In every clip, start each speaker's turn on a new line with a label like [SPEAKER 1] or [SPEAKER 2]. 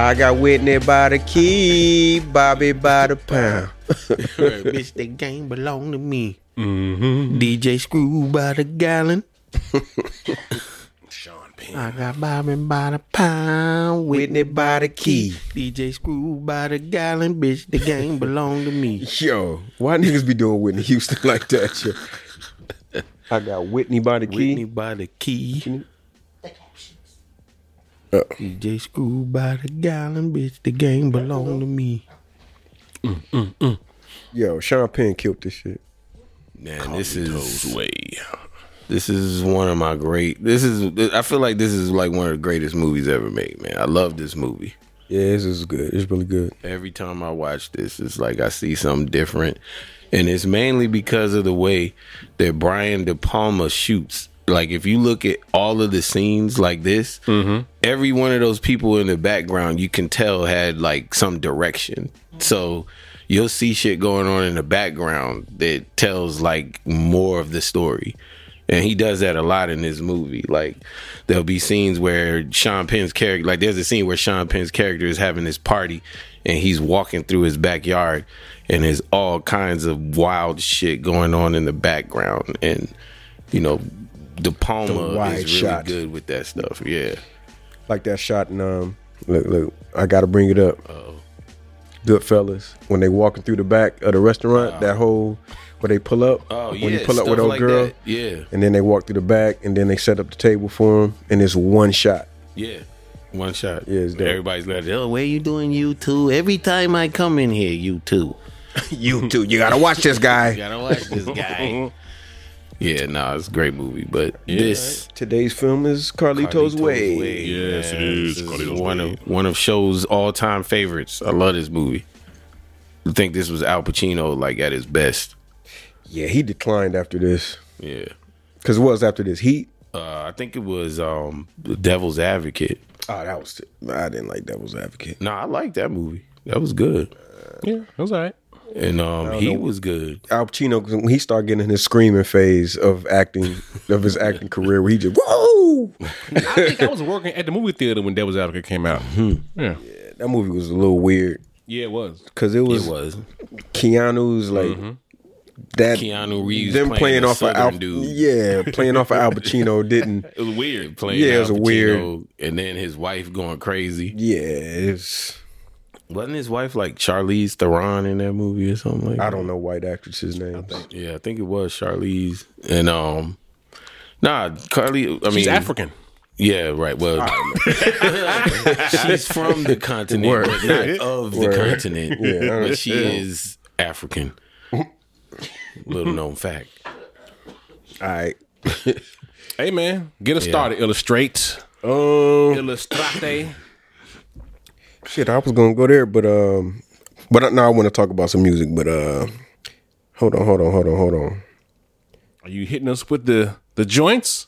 [SPEAKER 1] I got Whitney by the key, Bobby by the pound.
[SPEAKER 2] Bitch, the game belong to me.
[SPEAKER 3] Mm-hmm.
[SPEAKER 2] DJ Screw by the gallon.
[SPEAKER 3] Sean Penn.
[SPEAKER 2] I got Bobby by the pound.
[SPEAKER 1] Whitney by the key.
[SPEAKER 2] DJ Screw by the gallon. Bitch, the game belong to me.
[SPEAKER 1] Yo, why niggas be doing Whitney Houston like that? Yo? I got Whitney by the
[SPEAKER 2] Whitney
[SPEAKER 1] key.
[SPEAKER 2] by the key.
[SPEAKER 1] Uh,
[SPEAKER 2] DJ Screw by the gallon. Bitch, the game belong to me.
[SPEAKER 1] yo, Sean Penn killed this shit.
[SPEAKER 3] Man, this is way. This is one of my great. This is. I feel like this is like one of the greatest movies ever made. Man, I love this movie.
[SPEAKER 1] Yeah, this is good. It's really good.
[SPEAKER 3] Every time I watch this, it's like I see something different, and it's mainly because of the way that Brian De Palma shoots. Like if you look at all of the scenes like this, every one of those people in the background you can tell had like some direction. So you'll see shit going on in the background that tells like more of the story. And he does that a lot in this movie. Like there'll be scenes where Sean Penn's character, like there's a scene where Sean Penn's character is having this party, and he's walking through his backyard, and there's all kinds of wild shit going on in the background. And you know, De Palma
[SPEAKER 1] The wide
[SPEAKER 3] is really
[SPEAKER 1] shot.
[SPEAKER 3] good with that stuff. Yeah,
[SPEAKER 1] Like that shot in um look, look, I gotta bring it up. Uh-oh. Goodfellas. When they walking through the back of the restaurant, that whole where they pull up.
[SPEAKER 3] Oh,
[SPEAKER 1] when
[SPEAKER 3] yeah,
[SPEAKER 1] you pull up with
[SPEAKER 3] stuff
[SPEAKER 1] old
[SPEAKER 3] like
[SPEAKER 1] girl.
[SPEAKER 3] that. Yeah.
[SPEAKER 1] And then they walk through the back and then they set up the table for him and it's one shot.
[SPEAKER 3] yeah. One shot.
[SPEAKER 1] Yeah, it's dope.
[SPEAKER 3] everybody's like, "Oh, where you doing, you two? Every time I come in here, you two."
[SPEAKER 1] you too. You gotta watch this guy.
[SPEAKER 3] Gotta watch this guy. yeah, nah, it's a great movie, but this
[SPEAKER 1] Today's film is Carlito's, Way.
[SPEAKER 3] Yes,
[SPEAKER 4] it is
[SPEAKER 3] This
[SPEAKER 4] Carlito's
[SPEAKER 3] one
[SPEAKER 4] Way.
[SPEAKER 3] of one of show's all time favorites. I love this movie. I think this was Al Pacino like at his best.
[SPEAKER 1] Yeah, he declined after this.
[SPEAKER 3] Yeah,
[SPEAKER 1] Cause it was after this Heat.
[SPEAKER 3] uh, I think it was um, The Devil's Advocate.
[SPEAKER 1] Oh, that was I didn't like Devil's Advocate.
[SPEAKER 3] Nah, I like that movie. That was good,
[SPEAKER 4] Yeah, that was all right.
[SPEAKER 3] and um, he was good.
[SPEAKER 1] Al Pacino, 'cause when he started getting in his screaming phase of acting, of his acting career, where he just whoa,
[SPEAKER 4] I think I was working at the movie theater when Devil's Advocate came out. Yeah.
[SPEAKER 1] that movie was a little weird
[SPEAKER 4] yeah, it was.
[SPEAKER 1] because it
[SPEAKER 3] It
[SPEAKER 1] was,
[SPEAKER 3] was
[SPEAKER 1] Keanu's like that.
[SPEAKER 3] Keanu Reeves
[SPEAKER 1] them
[SPEAKER 3] playing,
[SPEAKER 1] playing,
[SPEAKER 3] a
[SPEAKER 1] off of Al,
[SPEAKER 3] Southern dude.
[SPEAKER 1] yeah, playing off of Al Pacino didn't.
[SPEAKER 4] It was weird.
[SPEAKER 3] playing
[SPEAKER 1] Yeah, it was
[SPEAKER 3] Al
[SPEAKER 1] a weird-
[SPEAKER 3] Pacino, and then his wife going crazy.
[SPEAKER 1] Yeah, it's
[SPEAKER 3] Wasn't his wife like Charlize Theron in that movie or something like?
[SPEAKER 1] I
[SPEAKER 3] that?
[SPEAKER 1] don't know white actresses' names.
[SPEAKER 3] Yeah, I think it was Charlize and um, nah, Carly. I
[SPEAKER 4] She's
[SPEAKER 3] mean,
[SPEAKER 4] African.
[SPEAKER 3] Yeah, right. Well, she's from the continent, but not of the
[SPEAKER 1] Word.
[SPEAKER 3] continent.
[SPEAKER 1] Yeah.
[SPEAKER 3] but she is African. Little known fact.
[SPEAKER 1] All right,
[SPEAKER 4] Hey man, get us started. Illustrate.
[SPEAKER 1] um,
[SPEAKER 4] Illustrate.
[SPEAKER 1] shit, I was gonna go there, but um, but I, no, I want to talk about some music, but uh, hold on, hold on, hold on, hold on.
[SPEAKER 4] Are you hitting us with the the joints?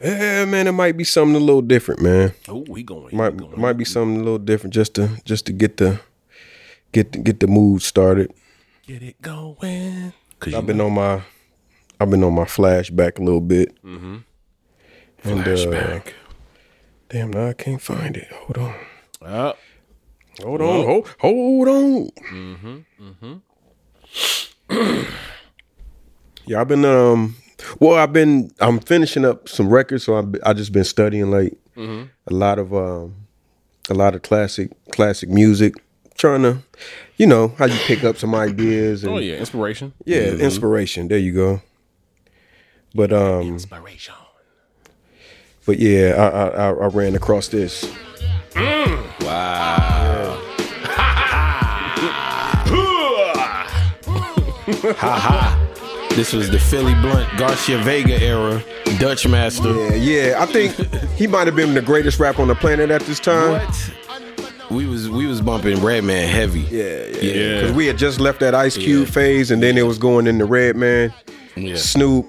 [SPEAKER 1] Yeah, Eh, man, it might be something a little different, man.
[SPEAKER 4] Oh, we going.
[SPEAKER 1] might
[SPEAKER 4] we going.
[SPEAKER 1] might be something a little different just to just to get the get the, get the mood started.
[SPEAKER 4] get it going. Cause
[SPEAKER 1] I've been on my I've been on my flashback a little bit. Mm-hmm. And, Uh,
[SPEAKER 3] Flashback.
[SPEAKER 1] damn, now I can't find it. Hold on,
[SPEAKER 4] Uh,
[SPEAKER 1] hold on, hold, hold on. Mm-hmm. Mm-hmm.
[SPEAKER 4] mm-hmm.
[SPEAKER 1] yeah, I've been um. Well, I've been I'm finishing up some records, so I've I just been studying like
[SPEAKER 4] Mm-hmm.
[SPEAKER 1] a lot of um a lot of classic classic music, trying to you know how you pick up some ideas and
[SPEAKER 4] oh yeah, Mm-hmm. inspiration.
[SPEAKER 1] yeah, inspiration. There you go. But um,
[SPEAKER 4] Inspiration.
[SPEAKER 1] but yeah, I I, I, I ran across this.
[SPEAKER 3] This was the Philly Blunt Garcia Vega era, Dutch Master.
[SPEAKER 1] Yeah, yeah. I think he might have been the greatest rapper on the planet at this time.
[SPEAKER 3] What? we was we was bumping Redman heavy.
[SPEAKER 1] Yeah, yeah.
[SPEAKER 3] Yeah.
[SPEAKER 1] Because we had just left that Ice Cube
[SPEAKER 3] Yeah.
[SPEAKER 1] phase, and then it was going into Red Man,
[SPEAKER 3] Yeah.
[SPEAKER 1] Snoop.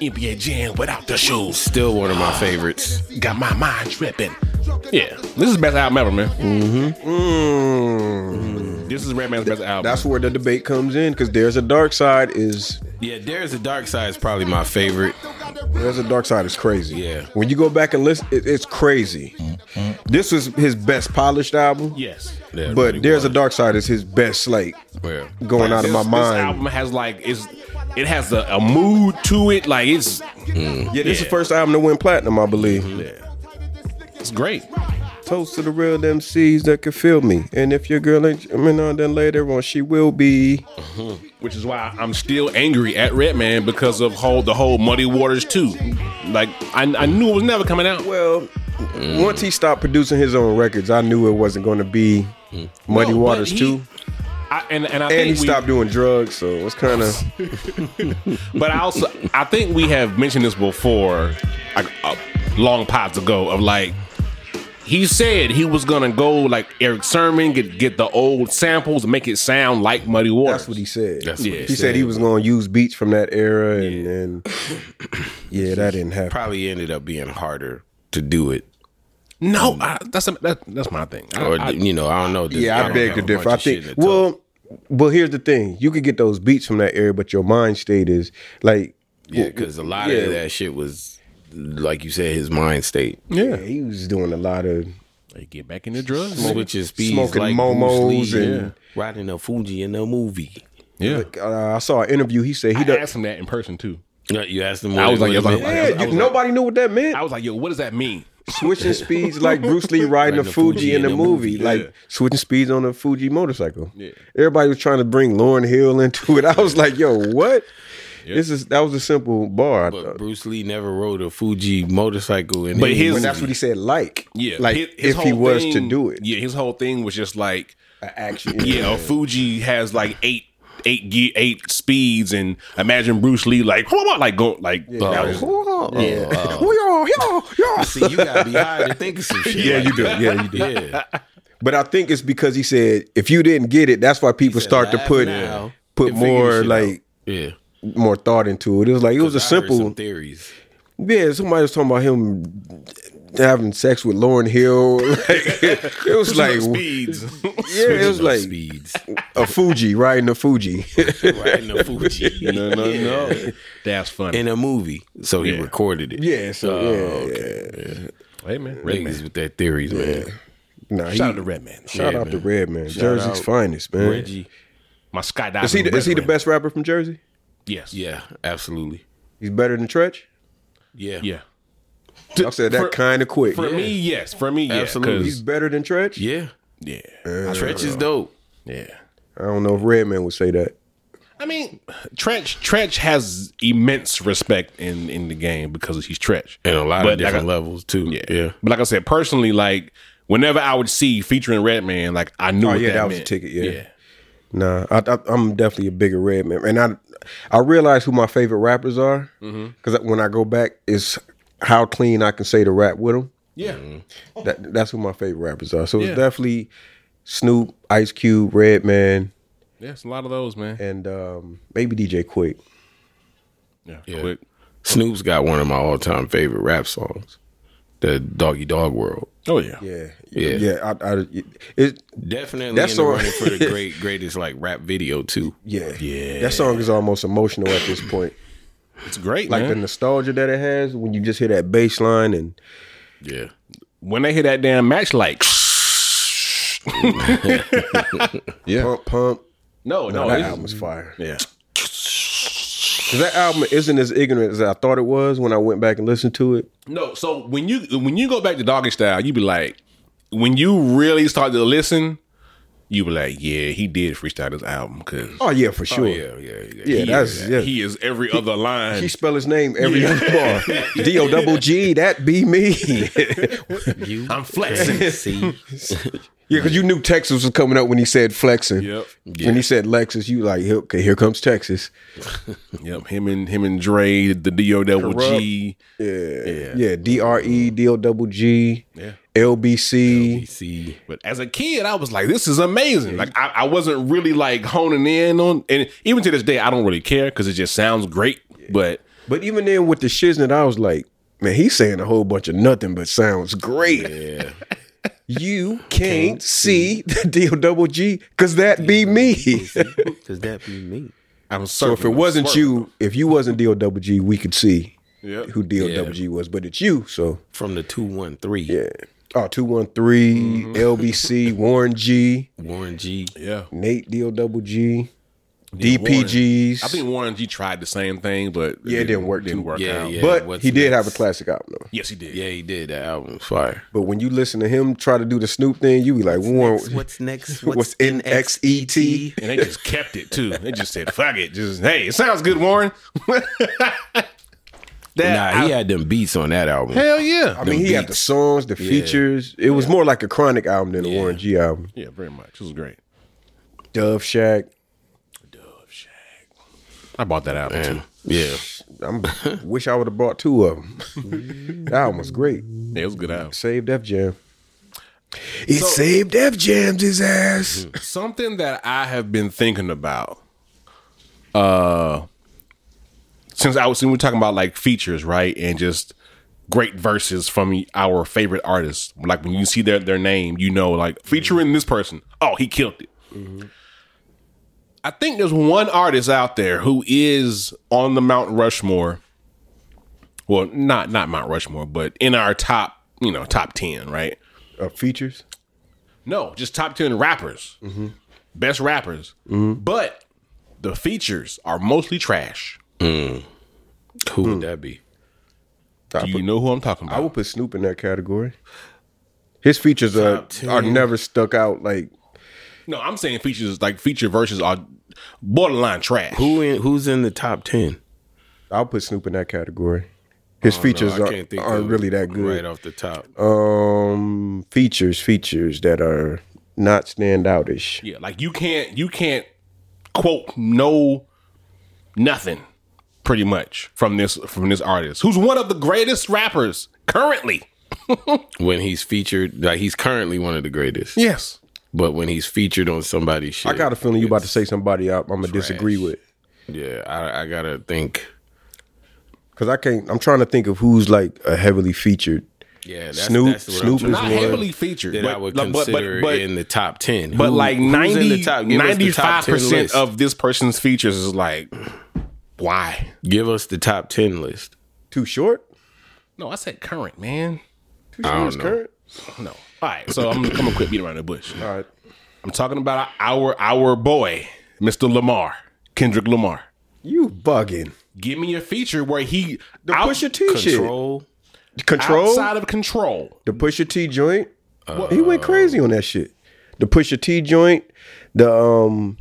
[SPEAKER 4] NBA Jam without the shoes.
[SPEAKER 3] Still one of my favorites.
[SPEAKER 4] Got my mind tripping. Yeah, this is the best album ever, man.
[SPEAKER 1] Mm.
[SPEAKER 4] This is Redman's best album.
[SPEAKER 1] That's where the debate comes in, because there's a dark side. Is
[SPEAKER 3] Yeah, There's a Dark Side is probably my favorite.
[SPEAKER 1] there's a dark side is crazy.
[SPEAKER 3] Yeah.
[SPEAKER 1] When you go back and listen, it, it's crazy. This was his best polished album.
[SPEAKER 4] yes.
[SPEAKER 3] Yeah,
[SPEAKER 1] But
[SPEAKER 3] really
[SPEAKER 1] there's a
[SPEAKER 3] was.
[SPEAKER 1] dark side is his best like
[SPEAKER 3] Yeah.
[SPEAKER 1] going out of my
[SPEAKER 4] This- This
[SPEAKER 1] mind.
[SPEAKER 4] album has like it's it has a, a mood to it. Like it's
[SPEAKER 1] Yeah, this is the
[SPEAKER 4] Yeah.
[SPEAKER 1] first album to win platinum, I believe.
[SPEAKER 4] it's great.
[SPEAKER 1] Toast to the real MCs that can feel me. And if your girl ain't coming on, then later on she will be.
[SPEAKER 4] Which is why I'm still angry at Redman because of whole the whole Muddy Waters too. Like I, I knew it was never coming out.
[SPEAKER 1] Well, once he stopped producing his own records, I knew it wasn't going to be Muddy
[SPEAKER 4] No, but
[SPEAKER 1] Waters
[SPEAKER 4] he-
[SPEAKER 1] too.
[SPEAKER 4] I, and and I
[SPEAKER 1] And
[SPEAKER 4] think
[SPEAKER 1] he
[SPEAKER 4] we,
[SPEAKER 1] stopped doing drugs, so it's kind of
[SPEAKER 4] But I also I think we have mentioned this before, like uh, long pods ago. Of like he said he was gonna go like Eric Sermon get get the old samples and make it sound like Muddy Waters.
[SPEAKER 1] that's what he said.
[SPEAKER 3] That's
[SPEAKER 1] he,
[SPEAKER 3] what he
[SPEAKER 1] said, he was going to use beats from that era, and, and yeah, that didn't happen.
[SPEAKER 3] Probably ended up being harder to do it.
[SPEAKER 4] No, I, that's a, that, that's my thing. I-
[SPEAKER 3] Or
[SPEAKER 4] I-
[SPEAKER 3] you know, I don't know. This-
[SPEAKER 1] Yeah, I,
[SPEAKER 3] don't
[SPEAKER 1] beg
[SPEAKER 3] have
[SPEAKER 1] to
[SPEAKER 3] a bunch
[SPEAKER 1] differ. I
[SPEAKER 3] of shit
[SPEAKER 1] think
[SPEAKER 3] to talk
[SPEAKER 1] well, well. Here's the thing: you could get those beats from that era, but your mind state is like,
[SPEAKER 3] Yeah, because a lot
[SPEAKER 1] yeah.
[SPEAKER 3] of that shit was, like you said, his mind state.
[SPEAKER 1] yeah, he was doing a lot of
[SPEAKER 4] Like, get back into drugs.
[SPEAKER 3] Switching speeds,
[SPEAKER 1] smoking
[SPEAKER 3] like
[SPEAKER 1] momos
[SPEAKER 3] Bruce Lee,
[SPEAKER 1] and-
[SPEAKER 3] riding a Fuji in a movie.
[SPEAKER 4] Yeah,
[SPEAKER 1] Uh, I saw an interview. He said he
[SPEAKER 4] I
[SPEAKER 1] does.
[SPEAKER 4] asked him that in person too.
[SPEAKER 3] Yeah, You asked him.
[SPEAKER 4] I
[SPEAKER 3] what
[SPEAKER 4] was
[SPEAKER 3] it
[SPEAKER 4] like,
[SPEAKER 3] would've
[SPEAKER 4] yeah,
[SPEAKER 3] been.
[SPEAKER 1] Yeah,
[SPEAKER 4] I was
[SPEAKER 1] you-
[SPEAKER 4] like-
[SPEAKER 1] nobody knew what that meant.
[SPEAKER 4] I was like, yo, what does that mean?
[SPEAKER 1] switching speeds like Bruce Lee riding
[SPEAKER 3] Like
[SPEAKER 1] a
[SPEAKER 3] the
[SPEAKER 1] Fuji, in a movie,
[SPEAKER 3] movie,
[SPEAKER 1] like
[SPEAKER 4] yeah.
[SPEAKER 1] switching speeds on a Fuji motorcycle. Everybody was trying to bring Lauren Hill into it. I was like, yo, what? This is that was a simple bar. I
[SPEAKER 3] But
[SPEAKER 1] thought.
[SPEAKER 3] Bruce Lee never rode a Fuji motorcycle. In
[SPEAKER 4] But
[SPEAKER 3] any
[SPEAKER 4] his-
[SPEAKER 1] But
[SPEAKER 3] movie.
[SPEAKER 1] that's what he said. Like,
[SPEAKER 4] Yeah,
[SPEAKER 1] like
[SPEAKER 4] his- his
[SPEAKER 1] if he
[SPEAKER 4] whole
[SPEAKER 1] was to
[SPEAKER 4] thing-
[SPEAKER 1] do it,
[SPEAKER 4] yeah, his whole thing was just like,
[SPEAKER 1] an action.
[SPEAKER 4] yeah, a Fuji has like eight, eight, ge- eight speeds, and imagine Bruce Lee like, what about like go like, uh,
[SPEAKER 1] That was- Yo, yo, yo.
[SPEAKER 3] See, you gotta be high to think of some shit.
[SPEAKER 1] Yeah,
[SPEAKER 3] like
[SPEAKER 1] you do.
[SPEAKER 3] that.
[SPEAKER 1] Yeah, you do.
[SPEAKER 3] Yeah.
[SPEAKER 1] But I think it's because he said if you didn't get it, that's why people
[SPEAKER 3] said,
[SPEAKER 1] start to
[SPEAKER 3] "Laugh
[SPEAKER 1] put
[SPEAKER 3] now
[SPEAKER 1] put
[SPEAKER 3] and figure this
[SPEAKER 1] more
[SPEAKER 3] shit
[SPEAKER 1] like
[SPEAKER 3] Yeah.
[SPEAKER 1] more thought into it. It was like it was a
[SPEAKER 3] I heard some
[SPEAKER 1] simple
[SPEAKER 3] theories.
[SPEAKER 1] yeah. Somebody was talking about him having sex with Lauren Hill. Like, it was like
[SPEAKER 4] speeds.
[SPEAKER 1] yeah, it was
[SPEAKER 3] Switching up
[SPEAKER 1] like
[SPEAKER 3] speeds.
[SPEAKER 1] a Fuji riding a Fuji.
[SPEAKER 3] Riding a Fuji.
[SPEAKER 4] no, no, no, that's funny.
[SPEAKER 3] In a movie. So he
[SPEAKER 4] Yeah.
[SPEAKER 3] recorded it.
[SPEAKER 1] yeah, so yeah,
[SPEAKER 4] hey man, Red
[SPEAKER 3] Niggas
[SPEAKER 4] Man.
[SPEAKER 3] with their theories, man.
[SPEAKER 1] yeah. Nah, he,
[SPEAKER 4] Shout out to Red Man,
[SPEAKER 1] shout
[SPEAKER 3] Yeah,
[SPEAKER 1] out
[SPEAKER 3] man.
[SPEAKER 1] to Red Man, Jersey's finest man.
[SPEAKER 3] Reggie.
[SPEAKER 4] my skydiving.
[SPEAKER 1] Is he the, is he the
[SPEAKER 4] Redman.
[SPEAKER 1] best rapper from Jersey?
[SPEAKER 4] Yes.
[SPEAKER 3] Yeah, absolutely.
[SPEAKER 1] He's better than Tretch.
[SPEAKER 3] Yeah.
[SPEAKER 4] Yeah.
[SPEAKER 1] I said that kind of quick.
[SPEAKER 4] For me, yes. For me, yeah,
[SPEAKER 3] Absolutely.
[SPEAKER 4] 'cause-
[SPEAKER 1] He's better than Tretch.
[SPEAKER 3] Yeah.
[SPEAKER 4] Yeah.
[SPEAKER 3] Stretch is dope.
[SPEAKER 4] Yeah.
[SPEAKER 1] I don't know if Redman would say that.
[SPEAKER 4] I mean, Trench Trench has immense respect in in the game because he's Trench
[SPEAKER 3] And a lot
[SPEAKER 4] But
[SPEAKER 3] of different
[SPEAKER 4] like I-
[SPEAKER 3] levels too. Yeah.
[SPEAKER 4] But like I said, personally, like whenever I would see featuring Redman, like I knew. what
[SPEAKER 1] Oh, yeah,
[SPEAKER 4] that,
[SPEAKER 1] that was a
[SPEAKER 4] meant.
[SPEAKER 1] ticket, yeah. Nah, I, I, I'm definitely a bigger red man, and I I realize who my favorite rappers are
[SPEAKER 4] Mm-hmm.
[SPEAKER 1] because when I go back, it's how clean I can say the rap with them.
[SPEAKER 4] yeah,
[SPEAKER 1] That that's who my favorite rappers are. So
[SPEAKER 4] Yeah.
[SPEAKER 1] it's definitely Snoop, Ice Cube, Redman,
[SPEAKER 4] yeah. It's a lot of those, man.
[SPEAKER 1] and um, maybe DJ Quick.
[SPEAKER 4] Yeah,
[SPEAKER 3] Yeah.
[SPEAKER 4] quick.
[SPEAKER 3] Snoop's got one of my all time favorite rap songs. The Doggy Dog World.
[SPEAKER 4] Oh yeah.
[SPEAKER 1] Yeah,
[SPEAKER 3] Yeah.
[SPEAKER 1] yeah. I, I, it,
[SPEAKER 3] Definitely
[SPEAKER 1] That
[SPEAKER 3] in
[SPEAKER 1] song-
[SPEAKER 3] the running for the great greatest like rap video too.
[SPEAKER 1] yeah,
[SPEAKER 4] Yeah.
[SPEAKER 1] That song is almost emotional at this point.
[SPEAKER 4] It's great,
[SPEAKER 1] Like the
[SPEAKER 4] man.
[SPEAKER 1] nostalgia that it has when you just hear that bass line and
[SPEAKER 3] Yeah.
[SPEAKER 4] when they hit that damn match, like.
[SPEAKER 1] pump, pump.
[SPEAKER 4] No, no,
[SPEAKER 1] that
[SPEAKER 4] Oh, it's-
[SPEAKER 1] album's fire.
[SPEAKER 4] yeah.
[SPEAKER 1] Cause that album isn't as ignorant as I thought it was when I went back and listened to it.
[SPEAKER 4] No, so when you when you go back to doggy style, you be like, when you really start to listen, you be like, yeah, he did freestyle this album because
[SPEAKER 1] Oh yeah, for sure.
[SPEAKER 3] Yeah, yeah, yeah.
[SPEAKER 1] Yeah, that's yeah. He,
[SPEAKER 4] he is every other line.
[SPEAKER 1] spell his name every other bar. D O double G. That be me.
[SPEAKER 3] You
[SPEAKER 4] I'm flexing.
[SPEAKER 3] see.
[SPEAKER 1] yeah, because you knew Texas was coming up when he said flexing.
[SPEAKER 4] Yep.
[SPEAKER 1] When he said Lexus, you like "Here- okay, here comes Texas.
[SPEAKER 4] Yep, him and him and Dre, the D O double G.
[SPEAKER 1] Yeah, D R E D O double G.
[SPEAKER 4] Yeah.
[SPEAKER 1] LBC.
[SPEAKER 3] See,
[SPEAKER 4] But as a kid, I was like, "This is amazing!" Like I, I wasn't really like honing in on, and even to this day, I don't really care because it just sounds great. But
[SPEAKER 1] But even then with the shiznit, I was like, man, he's saying a whole bunch of nothing but sounds great. Yeah. You can't, see the D O double G because that be me. so
[SPEAKER 2] Does that be me?
[SPEAKER 4] I'm so
[SPEAKER 1] if it wasn't you, if you wasn't D O double G, we could see
[SPEAKER 4] Yep.
[SPEAKER 1] who D O double G was. But it's you, so
[SPEAKER 3] from the two one three,
[SPEAKER 1] yeah. Oh, 213, LBC, Warren G,
[SPEAKER 3] Warren G.
[SPEAKER 4] yeah,
[SPEAKER 1] Nate D O double G,
[SPEAKER 4] Warren-
[SPEAKER 1] DPGs.
[SPEAKER 4] I think Warren G tried the same thing, but
[SPEAKER 1] Yeah, it didn't work
[SPEAKER 4] Didn't
[SPEAKER 1] too-
[SPEAKER 4] work
[SPEAKER 3] yeah,
[SPEAKER 4] out.
[SPEAKER 3] yeah.
[SPEAKER 1] but
[SPEAKER 3] what's
[SPEAKER 1] he did
[SPEAKER 3] next?
[SPEAKER 1] have a classic album. Though.
[SPEAKER 4] Yes, he did.
[SPEAKER 3] Yeah, he did. That album was fire.
[SPEAKER 1] But when you listen to him try to do the Snoop thing, you be like, Warren,
[SPEAKER 2] What's next?
[SPEAKER 1] What's E in XET?
[SPEAKER 4] And they just kept it too. They just said, "Fuck it." Just hey, it sounds good, Warren. that
[SPEAKER 3] nah,
[SPEAKER 4] I-
[SPEAKER 3] he had them beats on that album.
[SPEAKER 4] hell yeah.
[SPEAKER 1] I mean, he had the
[SPEAKER 3] beats.
[SPEAKER 1] songs, the features. It was more like a Chronic album than a Warren G album.
[SPEAKER 4] yeah, very much. It was great.
[SPEAKER 1] Dove Shack.
[SPEAKER 4] I bought that album
[SPEAKER 3] Man, Yeah,
[SPEAKER 1] I wish I would have bought two of them. that album was great.
[SPEAKER 4] too. Yeah, it was a good album.
[SPEAKER 1] Saved F Jam. It saved F Jam's his ass.
[SPEAKER 4] something that I have been thinking about. Uh, since I was when we were talking about like features, right, and just great verses from our favorite artists. Like when you see their their name, you know, like featuring this person. Oh, he killed it. I think there's one artist out there who is on the Mount Rushmore. Well, not not Mount Rushmore, but in our top, you know, top ten, right?
[SPEAKER 1] Uh, features.
[SPEAKER 4] No, just top 10 rappers.
[SPEAKER 3] Mm-hmm.
[SPEAKER 4] Best rappers. But the features are mostly trash.
[SPEAKER 3] who would that be?
[SPEAKER 4] Do you know who I'm talking
[SPEAKER 1] I
[SPEAKER 4] about?
[SPEAKER 1] would put Snoop in that category. His features are, are never stuck out like
[SPEAKER 4] no, I'm saying features like feature verses are borderline trash.
[SPEAKER 3] Who in, who's in the top ten?
[SPEAKER 1] I'll put Snoop in that category. His features are, aren't really that good.
[SPEAKER 3] right off the top.
[SPEAKER 1] um features features that are not standoutish.
[SPEAKER 4] Yeah, like you can't you can't quote no nothing pretty much from this from this artist who's one of the greatest rappers currently.
[SPEAKER 3] when he's featured, like he's currently one of the greatest.
[SPEAKER 4] Yes.
[SPEAKER 3] But when he's featured on somebody's shit,
[SPEAKER 1] I got a feeling you about to say somebody I, I'm gonna disagree with
[SPEAKER 3] yeah, I, I gotta think.
[SPEAKER 1] because I can't. I'm trying to think of who's like a heavily featured.
[SPEAKER 3] Yeah, that's,
[SPEAKER 1] Snoop-
[SPEAKER 3] That's what
[SPEAKER 1] Snoop
[SPEAKER 3] I'm
[SPEAKER 1] is
[SPEAKER 4] Not
[SPEAKER 3] trying to-
[SPEAKER 1] one
[SPEAKER 4] heavily featured.
[SPEAKER 3] that I would
[SPEAKER 4] but- but-
[SPEAKER 3] consider
[SPEAKER 4] but-
[SPEAKER 3] in the top ten. Who-
[SPEAKER 4] But like
[SPEAKER 3] who's
[SPEAKER 4] 90,
[SPEAKER 3] in the top? Give us the top 10
[SPEAKER 4] 95%
[SPEAKER 3] list.
[SPEAKER 4] of this person's features is like, why?
[SPEAKER 3] Give us the top ten list.
[SPEAKER 1] Too short.
[SPEAKER 4] No, I said current, man.
[SPEAKER 1] Too short is current.
[SPEAKER 4] No. All right, so I'm, I'm gonna quit beating around the bush.
[SPEAKER 1] All right.
[SPEAKER 4] I'm talking about our our boy, Mr. Lamar, Kendrick Lamar.
[SPEAKER 1] You bugging.
[SPEAKER 4] Give me a feature where he
[SPEAKER 1] The
[SPEAKER 4] out-
[SPEAKER 1] Pusha T shit.
[SPEAKER 3] Control.
[SPEAKER 1] Control.
[SPEAKER 4] outside of control.
[SPEAKER 1] The Pusha T joint. he went crazy on that shit. The Pusha T joint. The um.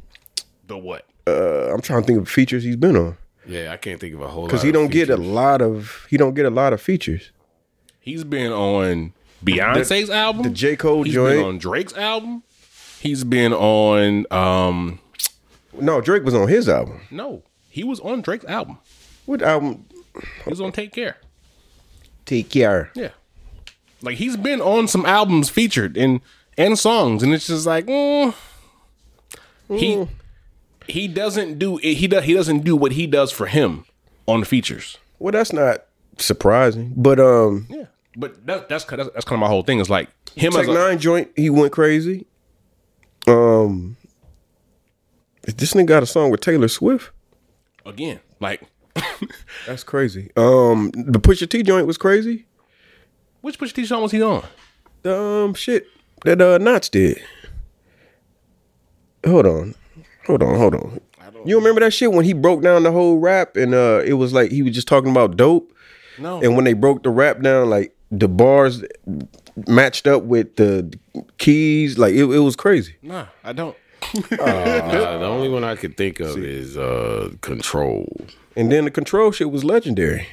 [SPEAKER 4] The what?
[SPEAKER 1] uh, I'm trying to think of features he's been on
[SPEAKER 3] Yeah, I can't think of a whole.
[SPEAKER 1] because he don't get a lot of he don't get a lot of features.
[SPEAKER 4] He's been on Beyonce's album,
[SPEAKER 1] The J Cole
[SPEAKER 4] He's
[SPEAKER 1] joint.
[SPEAKER 4] been on Drake's album. He's been on um
[SPEAKER 1] no, Drake was on his album.
[SPEAKER 4] no, he was on Drake's album.
[SPEAKER 1] What album?
[SPEAKER 4] He was on Take Care.
[SPEAKER 1] Take care.
[SPEAKER 4] Yeah. Like he's been on some albums featured and and songs, and it's just like mm.
[SPEAKER 3] Mm.
[SPEAKER 4] he he doesn't do it. He does he doesn't do what he does for him on features.
[SPEAKER 1] Well, that's not surprising, but um,
[SPEAKER 4] Yeah, but that, that's that's that's kind of my whole thing. Is like him
[SPEAKER 1] Tech
[SPEAKER 4] as a,
[SPEAKER 1] Nine joint, he went crazy. Um, this nigga got a song with Taylor Swift.
[SPEAKER 4] again like
[SPEAKER 1] That's crazy. Um, the Pusha T joint was crazy.
[SPEAKER 4] which Pusha T song was he on?
[SPEAKER 1] The um shit that uh Notch did. Hold on, hold on, hold on. You remember that shit when he broke down the whole rap and uh, it was like he was just talking about dope.
[SPEAKER 4] No,
[SPEAKER 1] And when they broke the rap down, like the bars matched up with the keys, like it, it was crazy.
[SPEAKER 4] nah, I don't.
[SPEAKER 3] Uh, the only one I could think of is uh, Control.
[SPEAKER 1] And then the control shit was legendary.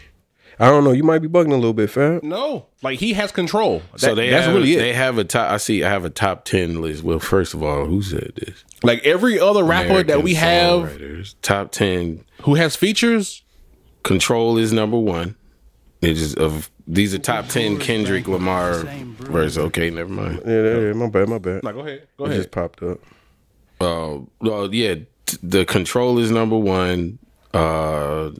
[SPEAKER 1] I don't know. You might be bugging a little bit, fam.
[SPEAKER 4] No, like he has control.
[SPEAKER 3] so
[SPEAKER 4] That-
[SPEAKER 3] they
[SPEAKER 4] that's
[SPEAKER 3] have,
[SPEAKER 4] really it.
[SPEAKER 3] They have a top. I see. I have a top ten list. Well, first of all, who said this?
[SPEAKER 4] like every other rapper that
[SPEAKER 3] American
[SPEAKER 4] we have
[SPEAKER 3] songwriters. top ten.
[SPEAKER 4] who has features,
[SPEAKER 3] Control is number one. It is of These are top ten Kendrick Lamar verse. Okay, never mind.
[SPEAKER 1] Yeah, yeah, yeah, my bad, my bad.
[SPEAKER 4] Nah, go ahead. Go
[SPEAKER 1] it
[SPEAKER 4] ahead.
[SPEAKER 1] just popped up.
[SPEAKER 3] Uh, well, yeah, t- the control is number one. Uh,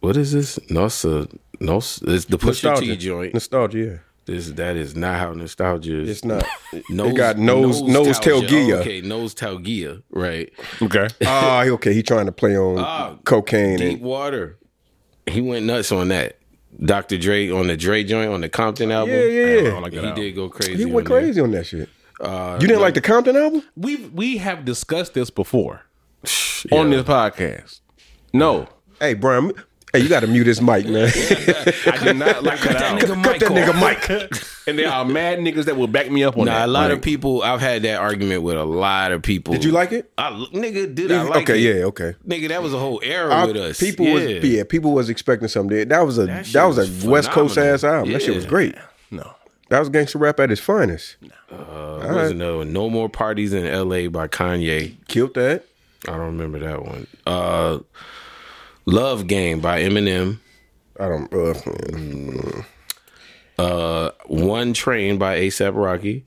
[SPEAKER 3] what is this? Nosa, Nosa. It's the Pusha T joint.
[SPEAKER 1] Nostalgia, yeah.
[SPEAKER 3] This that is not how nostalgia is.
[SPEAKER 1] It's not.
[SPEAKER 3] Nose,
[SPEAKER 1] it got nose nose tail
[SPEAKER 3] nostalgia.
[SPEAKER 1] gear.
[SPEAKER 3] Okay, nose talgia. Right.
[SPEAKER 4] okay.
[SPEAKER 1] Ah, he- okay. He trying to play on
[SPEAKER 4] Ah,
[SPEAKER 1] cocaine
[SPEAKER 3] Deep
[SPEAKER 1] and
[SPEAKER 3] water. He went nuts on that. Dr. Dre on the Dre joint on the Compton album.
[SPEAKER 1] yeah, yeah,
[SPEAKER 4] I
[SPEAKER 1] yeah.
[SPEAKER 4] like
[SPEAKER 3] He
[SPEAKER 4] that out.
[SPEAKER 3] did go crazy.
[SPEAKER 1] He went
[SPEAKER 3] on that.
[SPEAKER 1] crazy on that shit.
[SPEAKER 4] Uh,
[SPEAKER 1] you didn't like the Compton album?
[SPEAKER 4] we we have discussed this before on this podcast. No,
[SPEAKER 1] Hey, Brian. Hey, you got to mute his mic, man.
[SPEAKER 4] I did not like that
[SPEAKER 1] Cut
[SPEAKER 4] out.
[SPEAKER 1] that nigga mic.
[SPEAKER 4] And there are mad niggas that will back me up on
[SPEAKER 3] Nah,
[SPEAKER 4] that.
[SPEAKER 3] a lot
[SPEAKER 4] Like,
[SPEAKER 3] of people. I've had that argument with a lot of people.
[SPEAKER 1] Did you like it?
[SPEAKER 3] I, nigga, did I like
[SPEAKER 1] okay,
[SPEAKER 3] it?
[SPEAKER 1] yeah, okay.
[SPEAKER 3] Nigga, that was a whole era
[SPEAKER 1] I-
[SPEAKER 3] with us.
[SPEAKER 1] People
[SPEAKER 3] yeah.
[SPEAKER 1] was yeah, people was expecting something. That was a that,
[SPEAKER 3] shit
[SPEAKER 1] was a
[SPEAKER 3] was
[SPEAKER 1] West Coast
[SPEAKER 3] phenomenal.
[SPEAKER 1] ass album. That shit
[SPEAKER 3] Yeah.
[SPEAKER 1] was great.
[SPEAKER 4] no.
[SPEAKER 1] That was gangster rap at its finest.
[SPEAKER 3] Uh, what was another one? No More Parties in L.A. by Kanye.
[SPEAKER 1] Killed that.
[SPEAKER 3] I don't remember that one. Uh, Love Game by Eminem.
[SPEAKER 1] I don't. Uh,
[SPEAKER 3] One Train by ASAP Rocky.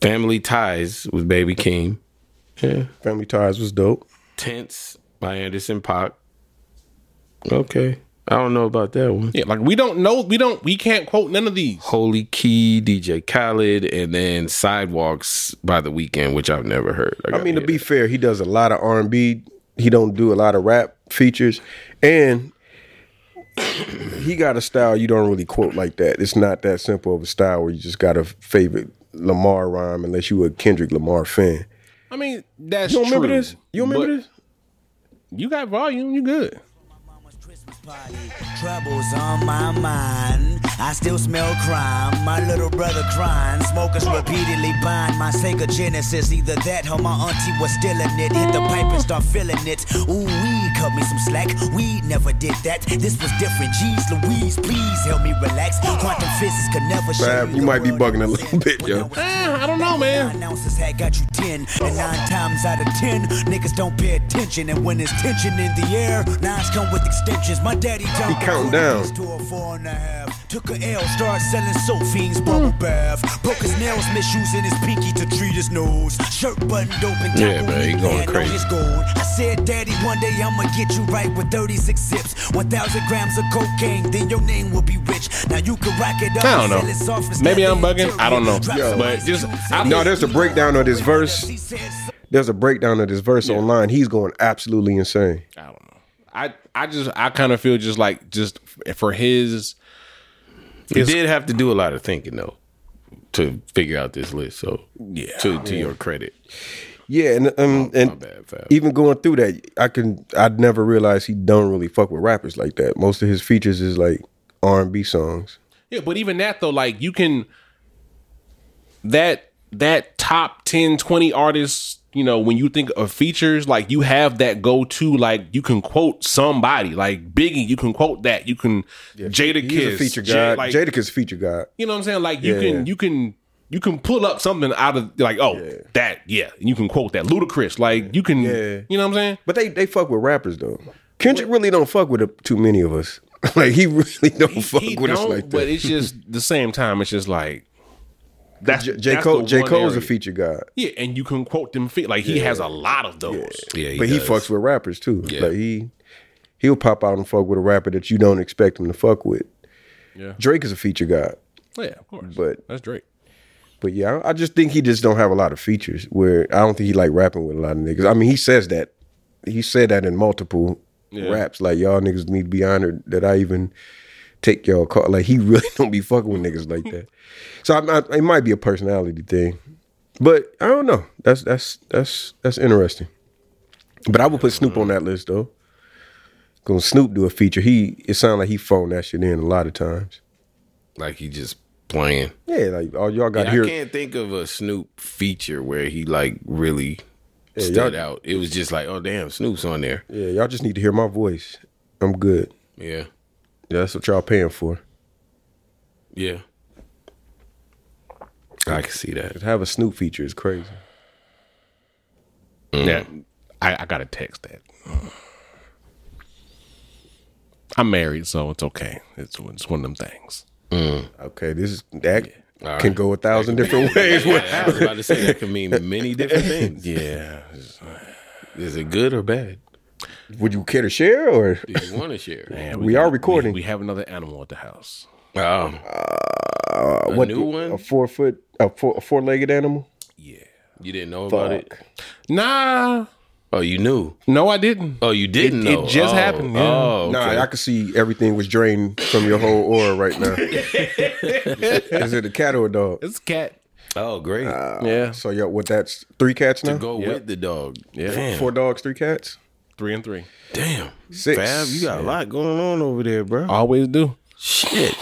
[SPEAKER 3] Family Ties with Baby King. Yeah.
[SPEAKER 1] Family ties was dope.
[SPEAKER 3] Tense by Anderson Pac. Okay. I don't know about that one.
[SPEAKER 4] Yeah, like we don't know. We don't. We can't quote none of these.
[SPEAKER 3] Holy Key, DJ Khaled, and then Sidewalks by the Weekend, which I've never heard.
[SPEAKER 1] I mean, to be fair, he does a lot of R and B. He don't do a lot of rap features, and he got a style you don't really quote like that. It's not that simple of a style where you just got a favorite Lamar rhyme, unless you a Kendrick Lamar fan.
[SPEAKER 4] I mean, that's
[SPEAKER 1] You don't remember
[SPEAKER 4] true,
[SPEAKER 1] this? You don't remember
[SPEAKER 4] but
[SPEAKER 1] this?
[SPEAKER 4] You got volume. You good.
[SPEAKER 5] Mama's Christmas party. Troubles on my mind. I still smell crime. My little brother crying. Smokers repeatedly buying my Sega Genesis. Either that or my auntie was stealing it. Hit the pipe and start feeling it. Ooh, we cut me some slack. We never did that. This was different. Jeez Louise, please help me relax. Quantum physics could never show
[SPEAKER 1] Fab, you
[SPEAKER 5] the
[SPEAKER 1] might be
[SPEAKER 5] world it
[SPEAKER 1] bugging a
[SPEAKER 5] was
[SPEAKER 1] little
[SPEAKER 5] in.
[SPEAKER 1] bit,
[SPEAKER 5] When
[SPEAKER 1] yo.
[SPEAKER 5] was
[SPEAKER 4] Eh, I don't know, man.
[SPEAKER 5] announcers had got you 10 and 9 times out of 10 niggas don't pay attention and when there's tension in the air nines come with extensions my daddy jumped
[SPEAKER 1] He counting down.
[SPEAKER 5] to a four and a half took a L started selling soap fiends
[SPEAKER 3] Mm.
[SPEAKER 5] bubble bath broke his nails misusing his pinky to treat his nose shirt button open
[SPEAKER 3] Yeah, man, he going crazy.
[SPEAKER 5] it's gold. I said, Daddy, one day I'ma get you right with 36 sips, 1,000 grams of cocaine, then your name will be rich. Now you can rock it up.
[SPEAKER 4] I don't know.
[SPEAKER 5] and sell it soft and
[SPEAKER 4] Maybe
[SPEAKER 5] snap
[SPEAKER 4] I'm
[SPEAKER 5] the
[SPEAKER 4] bugging. I don't know.
[SPEAKER 5] interior.
[SPEAKER 4] But just- I-
[SPEAKER 1] No, there's a breakdown of this verse. There's a breakdown of this verse online. He's going absolutely insane.
[SPEAKER 4] I don't know. I I just I kind of feel just like just for his
[SPEAKER 3] you did have to do a lot of thinking though to figure out this list. So
[SPEAKER 4] Yeah.
[SPEAKER 3] to to your credit,
[SPEAKER 1] Yeah, and
[SPEAKER 4] Oh,
[SPEAKER 1] um, and
[SPEAKER 3] bad, Fab.
[SPEAKER 1] even going through that, I can I never realized he don't really fuck with rappers like that. Most of his features is like R and B songs.
[SPEAKER 4] Yeah, but even that though, like you can that that top 10, 20 artists, you know, when you think of features, like you have that go to, like you can quote somebody, like Biggie, you can quote that. You can Jada
[SPEAKER 1] He's
[SPEAKER 4] Kiss.
[SPEAKER 1] a feature
[SPEAKER 4] J-
[SPEAKER 1] guy.
[SPEAKER 4] like,
[SPEAKER 1] Jadakiss a feature guy.
[SPEAKER 4] you know what I'm saying? Like you
[SPEAKER 1] Yeah,
[SPEAKER 4] can
[SPEAKER 1] yeah.
[SPEAKER 4] you can you can pull up something out of like, oh, that, yeah. And you can quote that. Ludacris. Like you can
[SPEAKER 1] Yeah.
[SPEAKER 4] you know what I'm saying?
[SPEAKER 1] But they they fuck with rappers though. Kendrick really don't fuck with too many of us. like he really don't fuck
[SPEAKER 4] He
[SPEAKER 1] with us
[SPEAKER 4] don't,
[SPEAKER 1] like that.
[SPEAKER 4] but it's just the same time, it's just like that's
[SPEAKER 1] J, J.
[SPEAKER 4] that's
[SPEAKER 1] Cole
[SPEAKER 4] the
[SPEAKER 1] J.
[SPEAKER 4] one
[SPEAKER 1] Cole's a
[SPEAKER 4] area.
[SPEAKER 1] feature guy,
[SPEAKER 4] Yeah, and you can quote them. Feet. Like he has a lot of those.
[SPEAKER 3] yeah, he
[SPEAKER 1] but he
[SPEAKER 3] does.
[SPEAKER 1] fucks with rappers too.
[SPEAKER 3] Yeah.
[SPEAKER 1] Like he he'll pop out and fuck with a rapper that you don't expect him to fuck with.
[SPEAKER 4] Yeah.
[SPEAKER 1] Drake is a feature guy.
[SPEAKER 4] Yeah, of course.
[SPEAKER 1] But-
[SPEAKER 4] that's Drake.
[SPEAKER 1] But yeah, I I just think he just don't have a lot of features. Where I don't think he like rapping with a lot of niggas. I mean, he says that. He said that in multiple raps. Like y'all niggas need to be honored that I even take y'all call. Like he really don't be fucking with niggas like that. So I'm not, it might be a personality thing. But I don't know. That's that's that's that's interesting. But I would put Snoop on that list though. Gonna Snoop do a feature. He it sounds like he phoned that shit in a lot of times.
[SPEAKER 3] like he just playing.
[SPEAKER 1] Yeah, like all y'all got
[SPEAKER 3] I
[SPEAKER 1] here.
[SPEAKER 3] can't think of a Snoop feature where he like really stood
[SPEAKER 1] y'all-
[SPEAKER 3] out. It was just like, oh damn, Snoop's on there.
[SPEAKER 1] Yeah, y'all just need to hear my voice. I'm good.
[SPEAKER 3] Yeah,
[SPEAKER 1] Yeah, that's what y'all paying for.
[SPEAKER 3] yeah. I can see that.
[SPEAKER 1] To have a Snoop feature is crazy.
[SPEAKER 4] Mm. Yeah, I, I gotta text that. I'm married, so it's okay. It's, it's one of them things.
[SPEAKER 1] Okay, this is that can go a thousand different ways.
[SPEAKER 3] I was about to say that can mean many different things.
[SPEAKER 4] Yeah.
[SPEAKER 3] Is it good or bad?
[SPEAKER 1] Would you care to share or
[SPEAKER 3] Do you want to share?
[SPEAKER 4] Yeah,
[SPEAKER 1] We are
[SPEAKER 4] got-
[SPEAKER 1] recording.
[SPEAKER 4] We, we have another animal at the house.
[SPEAKER 3] Um, a new one?
[SPEAKER 1] a four foot a four a four legged animal?
[SPEAKER 4] Yeah.
[SPEAKER 3] you didn't know about it?
[SPEAKER 1] Fuck.
[SPEAKER 4] Nah.
[SPEAKER 3] Oh, you knew?
[SPEAKER 4] No, I didn't.
[SPEAKER 3] Oh, you didn't
[SPEAKER 4] It- it
[SPEAKER 3] know?
[SPEAKER 4] just
[SPEAKER 3] Oh,
[SPEAKER 4] happened, yeah.
[SPEAKER 3] Oh, okay.
[SPEAKER 1] Nah, I could see everything was drained from your whole aura right now. is it a cat or a dog?
[SPEAKER 4] It's a cat.
[SPEAKER 3] oh, great.
[SPEAKER 4] yeah.
[SPEAKER 1] So yeah, what that's three cats now?
[SPEAKER 3] Go with the dog.
[SPEAKER 4] Yeah.
[SPEAKER 3] Damn.
[SPEAKER 1] Four dogs, three cats?
[SPEAKER 4] Three and three.
[SPEAKER 3] Damn.
[SPEAKER 1] Six.
[SPEAKER 3] Fab, you got a lot going on over there, bro.
[SPEAKER 4] Always do.
[SPEAKER 3] Shit.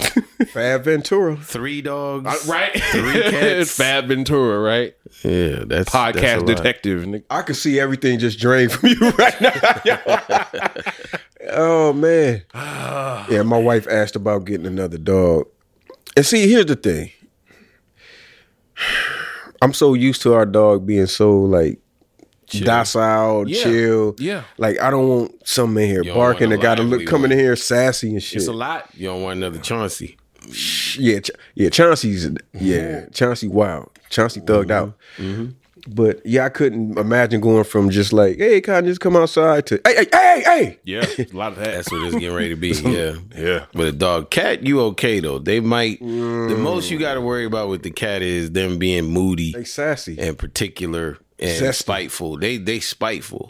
[SPEAKER 1] Fab Ventura.
[SPEAKER 3] Three dogs.
[SPEAKER 4] Uh, Right?
[SPEAKER 3] Three cats.
[SPEAKER 4] Fab Ventura, right?
[SPEAKER 3] Yeah, that's
[SPEAKER 4] Podcast
[SPEAKER 3] that's a lot.
[SPEAKER 4] detective. nigga.
[SPEAKER 1] I could see everything just drained from you right now. oh man.
[SPEAKER 4] Ah.
[SPEAKER 1] yeah, my wife asked about getting another dog. And see, here's the thing. I'm so used to our dog being so like docile,
[SPEAKER 4] Yeah.
[SPEAKER 1] chill.
[SPEAKER 4] Yeah.
[SPEAKER 1] Like I don't want something in here
[SPEAKER 3] don't
[SPEAKER 1] barking
[SPEAKER 3] want a
[SPEAKER 1] that gotta
[SPEAKER 3] lively
[SPEAKER 1] look coming in here sassy and shit.
[SPEAKER 4] It's a lot.
[SPEAKER 3] You don't want another Chauncey.
[SPEAKER 1] yeah, Ch- yeah, Chauncey's yeah, Mm-hmm. Chauncey wild. Chauncey thugged out. But yeah, I couldn't imagine going from just like, hey, Cotton, just come outside to hey, hey, hey, hey.
[SPEAKER 4] Yeah. A lot of that.
[SPEAKER 3] That's what it's getting ready to be. Yeah.
[SPEAKER 4] Yeah.
[SPEAKER 3] With a dog. Cat, you okay though. They might the
[SPEAKER 1] Mm.
[SPEAKER 3] most you gotta worry about with the cat is them being moody
[SPEAKER 1] They sassy.
[SPEAKER 3] and particular and
[SPEAKER 1] Zesty.
[SPEAKER 3] spiteful. They they spiteful.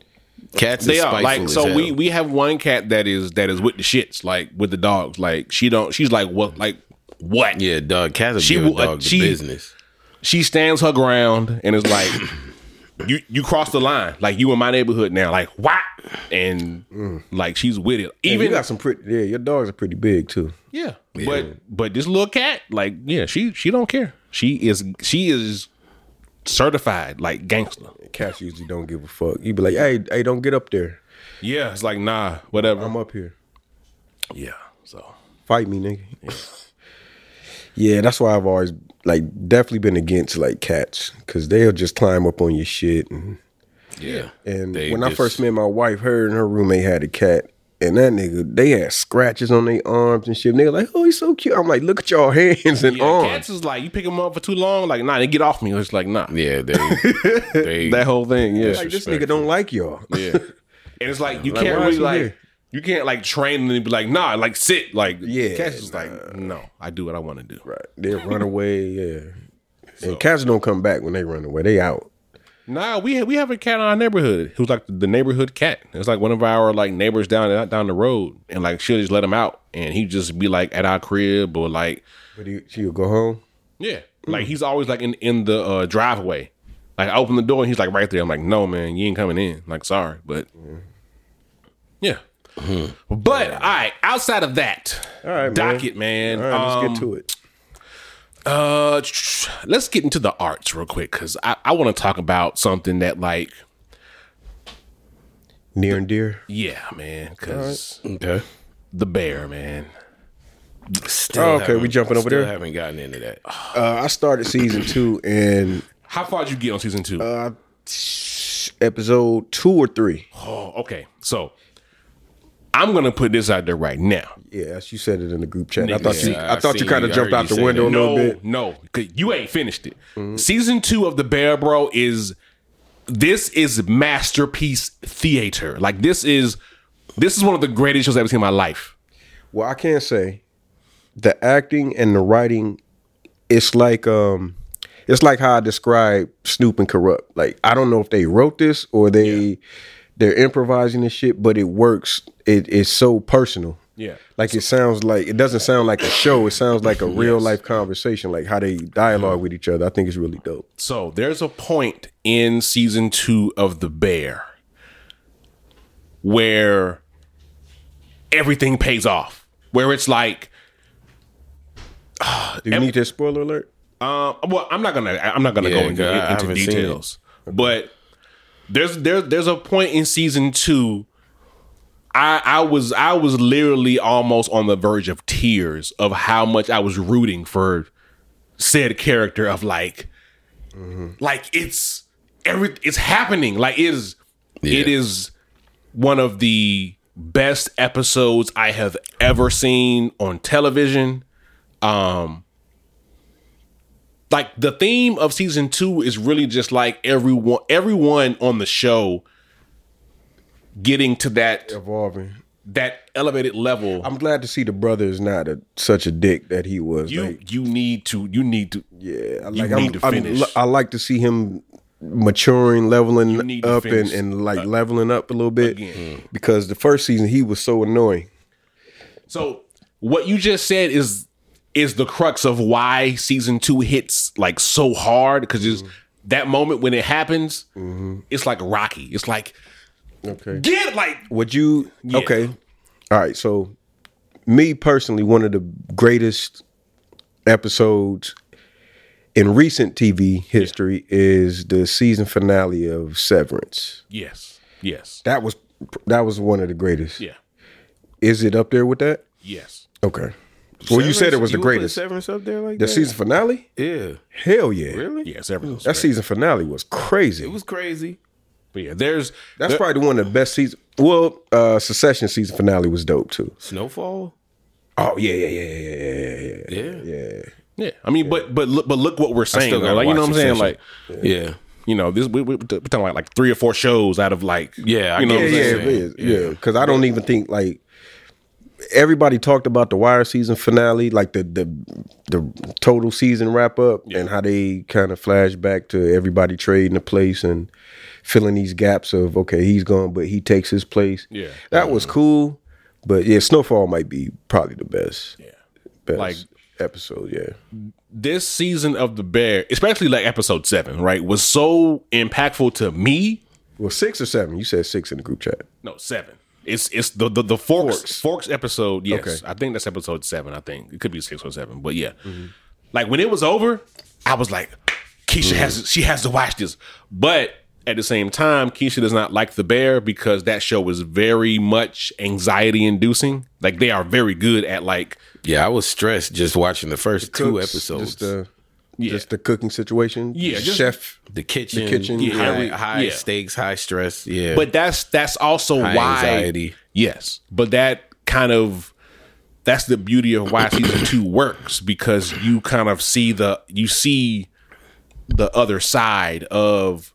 [SPEAKER 3] Cats
[SPEAKER 4] they
[SPEAKER 3] is
[SPEAKER 4] are
[SPEAKER 3] spiteful.
[SPEAKER 4] like
[SPEAKER 3] as
[SPEAKER 4] so
[SPEAKER 3] hell.
[SPEAKER 4] we we have one cat that is that is with the shits like with the dogs like she don't she's like what like what
[SPEAKER 3] Yeah, dog cats will
[SPEAKER 4] She
[SPEAKER 3] give a
[SPEAKER 4] will- uh,
[SPEAKER 3] dog the
[SPEAKER 4] she-
[SPEAKER 3] business.
[SPEAKER 4] she stands her ground and is like you you cross the line like you in my neighborhood now like what and like she's with it
[SPEAKER 1] Even
[SPEAKER 4] even
[SPEAKER 1] you got some pretty. Yeah, your dogs are pretty big too.
[SPEAKER 4] yeah, but but this little cat like yeah she she don't care she is she is certified like gangster
[SPEAKER 1] Cats usually don't give a fuck. You be like, hey, hey, don't get up there.
[SPEAKER 4] yeah it's like nah whatever
[SPEAKER 1] I'm up here.
[SPEAKER 4] yeah so
[SPEAKER 1] Fight me, nigga. Yeah. that's why I've always like definitely been against like cats because they'll just climb up on your shit. And,
[SPEAKER 3] Yeah.
[SPEAKER 1] and
[SPEAKER 3] They
[SPEAKER 1] when I
[SPEAKER 3] just-
[SPEAKER 1] first met my wife, her and her roommate had a cat. And that nigga, they had scratches on their arms and shit. And they were like, oh, he's so cute. I'm like, look at y'all hands and
[SPEAKER 4] yeah,
[SPEAKER 1] arms.
[SPEAKER 4] cats is like you pick them up for too long like nah they get off me it's like nah
[SPEAKER 3] Yeah, they they
[SPEAKER 4] that whole thing yeah
[SPEAKER 1] Like, this nigga don't like y'all.
[SPEAKER 3] yeah.
[SPEAKER 4] And it's like you
[SPEAKER 1] Like,
[SPEAKER 4] can't
[SPEAKER 1] why
[SPEAKER 4] really
[SPEAKER 1] is he
[SPEAKER 4] like
[SPEAKER 1] here?
[SPEAKER 4] you can't like train them and be like, nah, like sit. Like
[SPEAKER 1] Yeah,
[SPEAKER 4] Cat's just like, no, I do what I want to do.
[SPEAKER 1] Right. They run away. Yeah. And cats don't come back when they run away. They out.
[SPEAKER 4] Nah, we we have a cat in our neighborhood who's like the neighborhood cat. It's like one of our like neighbors down down the road, and like she'll just let him out, and he just be like at our crib or like
[SPEAKER 1] But he, she'll go home.
[SPEAKER 4] yeah,
[SPEAKER 1] Mm.
[SPEAKER 4] like he's always like in in the uh, driveway. Like I open the door and he's like right there. I'm like, no man, you ain't coming in. Like sorry, but yeah. But all right, outside of that, all
[SPEAKER 1] Mm-hmm. right, man.
[SPEAKER 4] docket man.
[SPEAKER 1] All right, let's
[SPEAKER 4] Um,
[SPEAKER 1] get to it.
[SPEAKER 4] Uh, tch, tch, let's get into the arts real quick because I, I want to talk about something that like
[SPEAKER 1] Near and dear.
[SPEAKER 4] yeah man because
[SPEAKER 3] Okay.
[SPEAKER 4] the bear man
[SPEAKER 3] Still
[SPEAKER 1] Oh, okay,
[SPEAKER 3] haven't-
[SPEAKER 1] we jumping over
[SPEAKER 3] still
[SPEAKER 1] there?
[SPEAKER 3] Haven't gotten into that.
[SPEAKER 1] Uh, I started season two and
[SPEAKER 4] how far did you get on season two?
[SPEAKER 1] Uh, episode two or three.
[SPEAKER 4] oh, okay. So I'm gonna put this out there right now.
[SPEAKER 1] Yeah, you said it in the group chat. I thought you,
[SPEAKER 3] Yeah,
[SPEAKER 1] I,
[SPEAKER 3] I
[SPEAKER 1] thought you
[SPEAKER 3] seen
[SPEAKER 1] kind
[SPEAKER 3] you.
[SPEAKER 1] of
[SPEAKER 3] I
[SPEAKER 1] jumped
[SPEAKER 3] heard
[SPEAKER 1] out
[SPEAKER 3] you
[SPEAKER 1] the
[SPEAKER 3] say
[SPEAKER 1] window a little
[SPEAKER 4] No,
[SPEAKER 1] bit.
[SPEAKER 4] no, 'cause you ain't finished it. Season two of the bear, bro, is this is masterpiece theater. Like this is this is one of the greatest shows I've ever seen in my life.
[SPEAKER 1] Well, I can't say the acting and the writing. It's like um, it's like how I describe Snoop and Corrupt. Like I don't know if they wrote this or they they're improvising this shit, but it works. It is so personal.
[SPEAKER 4] Yeah.
[SPEAKER 1] Like it sounds like it doesn't sound like a show. It sounds like a real life conversation, like how they dialogue with each other. I think it's really dope.
[SPEAKER 4] So there's a point in season two of The Bear where everything pays off. Where it's like,
[SPEAKER 1] Do you need this spoiler alert?
[SPEAKER 4] um, well, I'm not gonna, I'm not gonna
[SPEAKER 3] Yeah,
[SPEAKER 4] go into,
[SPEAKER 3] I
[SPEAKER 4] into
[SPEAKER 3] haven't seen it.
[SPEAKER 4] details, but there's there, there's a point in season two. I I was I was literally almost on the verge of tears of how much I was rooting for said character of like like it's every it's happening like it is
[SPEAKER 3] Yeah.
[SPEAKER 4] it is one of the best episodes I have ever seen on television. Um like the theme of season 2 is really just like everyone everyone on the show getting to that
[SPEAKER 1] Evolving.
[SPEAKER 4] that elevated level.
[SPEAKER 1] I'm glad to see the brother is not a, such a dick that he was.
[SPEAKER 4] you
[SPEAKER 1] like,
[SPEAKER 4] you need to you need to
[SPEAKER 1] yeah, I
[SPEAKER 4] you
[SPEAKER 1] like,
[SPEAKER 4] need to
[SPEAKER 1] I'm- I'm-
[SPEAKER 4] finish.
[SPEAKER 1] I like to see him maturing, leveling
[SPEAKER 4] need to
[SPEAKER 1] up, and,
[SPEAKER 4] finish Uh, Mm.
[SPEAKER 1] and like leveling up a little bit because the first season he was so annoying.
[SPEAKER 4] So what you just said is is the crux of why season two hits like so hard because it's
[SPEAKER 1] Mm-hmm.
[SPEAKER 4] that moment when it happens, it's like Rocky. It's like
[SPEAKER 1] Okay.
[SPEAKER 4] get like
[SPEAKER 1] Would you? Okay. All right. So, me personally, one of the greatest episodes in recent TV history is the season finale of Severance.
[SPEAKER 4] yes, yes,
[SPEAKER 1] That was that was one of the greatest.
[SPEAKER 4] yeah,
[SPEAKER 1] Is it up there with that?
[SPEAKER 4] yes.
[SPEAKER 1] Okay. Well, you said it was the
[SPEAKER 3] You would put
[SPEAKER 1] greatest.
[SPEAKER 3] Severance up there like
[SPEAKER 1] The
[SPEAKER 3] that?
[SPEAKER 1] season finale?
[SPEAKER 3] Yeah,
[SPEAKER 1] Hell yeah.
[SPEAKER 3] really?
[SPEAKER 4] Yes, everything's
[SPEAKER 1] That season finale was crazy.
[SPEAKER 3] It was crazy.
[SPEAKER 4] But yeah, there's
[SPEAKER 1] That's
[SPEAKER 4] there-
[SPEAKER 1] probably one of the best seasons. Well, uh Secession season finale was dope too.
[SPEAKER 3] Snowfall.
[SPEAKER 1] Oh yeah, yeah, yeah, yeah, yeah, yeah, yeah.
[SPEAKER 3] Yeah, yeah.
[SPEAKER 4] yeah. I mean, but but look, but look what we're saying.
[SPEAKER 3] still
[SPEAKER 4] though.
[SPEAKER 3] gotta
[SPEAKER 4] Like you know
[SPEAKER 3] watch
[SPEAKER 4] what I'm saying? Like
[SPEAKER 3] Succession. yeah.
[SPEAKER 4] you know this we, we, we're talking like like three or four shows out of like
[SPEAKER 3] Yeah, I
[SPEAKER 4] you know
[SPEAKER 3] get
[SPEAKER 4] what I'm
[SPEAKER 3] it.
[SPEAKER 1] yeah,
[SPEAKER 4] saying?
[SPEAKER 1] it is. Yeah, because I don't even think like everybody talked about the Wire season finale, like the the the total season wrap up, and how they kind of flash back to everybody trading the place and filling these gaps of okay, he's gone, but he takes his place.
[SPEAKER 4] Yeah.
[SPEAKER 1] that was cool. But yeah, Snowfall might be probably the best. Yeah, best
[SPEAKER 4] Like-
[SPEAKER 1] episode. Yeah,
[SPEAKER 4] this season of the bear, especially like episode seven, right, was so impactful to me
[SPEAKER 1] well, six or seven. You said six in the group chat.
[SPEAKER 4] No, seven. It's it's the the, the forks,
[SPEAKER 1] Forks.
[SPEAKER 4] forks episode. Yes,
[SPEAKER 1] Okay.
[SPEAKER 4] I think that's episode seven. I think it could be six or seven, but yeah. Mm-hmm. Like when it was over, I was like, Keisha has
[SPEAKER 1] Mm.
[SPEAKER 4] she has to watch this. But at the same time, Keisha does not like the bear because that show was very much anxiety inducing. Like they are very good at like
[SPEAKER 3] I was stressed just watching the first two
[SPEAKER 1] Cooks,
[SPEAKER 3] episodes.
[SPEAKER 1] Just the, just the cooking situation.
[SPEAKER 4] Yeah,
[SPEAKER 1] Just
[SPEAKER 4] just-
[SPEAKER 1] chef.
[SPEAKER 3] the kitchen,
[SPEAKER 1] The kitchen,
[SPEAKER 3] yeah, high,
[SPEAKER 4] yeah.
[SPEAKER 3] high
[SPEAKER 4] Yeah.
[SPEAKER 3] stakes, high stress. Yeah,
[SPEAKER 4] but that's that's also
[SPEAKER 3] High
[SPEAKER 4] why
[SPEAKER 3] anxiety.
[SPEAKER 4] yes but that kind of that's the beauty of why season two works because you kind of see the you see the other side of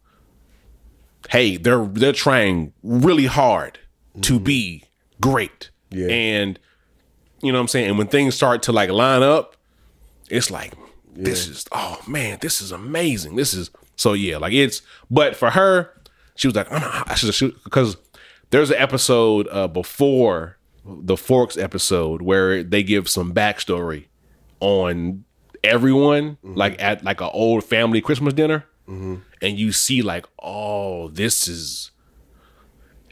[SPEAKER 4] hey they're they're trying really hard to
[SPEAKER 3] Mm-hmm.
[SPEAKER 4] be great
[SPEAKER 1] Yeah.
[SPEAKER 4] and you know what i'm saying and when things start to like line up it's like this is oh man this is amazing this is so yeah like it's but for her she was like oh, no, i should shoot because there's an episode uh, before the forks episode where they give some backstory on everyone
[SPEAKER 1] Mm-hmm.
[SPEAKER 4] like at like an old family christmas dinner and you see like oh this is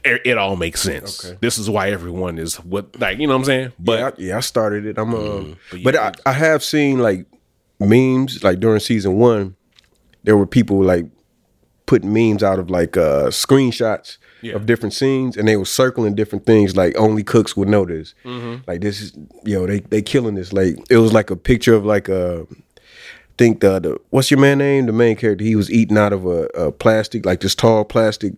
[SPEAKER 4] it, it all makes sense this is why everyone is what like you know what i'm saying but
[SPEAKER 1] yeah, I, yeah, I started it. I'm um, but I, I have seen like memes like during season one, there were people like putting memes out of like uh screenshots of different scenes, and they were circling different things. Like only cooks would know this. Like this is yo, they they killing this. Like it was like a picture of like a. I Think the, the what's your man name? The main character he was eating out of a, a plastic like this tall plastic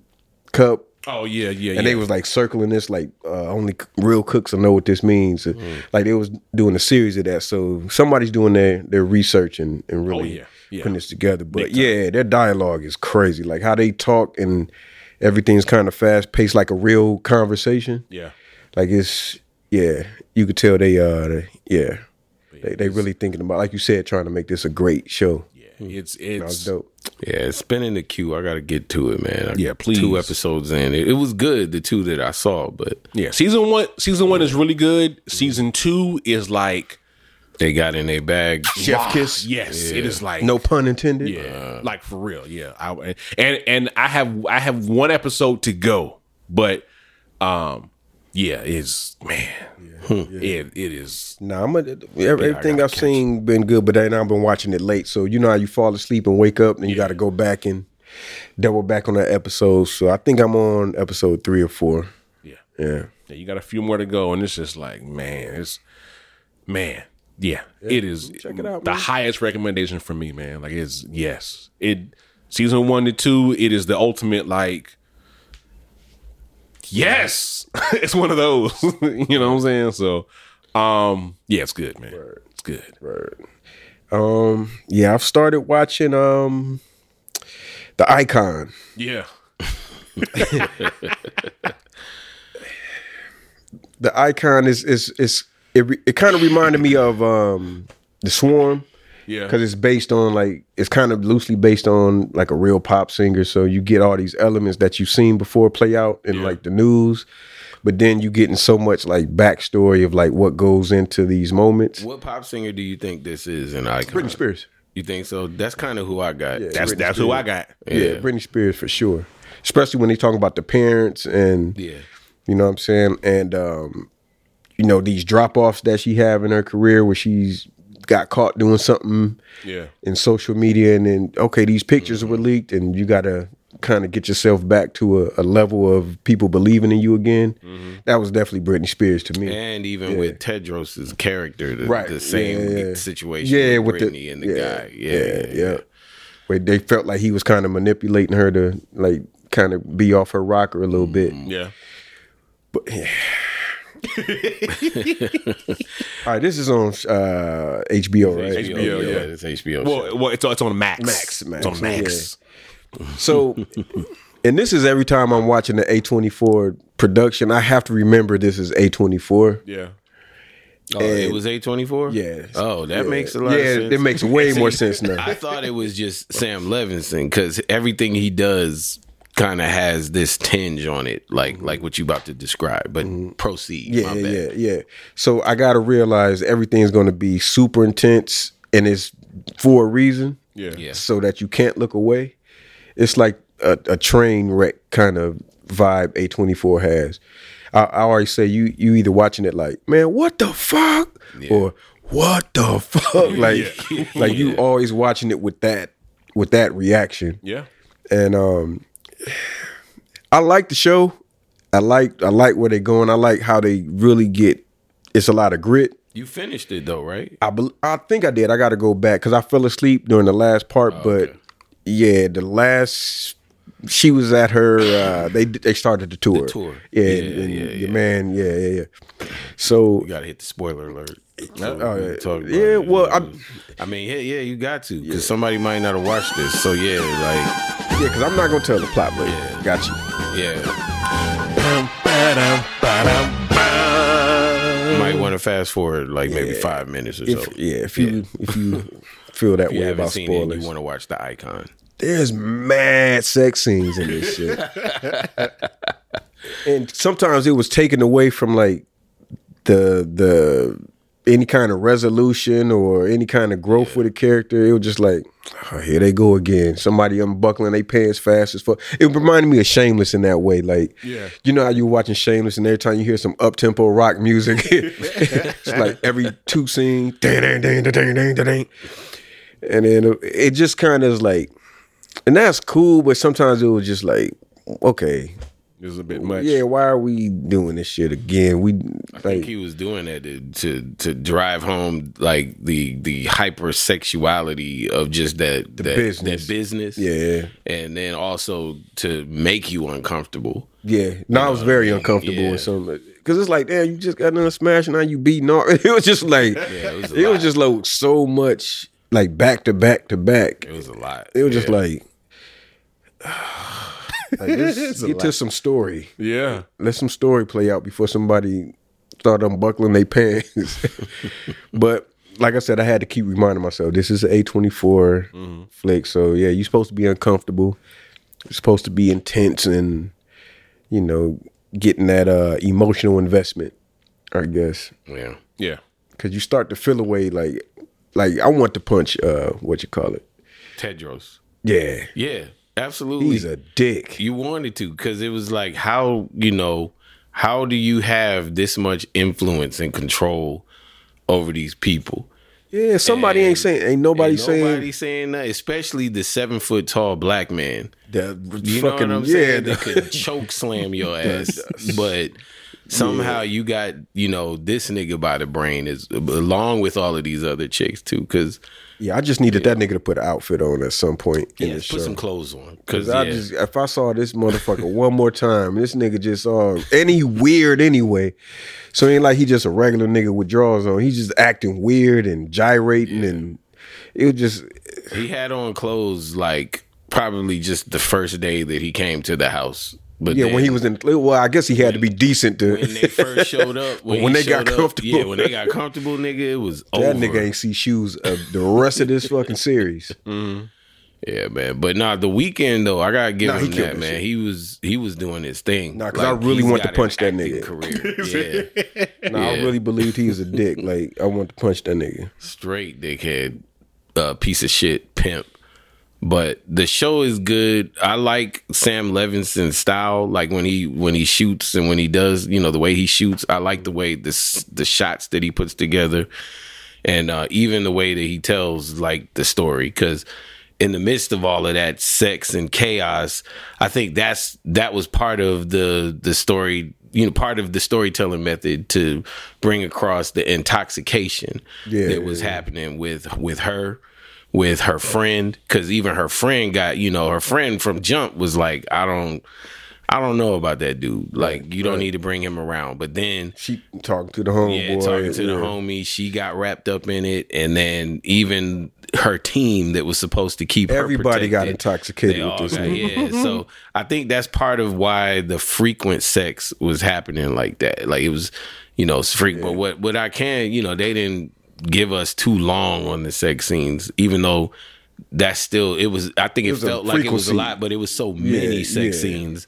[SPEAKER 1] cup,
[SPEAKER 4] oh yeah yeah yeah
[SPEAKER 1] and they was like circling this like uh, only c- real cooks will know what this means And,
[SPEAKER 4] Mm.
[SPEAKER 1] like they was doing a series of that so somebody's doing their their research and, and really
[SPEAKER 4] Oh, yeah, yeah.
[SPEAKER 1] putting this together but yeah their dialogue is crazy like how they talk and everything's kind of fast paced like a real conversation
[SPEAKER 4] yeah
[SPEAKER 1] like it's yeah you could tell they uh they- yeah they, they really thinking about like you said trying to make this a great show
[SPEAKER 4] yeah it's
[SPEAKER 1] that's
[SPEAKER 4] it's
[SPEAKER 1] Hmm. dope
[SPEAKER 3] yeah, it's been in the queue. I gotta get to it, man. I-
[SPEAKER 4] Yeah, please.
[SPEAKER 3] Two episodes in, it, it was good. The two that I saw, but
[SPEAKER 4] yeah season one season one is really good season two is like
[SPEAKER 3] they got in their bag.
[SPEAKER 1] chef Ah, kiss Uh.
[SPEAKER 4] yes it is like
[SPEAKER 1] no pun intended
[SPEAKER 4] Yeah, like for real. Yeah, I, and and I have I have one episode to go, but um, yeah, it's man, hmm, it it is.
[SPEAKER 1] No, I'm a, everything I've seen been good, but then I've been watching it late. So you know how you fall asleep and wake up, and you got to go back and double back on that episode. So I think I'm on episode three or four.
[SPEAKER 4] Yeah.
[SPEAKER 1] Yeah,
[SPEAKER 4] yeah, you got a few more to go, and it's just like man, it's man, yeah, it is.
[SPEAKER 1] check it out,
[SPEAKER 4] The
[SPEAKER 1] man.
[SPEAKER 4] highest recommendation for me, man. Like it's yes, it season one to two, it is the ultimate like yes, it's one of those. you know what I'm saying? So, um, yeah, it's good, man. It's good.
[SPEAKER 1] Um, yeah, I've started watching um the Icon.
[SPEAKER 4] Yeah.
[SPEAKER 1] The Icon is is is it re- it kind of reminded me of um the Swarm.
[SPEAKER 4] Yeah.
[SPEAKER 1] because it's based on like it's kind of loosely based on like a real pop singer so you get all these elements that you've seen before play out in like the news but then you getting so much like backstory of like what goes into these moments
[SPEAKER 3] What pop singer do you think this is? An icon?
[SPEAKER 1] britney spears
[SPEAKER 3] You think so? That's kind of who I got. Yeah,
[SPEAKER 4] that's
[SPEAKER 1] Britney
[SPEAKER 4] that's who I got.
[SPEAKER 1] yeah. britney spears for sure especially when they talking about the parents and
[SPEAKER 3] yeah.
[SPEAKER 1] you know what i'm saying and um you know these drop-offs that she have in her career where she's got caught doing something
[SPEAKER 4] Yeah.
[SPEAKER 1] in social media and then okay these pictures were
[SPEAKER 3] Mm-hmm.
[SPEAKER 1] leaked and you gotta kind of get yourself back to a, a level of people believing in you again
[SPEAKER 3] Mm-hmm.
[SPEAKER 1] that was definitely britney spears to me
[SPEAKER 3] And even with Tedros's character, the,
[SPEAKER 1] Right.
[SPEAKER 3] the same
[SPEAKER 1] Yeah, yeah.
[SPEAKER 3] situation.
[SPEAKER 1] Yeah,
[SPEAKER 3] with,
[SPEAKER 1] with the-
[SPEAKER 3] Britney and the
[SPEAKER 1] yeah,
[SPEAKER 3] guy. Yeah, yeah.
[SPEAKER 1] yeah where they felt like he was kind of manipulating her to like kind of be off her rocker a little bit
[SPEAKER 3] Mm.
[SPEAKER 4] Yeah.
[SPEAKER 1] all right this is on uh hbo right
[SPEAKER 4] HBO.
[SPEAKER 3] HBO,
[SPEAKER 4] yeah.
[SPEAKER 3] yeah, it's HBO. show.
[SPEAKER 4] Well, well, it's, it's on Max.
[SPEAKER 1] Max, Max,
[SPEAKER 4] It's on Max.
[SPEAKER 1] So, and this is every time I'm watching the A24 production, I have to remember this is A24.
[SPEAKER 4] Yeah.
[SPEAKER 3] Oh, it was A twenty four.
[SPEAKER 1] Yes.
[SPEAKER 3] Oh, that
[SPEAKER 1] Yeah.
[SPEAKER 3] makes a lot.
[SPEAKER 1] Yeah,
[SPEAKER 3] of sense.
[SPEAKER 1] it makes way more sense
[SPEAKER 3] I
[SPEAKER 1] now.
[SPEAKER 3] thought it was just Sam Levinson because everything he does kind of has this tinge on it, like like what you about to describe. But proceed.
[SPEAKER 1] Mm-hmm. Yeah,
[SPEAKER 3] my
[SPEAKER 1] yeah,
[SPEAKER 3] bad.
[SPEAKER 1] yeah, yeah. So I got to realize everything's going to be super intense and it's for a reason.
[SPEAKER 4] Yeah.
[SPEAKER 3] Yeah.
[SPEAKER 1] So that you can't look away. It's like a, a train wreck kind of vibe A24 has. I, I always say you you either watching it like, man, what the fuck? Or what the fuck? Like like you always watching it with that with that reaction
[SPEAKER 4] Yeah.
[SPEAKER 1] and um I like the show. I like I like where they're going. I like how they really get. It's a lot of grit.
[SPEAKER 3] You finished it though, right?
[SPEAKER 1] I bel I think I did. I got to go back because I fell asleep during the last part.
[SPEAKER 3] Oh,
[SPEAKER 1] but yeah, the last she was at her. Uh, they they started the tour.
[SPEAKER 3] tour.
[SPEAKER 1] Yeah,
[SPEAKER 3] Yeah,
[SPEAKER 1] and, and
[SPEAKER 3] yeah,
[SPEAKER 1] your man. Yeah, yeah, yeah. So
[SPEAKER 3] You gotta hit the spoiler alert.
[SPEAKER 1] oh,
[SPEAKER 3] we can talk about
[SPEAKER 1] yeah,
[SPEAKER 3] it.
[SPEAKER 1] well, I'm-
[SPEAKER 3] I mean, yeah, yeah, you got to because somebody might not have watched this. So yeah, like
[SPEAKER 1] yeah, because I'm not gonna tell the plot, but got you.
[SPEAKER 3] yeah, might want to fast forward like maybe five minutes or so.
[SPEAKER 1] If, yeah, if you if you feel that
[SPEAKER 3] If you
[SPEAKER 1] way
[SPEAKER 3] haven't
[SPEAKER 1] about
[SPEAKER 3] seen
[SPEAKER 1] spoilers,
[SPEAKER 3] it, you want to watch the icon.
[SPEAKER 1] there's mad sex scenes in this shit. and sometimes it was taken away from like the the any kind of resolution or any kind of growth with a character. It was just like, oh, here they go again. Somebody unbuckling their pants fast as fuck. It reminded me of Shameless in that way. Like,
[SPEAKER 4] Yeah.
[SPEAKER 1] you know how you watching Shameless and every time you hear some up tempo rock music, it's like every two scene, ding ding ding ding ding ding ding. And then it just kind of is like, and that's cool, but sometimes it was just like, okay,
[SPEAKER 4] This is a bit much.
[SPEAKER 1] yeah, why are we doing this shit again? We
[SPEAKER 3] think
[SPEAKER 1] like,
[SPEAKER 3] he was doing that to, to to drive home like the the hypersexuality of just that that
[SPEAKER 1] business.
[SPEAKER 3] that business.
[SPEAKER 1] yeah,
[SPEAKER 3] And then also to make you uncomfortable.
[SPEAKER 1] yeah. No, I was very uncomfortable
[SPEAKER 3] yeah.
[SPEAKER 1] with something because it's like, damn, you just got done smashing, now you beating off. It was just like,
[SPEAKER 3] it
[SPEAKER 1] it was,
[SPEAKER 3] was a lot.
[SPEAKER 1] just like so much, like back to back to back.
[SPEAKER 3] It was a lot.
[SPEAKER 1] It was just
[SPEAKER 3] Yeah.
[SPEAKER 1] like, like, let's get to some story.
[SPEAKER 4] Yeah.
[SPEAKER 1] let some story play out before somebody start unbuckling their pants. but like I said, I had to keep reminding myself this is an A24
[SPEAKER 3] Mm-hmm.
[SPEAKER 1] flick. So yeah, you're supposed to be uncomfortable. You're supposed to be intense and you know getting that uh, emotional investment. I guess
[SPEAKER 3] yeah.
[SPEAKER 4] Yeah.
[SPEAKER 1] because you start to feel away like like I want to punch uh what you call it.
[SPEAKER 3] Tedros.
[SPEAKER 1] Yeah,
[SPEAKER 3] Yeah, absolutely.
[SPEAKER 1] he's a dick.
[SPEAKER 3] you wanted to because it was like how you know how do you have this much influence and control over these people
[SPEAKER 1] Yeah, somebody ain't saying ain't nobody,
[SPEAKER 3] And
[SPEAKER 1] saying
[SPEAKER 3] nobody saying that especially the seven foot tall black man
[SPEAKER 1] that
[SPEAKER 3] You
[SPEAKER 1] fucking
[SPEAKER 3] know what
[SPEAKER 1] yeah.
[SPEAKER 3] I'm saying? They could choke slam your ass, but Somehow you got you know this nigga by the brain is along with all of these other chicks too. Because
[SPEAKER 1] Yeah, I just needed that nigga to put an outfit on at some point in
[SPEAKER 3] yeah,
[SPEAKER 1] the
[SPEAKER 3] put
[SPEAKER 1] show.
[SPEAKER 3] some clothes on. Because
[SPEAKER 1] I
[SPEAKER 3] yeah,
[SPEAKER 1] just if I saw this motherfucker one more time, this nigga just uh any weird anyway. So it ain't like he just a regular nigga with drawers on. He just acting weird and gyrating and it was just
[SPEAKER 3] he had on clothes like probably just the first day that he came to the house. But
[SPEAKER 1] yeah,
[SPEAKER 3] then-
[SPEAKER 1] when he was in well, I guess he had to be decent to
[SPEAKER 3] when they first showed up, when,
[SPEAKER 1] when
[SPEAKER 3] he
[SPEAKER 1] they got
[SPEAKER 3] showed up,
[SPEAKER 1] comfortable.
[SPEAKER 3] yeah, when they got comfortable, nigga, it was over.
[SPEAKER 1] that nigga ain't see shoes of the rest of this fucking series.
[SPEAKER 3] Yeah, man. But nah, the weekend though, I gotta give
[SPEAKER 1] Nah, he
[SPEAKER 3] him
[SPEAKER 1] killed
[SPEAKER 3] that,
[SPEAKER 1] that
[SPEAKER 3] man.
[SPEAKER 1] shit.
[SPEAKER 3] He was he was doing his thing.
[SPEAKER 1] Nah, 'cause I really
[SPEAKER 3] he's
[SPEAKER 1] want to
[SPEAKER 3] got
[SPEAKER 1] punch
[SPEAKER 3] an
[SPEAKER 1] that
[SPEAKER 3] acting
[SPEAKER 1] nigga.
[SPEAKER 3] Career, yeah,
[SPEAKER 1] Nah, I
[SPEAKER 3] Yeah.
[SPEAKER 1] really believed he was a dick. Like I want to punch that nigga.
[SPEAKER 3] straight dickhead, uh, piece of shit pimp. But the show is good. I like Sam Levinson's style, like when he when he shoots and when he does, you know, the way he shoots. I like the way this the shots that he puts together. and uh, even the way that he tells like the story because in the midst of all of that sex and chaos i think that's that was part of the the story you know part of the storytelling method to bring across the intoxication
[SPEAKER 1] Yeah,
[SPEAKER 3] that was
[SPEAKER 1] yeah, yeah.
[SPEAKER 3] happening with with her with her friend because even her friend got you know her friend from jump was like i don't i don't know about that dude like you don't need to bring him around but then
[SPEAKER 1] She talking to the homeboy.
[SPEAKER 3] yeah, talking to the
[SPEAKER 1] Oh, yeah.
[SPEAKER 3] homie. She got wrapped up in it, and then even her team that was supposed to keep her
[SPEAKER 1] Everybody got
[SPEAKER 3] protected,
[SPEAKER 1] intoxicated
[SPEAKER 3] they
[SPEAKER 1] with
[SPEAKER 3] all
[SPEAKER 1] this
[SPEAKER 3] got-
[SPEAKER 1] nigga.
[SPEAKER 3] Yeah, so I think that's part of why the frequent sex was happening like that. Like it was, you know, it's freak. But what what I can, you know, they didn't give us too long on the sex scenes, even though. That's still it was. I think it,
[SPEAKER 1] was a
[SPEAKER 3] felt like it was a
[SPEAKER 1] frequency.
[SPEAKER 3] lot, but it was so many
[SPEAKER 1] Yeah,
[SPEAKER 3] sex
[SPEAKER 1] yeah.
[SPEAKER 3] scenes,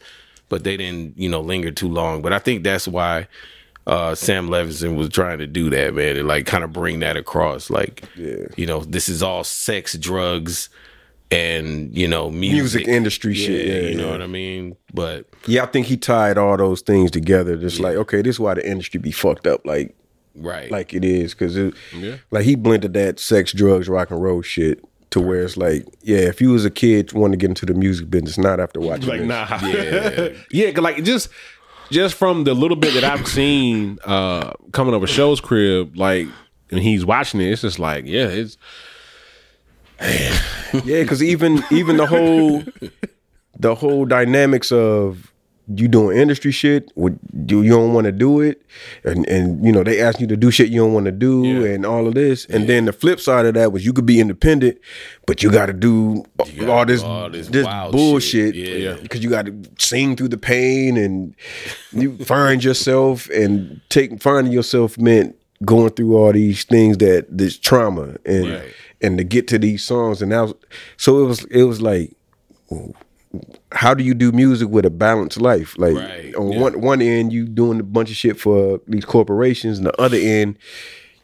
[SPEAKER 3] but they didn't, you know, linger too long. But I think that's why uh, Sam Levinson was trying to do that, man, and like kind of bring that across. Like,
[SPEAKER 1] Yeah.
[SPEAKER 3] you know, this is all sex, drugs, and you know, music,
[SPEAKER 1] Music industry
[SPEAKER 3] Yeah,
[SPEAKER 1] shit. Yeah,
[SPEAKER 3] you know
[SPEAKER 1] yeah.
[SPEAKER 3] what I mean? But
[SPEAKER 1] Yeah, I think he tied all those things together. Just like, okay, this is why the industry be fucked up like
[SPEAKER 3] right,
[SPEAKER 1] like it is because it
[SPEAKER 4] Yeah.
[SPEAKER 1] like he blended that sex, drugs, rock and roll shit to where it's like, yeah, if you was a kid wanting to get into the music business, not after watching
[SPEAKER 4] like
[SPEAKER 1] this.
[SPEAKER 4] nah yeah yeah 'cause, like just just from the little bit that i've seen uh coming over show's crib like and he's watching it it's just like yeah it's
[SPEAKER 1] Yeah, because even even the whole the whole dynamics of you doing industry shit, what you you don't want to do it, and and you know they ask you to do shit you don't want to do,
[SPEAKER 4] Yeah.
[SPEAKER 1] and all of this, and then the flip side of that was you could be independent, but you got to do all this
[SPEAKER 3] all this
[SPEAKER 1] this,
[SPEAKER 3] wild
[SPEAKER 1] bullshit,
[SPEAKER 3] shit. Yeah.
[SPEAKER 1] because you got to sing through the pain, and you find yourself, and take finding yourself meant going through all these things that this trauma and
[SPEAKER 3] Right.
[SPEAKER 1] and to get to these songs and now so it was it was like how do you do music with a balanced life like
[SPEAKER 3] Right,
[SPEAKER 1] on
[SPEAKER 3] yeah.
[SPEAKER 1] one one end you doing a bunch of shit for these corporations and the other end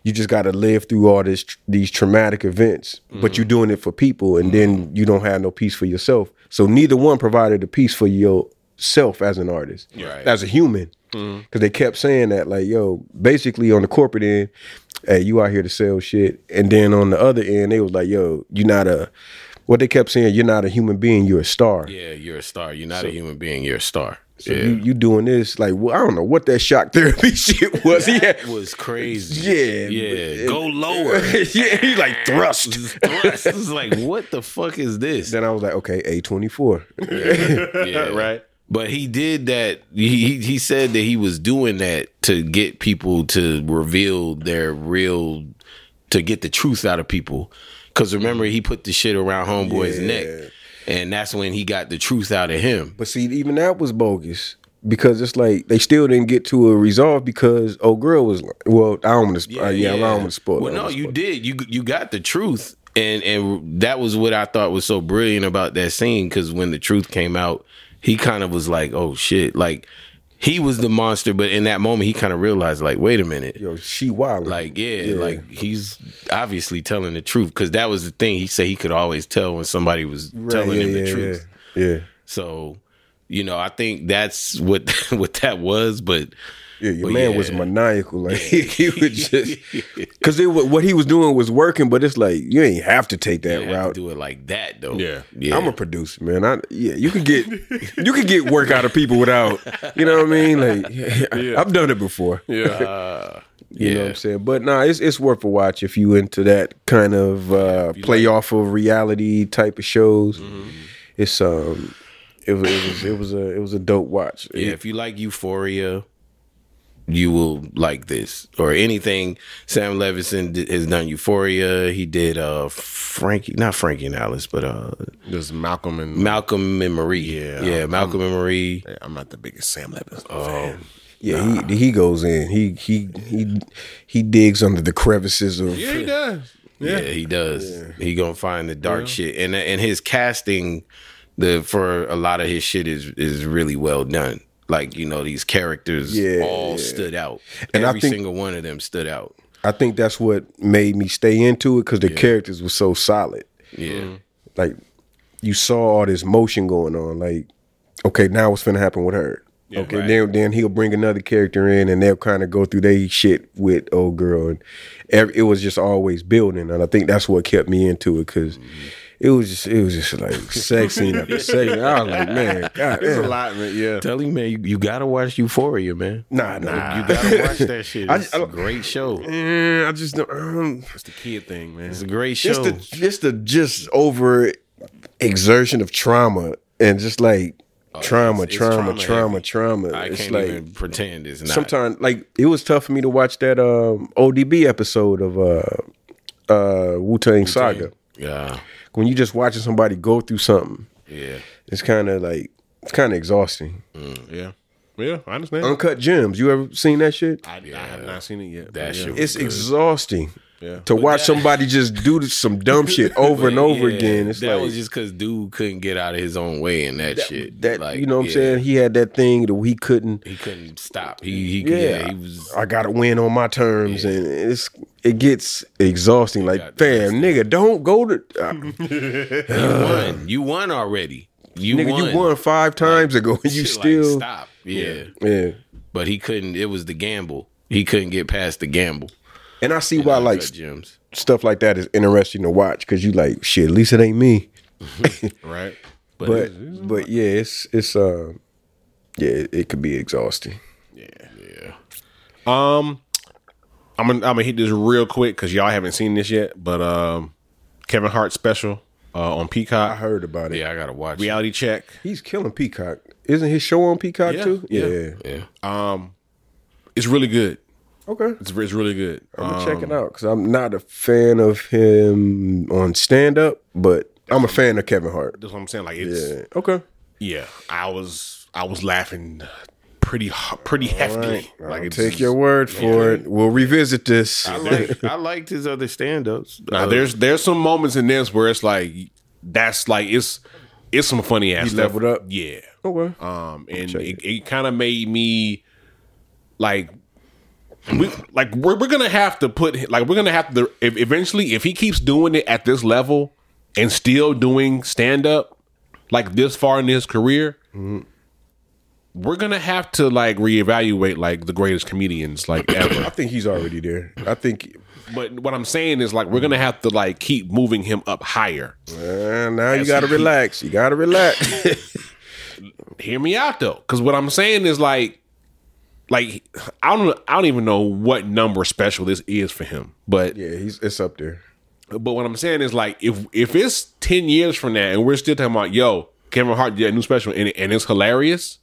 [SPEAKER 1] you just got to live through all this these traumatic events but
[SPEAKER 3] Mm.
[SPEAKER 1] you're doing it for people and then you don't have no peace for yourself so neither one provided a peace for yourself as an artist
[SPEAKER 3] Right. Mm.
[SPEAKER 1] as a human because they kept saying that like yo basically on the corporate end hey you out here to sell shit and then on the other end they was like yo you're not a what they kept saying you're not a human being you're a star
[SPEAKER 3] yeah, you're a star. You're not a human being. You're a star.
[SPEAKER 1] so
[SPEAKER 3] yeah,
[SPEAKER 1] you, you doing this like well, i don't know what that shock therapy shit was he had
[SPEAKER 3] it was crazy.
[SPEAKER 1] yeah
[SPEAKER 3] yeah,
[SPEAKER 1] but-
[SPEAKER 3] go lower.
[SPEAKER 1] yeah he like thrust
[SPEAKER 3] Thrust. It's like, what the fuck is this?
[SPEAKER 1] then i was like okay a24
[SPEAKER 3] Yeah. But he did that. He he said that he was doing that to get people to reveal their real, to get the truth out of people. Because remember, he put the shit around homeboy's
[SPEAKER 1] Yeah.
[SPEAKER 3] neck, and that's when he got the truth out of him.
[SPEAKER 1] But see, even that was bogus because it's like they still didn't get to a resolve because old girl was like, well, I don't want to, yeah, Uh, yeah, I don't want to spoil.
[SPEAKER 3] Well,
[SPEAKER 1] I don't
[SPEAKER 3] no,
[SPEAKER 1] wanna
[SPEAKER 3] you
[SPEAKER 1] spoil.
[SPEAKER 3] did. You you got the truth, and and that was what I thought was so brilliant about that scene. Because when the truth came out, he kind of was like, "Oh shit!" Like he was the monster, but in that moment, he kind of realized, like, "Wait a minute."
[SPEAKER 1] Yo, she wild.
[SPEAKER 3] Like yeah, like he's obviously telling the truth because that was the thing he said he could always tell when somebody was telling him the truth.
[SPEAKER 1] Yeah.
[SPEAKER 3] So, you know, I think that's what what that was. But
[SPEAKER 1] Yeah, your
[SPEAKER 3] But
[SPEAKER 1] man
[SPEAKER 3] yeah.
[SPEAKER 1] was maniacal. Like he would just because it wa- what he was doing was working, but it's like you ain't have to take that
[SPEAKER 3] Have to
[SPEAKER 1] route.
[SPEAKER 3] do it like that though.
[SPEAKER 4] Yeah.
[SPEAKER 3] yeah.
[SPEAKER 1] I'm a producer, man. I yeah, you can get you can get work out of people without you know what I mean. Like I've done it before.
[SPEAKER 4] Yeah.
[SPEAKER 1] You know what
[SPEAKER 3] Yeah.
[SPEAKER 1] I'm saying? But nah, it's it's worth a watch if you into that kind of uh play off of reality type of shows.
[SPEAKER 4] Mm-hmm.
[SPEAKER 1] It's um it was, it was it was a it was a dope watch.
[SPEAKER 3] Yeah, if you like Euphoria, you will like this or anything. Sam Levinson did, has done Euphoria. He did uh Frankie, not Frankie and Alice, but uh
[SPEAKER 4] There's Malcolm and
[SPEAKER 3] Malcolm and Marie.
[SPEAKER 4] Yeah,
[SPEAKER 3] yeah, Malcolm and Marie.
[SPEAKER 4] Yeah, I'm not the biggest Sam Levinson fan.
[SPEAKER 1] Yeah, he he goes in. He he he he digs under the crevices of
[SPEAKER 4] Yeah, he does.
[SPEAKER 3] Yeah,
[SPEAKER 4] Yeah.
[SPEAKER 3] he does. He gonna find the dark shit, and and his casting, the for a lot of his shit is is really well done. Like you know, these characters
[SPEAKER 1] Yeah,
[SPEAKER 3] all
[SPEAKER 1] yeah.
[SPEAKER 3] stood out.
[SPEAKER 1] And I
[SPEAKER 3] Every
[SPEAKER 1] think-
[SPEAKER 3] single one of them stood out.
[SPEAKER 1] I think that's what made me stay into it because the characters were so solid.
[SPEAKER 3] Yeah,
[SPEAKER 1] Mm-hmm. Like you saw all this motion going on. Like, okay, now what's gonna happen with her? okay,
[SPEAKER 3] Right.
[SPEAKER 1] then then he'll bring another character in, and they'll kind of go through their shit with old girl, and ev it was just always building, and I think that's what kept me into it because it was just it was just like sex scene after sex. scene. I was like, man, god,
[SPEAKER 4] It's
[SPEAKER 1] damn.
[SPEAKER 4] a lot, man. Yeah.
[SPEAKER 3] tell him, man, you, you gotta watch Euphoria, man.
[SPEAKER 1] nah, nah.
[SPEAKER 3] You gotta watch that shit.
[SPEAKER 1] I-
[SPEAKER 3] It's
[SPEAKER 1] I
[SPEAKER 3] a
[SPEAKER 1] don't-
[SPEAKER 3] great show.
[SPEAKER 1] Eh, I just don't. Um,
[SPEAKER 4] It's the kid thing, man.
[SPEAKER 3] It's a great
[SPEAKER 1] just
[SPEAKER 3] show.
[SPEAKER 1] the just the just over exertion of trauma and just like trauma,
[SPEAKER 3] it's- it's
[SPEAKER 1] Oh, trauma,
[SPEAKER 3] trauma
[SPEAKER 1] trauma,
[SPEAKER 3] heavy.
[SPEAKER 1] trauma,
[SPEAKER 3] I
[SPEAKER 1] It's
[SPEAKER 3] can't
[SPEAKER 1] like
[SPEAKER 3] even pretend it's not.
[SPEAKER 1] sometimes like it was tough for me to watch that um, ODB episode of uh, uh, Wu Tang Saga
[SPEAKER 3] yeah,
[SPEAKER 1] when you just watching somebody go through something.
[SPEAKER 3] yeah,
[SPEAKER 1] It's kind of like it's kind of exhausting.
[SPEAKER 4] Yeah. Yeah, I understand.
[SPEAKER 1] Uncut Gems, you ever seen that shit?
[SPEAKER 4] I, I have not seen it yet. but
[SPEAKER 3] that
[SPEAKER 4] yeah.
[SPEAKER 3] shit.
[SPEAKER 1] It's
[SPEAKER 3] was good.
[SPEAKER 1] exhausting.
[SPEAKER 4] Yeah.
[SPEAKER 1] To watch somebody just do some dumb shit over and
[SPEAKER 3] But
[SPEAKER 1] over
[SPEAKER 3] yeah,
[SPEAKER 1] again, it's
[SPEAKER 3] that
[SPEAKER 1] like
[SPEAKER 3] was just because dude couldn't get out of his own way and that, shit.
[SPEAKER 1] that
[SPEAKER 3] Like,
[SPEAKER 1] you know what
[SPEAKER 3] yeah,
[SPEAKER 1] I'm saying? He had that thing that he couldn't.
[SPEAKER 3] He couldn't stop. He he yeah,
[SPEAKER 1] Yeah,
[SPEAKER 3] he was
[SPEAKER 1] I got to win on my terms, and it's it gets exhausting. Like,
[SPEAKER 3] got-
[SPEAKER 1] fam, nigga, don't go to uh,
[SPEAKER 3] you won. You won already. You
[SPEAKER 1] nigga.
[SPEAKER 3] won.
[SPEAKER 1] You won five times ago, and you
[SPEAKER 3] Shit, like,
[SPEAKER 1] still
[SPEAKER 3] stop. Yeah.
[SPEAKER 1] yeah.
[SPEAKER 3] But he couldn't it was the gamble. He couldn't get past the gamble.
[SPEAKER 1] And I see why like st-
[SPEAKER 3] gyms.
[SPEAKER 1] stuff like that is interesting to watch because you like shit. At least it ain't me.
[SPEAKER 4] Right.
[SPEAKER 3] But,
[SPEAKER 1] But but yeah, it's it's uh yeah, it, it could be exhausting.
[SPEAKER 3] yeah.
[SPEAKER 4] Um, I'm gonna I'm gonna hit this real quick because y'all haven't seen this yet. But um, Kevin Hart special uh, on
[SPEAKER 1] I
[SPEAKER 4] Peacock
[SPEAKER 1] heard about it.
[SPEAKER 3] Yeah, I gotta watch it.
[SPEAKER 4] reality check.
[SPEAKER 1] He's killing Peacock. Isn't his show on Peacock
[SPEAKER 4] Yeah,
[SPEAKER 1] too?
[SPEAKER 4] yeah.
[SPEAKER 3] Yeah.
[SPEAKER 4] It's really good.
[SPEAKER 1] Okay.
[SPEAKER 4] It's, it's really good.
[SPEAKER 1] I'm
[SPEAKER 4] Um,
[SPEAKER 1] gonna check it out because I'm not a fan of him on stand up, but I'm a fan of Kevin Hart.
[SPEAKER 4] that's what I'm saying. Like it's
[SPEAKER 1] Yeah. Okay.
[SPEAKER 4] yeah. I was I was laughing pretty h- pretty heftily. Like
[SPEAKER 1] I'll
[SPEAKER 4] it's-
[SPEAKER 1] take your word for it. We'll revisit this.
[SPEAKER 3] I like I liked his other stand ups.
[SPEAKER 4] Now, there's there's some moments in this where it's like that's like it's it's some funny ass
[SPEAKER 1] He
[SPEAKER 4] stuff.
[SPEAKER 1] leveled up?
[SPEAKER 4] Yeah.
[SPEAKER 1] Okay.
[SPEAKER 4] Um, and
[SPEAKER 1] check
[SPEAKER 4] it, it kind of made me like we like we're, we're gonna have to put like we're gonna have to if, eventually if he keeps doing it at this level and still doing stand up like this far in his career. We're gonna have to like reevaluate like the greatest comedians like
[SPEAKER 1] I
[SPEAKER 4] ever.
[SPEAKER 1] think he's already there. I think
[SPEAKER 4] but what I'm saying is like we're gonna have to like keep moving him up higher.
[SPEAKER 1] uh, now you gotta relax. You gotta relax.
[SPEAKER 4] hear me out though, because what I'm saying is like, like I don't, I don't even know what number special this is for him, but
[SPEAKER 1] yeah, he's it's up there.
[SPEAKER 4] but what I'm saying is like, if if it's ten years from now and we're still talking about, yo, Kevin Hart did a new special and, it- and it's hilarious,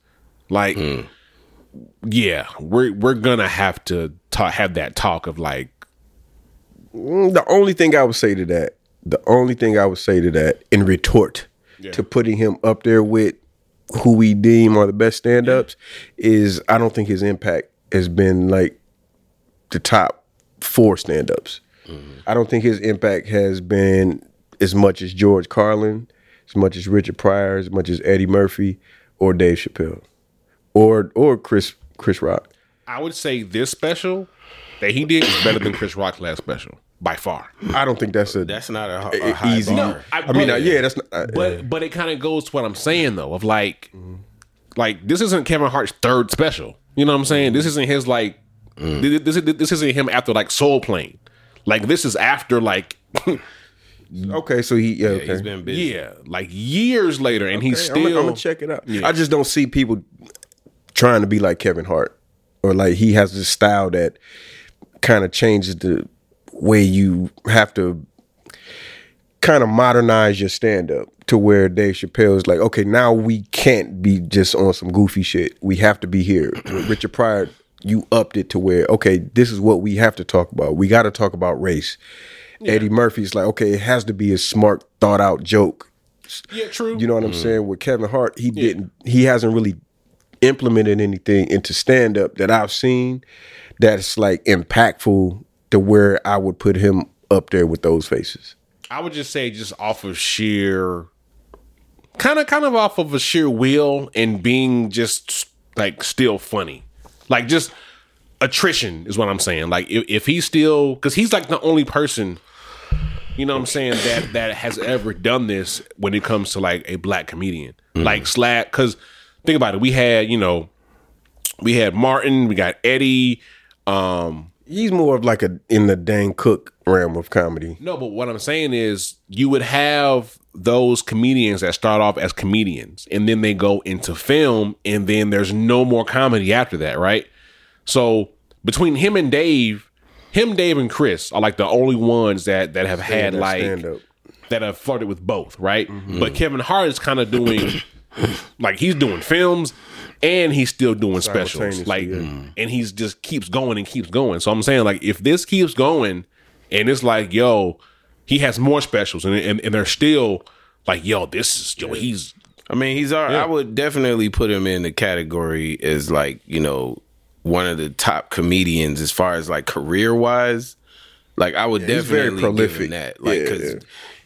[SPEAKER 4] like, yeah, we're we're gonna have to ta have that talk of like,
[SPEAKER 1] Mm, The only thing I would say to that, the only thing I would say to that in retort to putting him up there with who we deem are the best stand ups is I don't think his impact has been like the top four stand ups.
[SPEAKER 3] Mm-hmm.
[SPEAKER 1] I don't think his impact has been as much as George Carlin, as much as Richard Pryor, as much as Eddie Murphy or Dave Chappelle or or Chris Chris Rock.
[SPEAKER 4] I would say this special that he did is better than Chris Rock's last special by far.
[SPEAKER 1] I don't think that's a
[SPEAKER 3] that's not a, h- a
[SPEAKER 1] a-
[SPEAKER 3] high
[SPEAKER 1] E-, easy.
[SPEAKER 3] bar.
[SPEAKER 1] I,
[SPEAKER 4] I-
[SPEAKER 1] mean,
[SPEAKER 4] but-
[SPEAKER 1] uh, yeah, that's not. uh,
[SPEAKER 4] But but it kind of goes to what I'm saying though, of like, like this isn't Kevin Hart's third special. You know what I'm saying? This isn't his like.
[SPEAKER 1] Mm.
[SPEAKER 4] thi- This, this this isn't him after like Soul Plane. Like this is after like
[SPEAKER 1] Okay, so he yeah, okay.
[SPEAKER 3] He's been busy.
[SPEAKER 4] yeah, like years later, and he's
[SPEAKER 1] I'm,
[SPEAKER 4] still.
[SPEAKER 1] gonna- I'm gonna check it out. I just don't see people trying to be like Kevin Hart, or like he has this style that kind of changes the way you have to kind of modernize your stand up to where Dave Chappelle is like, okay, now we can't be just on some goofy shit. We have to be here. Richard Pryor, you upped it to where, okay, this is what we have to talk about. We got to talk about race. Eddie Murphy's like, okay, it has to be a smart, thought out joke.
[SPEAKER 4] Yeah, true.
[SPEAKER 1] You know what I'm
[SPEAKER 3] Mm.
[SPEAKER 1] saying? With Kevin Hart, he didn't he hasn't really implemented anything into stand up that I've seen that's like impactful to where I would put him up there with those faces.
[SPEAKER 4] I would just say just off of sheer kind of kind of off of a sheer will and being just like still funny. Like just attrition is what I'm saying. Like if, if he's still cuz he's like the only person you know what I'm saying that that has ever done this when it comes to like a black comedian. Like Slack cuz think about it. We had, you know, we had Martin, we got Eddie, um
[SPEAKER 1] He's more of like a in the Dan Cook realm of comedy.
[SPEAKER 4] No, but what I'm saying is you would have those comedians that start off as comedians and then they go into film and then there's no more comedy after that, right? So between him and Dave, him, Dave, and Chris are like the only ones that that have had
[SPEAKER 1] Stand-up,
[SPEAKER 4] like
[SPEAKER 1] stand-up.
[SPEAKER 4] that have flirted with both, right? But Kevin Hart is kind of doing like he's doing films and he's still doing specials. Like and he's just keeps going and keeps going. So I'm saying like if this keeps going and it's like, yo, he has more specials and and, and they're still like, yo, this is yo, he's
[SPEAKER 3] I mean, he's all. I would definitely put him in the category as like you know one of the top comedians as far as like career wise. Like I would
[SPEAKER 1] he's very
[SPEAKER 3] definitely give
[SPEAKER 1] prolific.
[SPEAKER 3] him that. Like
[SPEAKER 1] Yeah,
[SPEAKER 3] 'cause
[SPEAKER 1] yeah.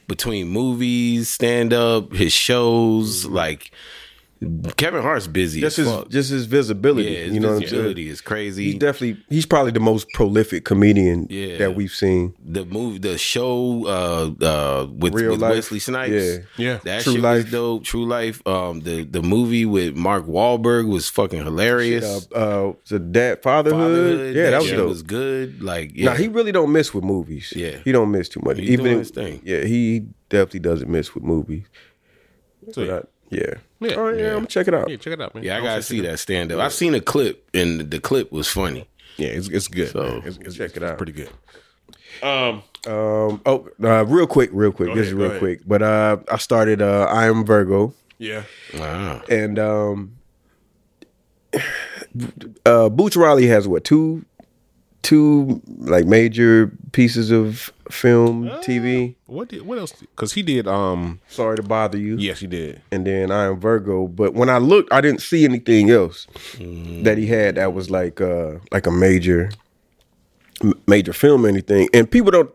[SPEAKER 3] between movies, stand up, his shows, like Kevin Hart's busy.
[SPEAKER 1] Just
[SPEAKER 3] as
[SPEAKER 1] Mm-hmm. his
[SPEAKER 3] fuck.
[SPEAKER 1] just his visibility.
[SPEAKER 3] yeah, his
[SPEAKER 1] you know what I'm saying?
[SPEAKER 3] visibility is crazy.
[SPEAKER 1] He's definitely he's probably the most prolific comedian
[SPEAKER 3] Yeah.
[SPEAKER 1] that we've seen.
[SPEAKER 3] the movie, the show uh, uh, with,
[SPEAKER 1] Real
[SPEAKER 3] with
[SPEAKER 1] Life.
[SPEAKER 3] Wesley Snipes.
[SPEAKER 1] Yeah.
[SPEAKER 4] Yeah.
[SPEAKER 3] That
[SPEAKER 1] True
[SPEAKER 3] shit
[SPEAKER 1] Life.
[SPEAKER 3] was dope. True Life. Um, the the movie with Mark Wahlberg was fucking hilarious.
[SPEAKER 1] Uh, uh the dad fatherhood.
[SPEAKER 3] Fatherhood,
[SPEAKER 1] Yeah, that, was
[SPEAKER 3] shit
[SPEAKER 1] dope.
[SPEAKER 3] was good. Like, yeah,
[SPEAKER 1] Now he really don't miss with movies.
[SPEAKER 3] Yeah.
[SPEAKER 1] he don't miss too much.
[SPEAKER 3] He's doing his thing.
[SPEAKER 1] yeah, he definitely doesn't miss with movies.
[SPEAKER 4] so,
[SPEAKER 1] But I- yeah.
[SPEAKER 4] Yeah.
[SPEAKER 1] All right, yeah, I'm gonna check it out.
[SPEAKER 4] yeah, check it out, man.
[SPEAKER 3] yeah, I gotta see that stand up. I've seen a clip, and the clip was funny.
[SPEAKER 4] Yeah, it's it's good. man. It's- it's-
[SPEAKER 1] check it out.
[SPEAKER 4] It's pretty good. Um
[SPEAKER 1] Um, oh, uh, real quick, real quick. this
[SPEAKER 4] ahead,
[SPEAKER 1] is
[SPEAKER 4] go
[SPEAKER 1] real
[SPEAKER 4] ahead.
[SPEAKER 1] quick. But uh, I started. Uh, I am Virgo,
[SPEAKER 4] yeah.
[SPEAKER 3] Wow.
[SPEAKER 1] and um, uh, Boots Riley has what two, two like major pieces of film, TV.
[SPEAKER 4] What did what else? Because he did um
[SPEAKER 1] Sorry to bother you.
[SPEAKER 4] yes he did.
[SPEAKER 1] and then I am Virgo. But when I looked, I didn't see anything else that he had that was like uh like a major m- major film or anything. And people don't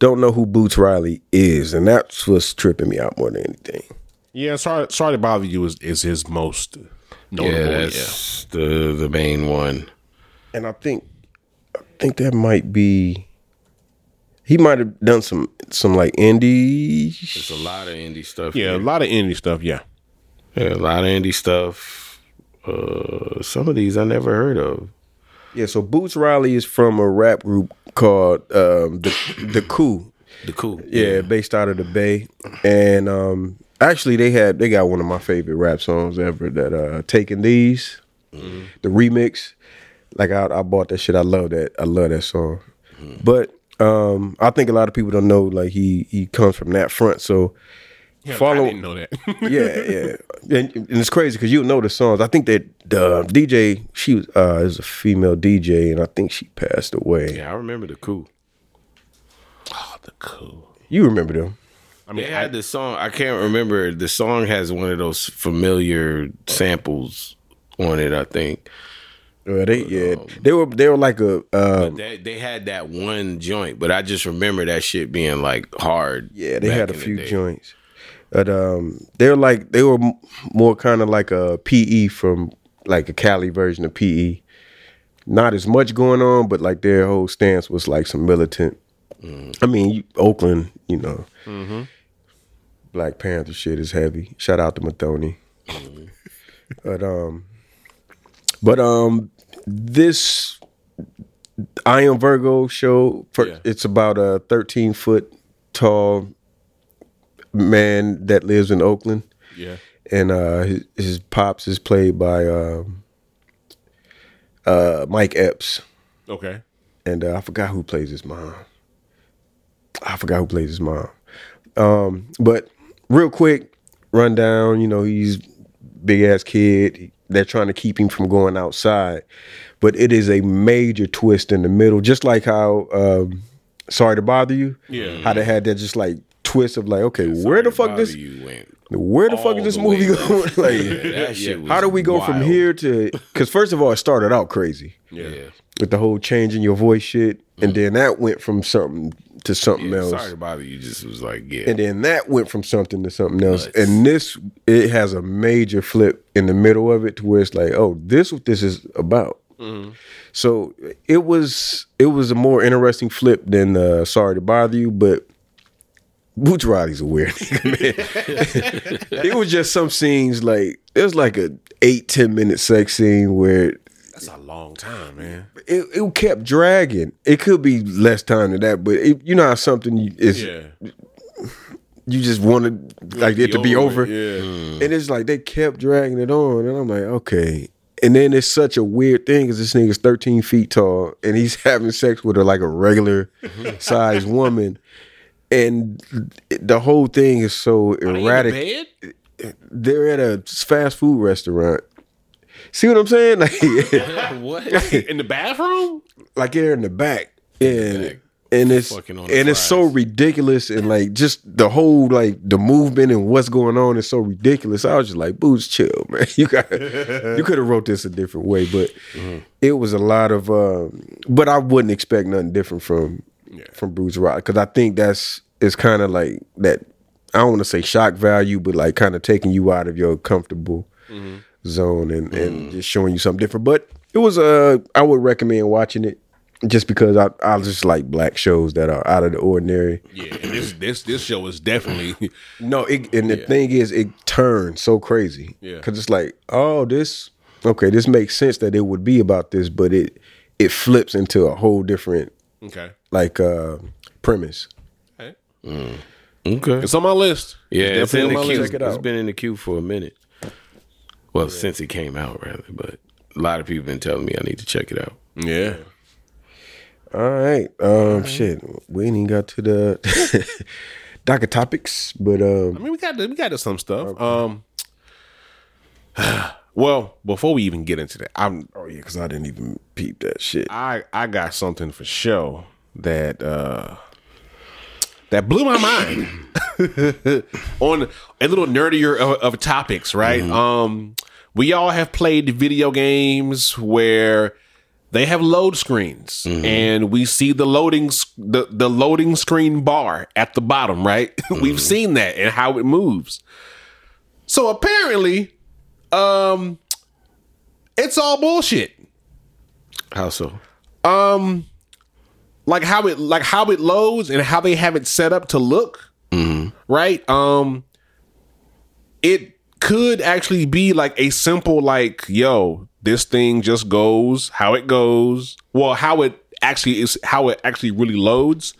[SPEAKER 1] don't know who Boots Riley is, and that's what's tripping me out more than anything.
[SPEAKER 4] Yeah, sorry, sorry to bother you. Is is his most notable?
[SPEAKER 3] Yeah,
[SPEAKER 4] Yeah,
[SPEAKER 3] that's the the main one.
[SPEAKER 1] And I think I think that might be he might have done some some like indie
[SPEAKER 3] It's a lot of indie stuff.
[SPEAKER 4] yeah. a lot of indie stuff. Yeah,
[SPEAKER 3] yeah a lot of indie stuff. Uh, some of these I never heard of.
[SPEAKER 1] Yeah, so Boots Riley is from a rap group called um the the Coup.
[SPEAKER 3] The cool.
[SPEAKER 1] Yeah, based out of the Bay, and um, actually they had they got one of my favorite rap songs ever. That uh, taking these, the remix, like I, I bought that shit. I love that. I love that song. But um, I think a lot of people don't know like he he comes from that front. So
[SPEAKER 4] I
[SPEAKER 1] follow
[SPEAKER 4] didn't know that.
[SPEAKER 1] yeah, yeah. And, and it's crazy because you'll know the songs. I think that the DJ she was uh, is a female DJ, and I think she passed away.
[SPEAKER 3] Yeah, I remember the cool.
[SPEAKER 4] oh, the cool.
[SPEAKER 1] You remember them?
[SPEAKER 4] I mean,
[SPEAKER 3] They
[SPEAKER 4] I,
[SPEAKER 3] had the song. I can't remember. The song has one of those familiar samples on it. I think
[SPEAKER 1] Well, they yeah they were they were like a um,
[SPEAKER 3] they, they had that one joint, but I just remember that shit being like hard.
[SPEAKER 1] Yeah, they
[SPEAKER 3] back
[SPEAKER 1] had a
[SPEAKER 3] in the
[SPEAKER 1] few
[SPEAKER 3] day.
[SPEAKER 1] joints, but um, they're like they were m- more kind of like a PE from like a Cali version of PE. Not as much going on, but like their whole stance was like some militant.
[SPEAKER 3] Mm-hmm.
[SPEAKER 1] I mean, you, Oakland, you know, Black Panther shit is heavy.
[SPEAKER 3] Mm-hmm.
[SPEAKER 1] Shout out to Mathoni. but um, but um, this I Am Virgo show, for,
[SPEAKER 4] Yeah.
[SPEAKER 1] it's about a 13 foot tall man that lives in Oakland.
[SPEAKER 4] Yeah.
[SPEAKER 1] And uh, his, his pops is played by um, uh, Mike Epps.
[SPEAKER 4] Okay.
[SPEAKER 1] And uh, I forgot who plays his mom. I forgot who plays his mom. Um, but real quick, rundown, you know, he's big ass kid. They're trying to keep him from going outside. But it is a major twist in the middle, just like how um, sorry to bother you.
[SPEAKER 4] Yeah.
[SPEAKER 1] How they had that just like twist of like, okay, where the fuck
[SPEAKER 3] Bobby,
[SPEAKER 1] this
[SPEAKER 3] you went.
[SPEAKER 1] where the fuck
[SPEAKER 3] all
[SPEAKER 1] is this
[SPEAKER 3] the
[SPEAKER 1] movie
[SPEAKER 3] way.
[SPEAKER 1] going? like
[SPEAKER 3] That shit was
[SPEAKER 1] how do we go from
[SPEAKER 3] wild.
[SPEAKER 1] here to cause first of all it started out crazy
[SPEAKER 4] Yeah.
[SPEAKER 1] with the whole changing your voice shit, and then that went from something to something
[SPEAKER 3] Mm. Yeah,
[SPEAKER 1] else,
[SPEAKER 3] sorry to bother you. Just was like, yeah,
[SPEAKER 1] and then that went from something to something else,
[SPEAKER 3] Nuts.
[SPEAKER 1] and this it has a major flip in the middle of it to where it's like, oh, this what this is about.
[SPEAKER 3] Mm-hmm.
[SPEAKER 1] So it was it was a more interesting flip than uh, sorry to bother you, but. Boots Roddy's a weird nigga, man. it was just some scenes like it was like a eight, ten minute sex scene where
[SPEAKER 4] That's a long time, man.
[SPEAKER 1] it, it kept dragging. It could be less time than that, but it, you know how something you- is
[SPEAKER 4] Yeah.
[SPEAKER 1] you just wanted like it to be over, Mm-hmm.
[SPEAKER 4] Yeah.
[SPEAKER 1] and it's like they kept dragging it on, and I'm like, okay. And then it's such a weird thing because this nigga's 13 feet tall, and he's having sex with a, like a regular sized woman, and the whole thing is so erratic
[SPEAKER 4] Bed?
[SPEAKER 1] they're at a fast food restaurant. See what I'm saying? Like,
[SPEAKER 4] In the bathroom?
[SPEAKER 1] like they're in the back, and and it's
[SPEAKER 3] Fucking on
[SPEAKER 1] and
[SPEAKER 3] the
[SPEAKER 1] it's so
[SPEAKER 3] fries.
[SPEAKER 1] ridiculous, and like just the whole like the movement and what's going on is so ridiculous. I was just like, "Boots, chill, man. You got you could have wrote this a different way, but it was a lot of. Um, but I wouldn't expect nothing different from from Bruce Rock because I think that's it's kind of like that. I don't want to say shock value, but like kind of taking you out of your comfortable zone and, and just showing you something different. But it was uh I would recommend watching it just because I I just like black shows that are out of the ordinary.
[SPEAKER 4] Yeah. And this this this show is definitely
[SPEAKER 1] No, it, and the thing is, it turned so crazy.
[SPEAKER 4] Yeah.
[SPEAKER 1] because it's like, oh, this okay, this makes sense that it would be about this, but it it flips into a whole different
[SPEAKER 4] okay.
[SPEAKER 1] like uh premise.
[SPEAKER 4] Hey.
[SPEAKER 3] okay.
[SPEAKER 4] It's on my list.
[SPEAKER 3] Yeah, it's in
[SPEAKER 4] definitely
[SPEAKER 3] the
[SPEAKER 4] on my
[SPEAKER 3] queue.
[SPEAKER 4] list.
[SPEAKER 1] Check it
[SPEAKER 3] It's
[SPEAKER 1] out.
[SPEAKER 3] been in the queue for a minute. Well, since it came out, rather, but a lot of people been telling me I need to check it out.
[SPEAKER 4] Yeah.
[SPEAKER 1] All right, um, shit, we ain't even got to the docket topics, but
[SPEAKER 4] I
[SPEAKER 1] um,
[SPEAKER 4] mean, we got to, we got to some stuff. Um, well, before we even get into that, I'm
[SPEAKER 1] oh yeah, because I didn't even peep that shit.
[SPEAKER 4] I I got something for show that uh that blew my mind on a little nerdier of, of topics, right? Um, we all have played video games where they have load screens, and we see the loading s- the the loading screen bar at the bottom, right? We've seen that and how it moves. So apparently, um, it's all bullshit
[SPEAKER 3] How so?
[SPEAKER 4] um, like how it like how it loads and how they have it set up to look right um it could actually be like a simple like yo this thing just goes how it goes well how it actually is how it actually really loads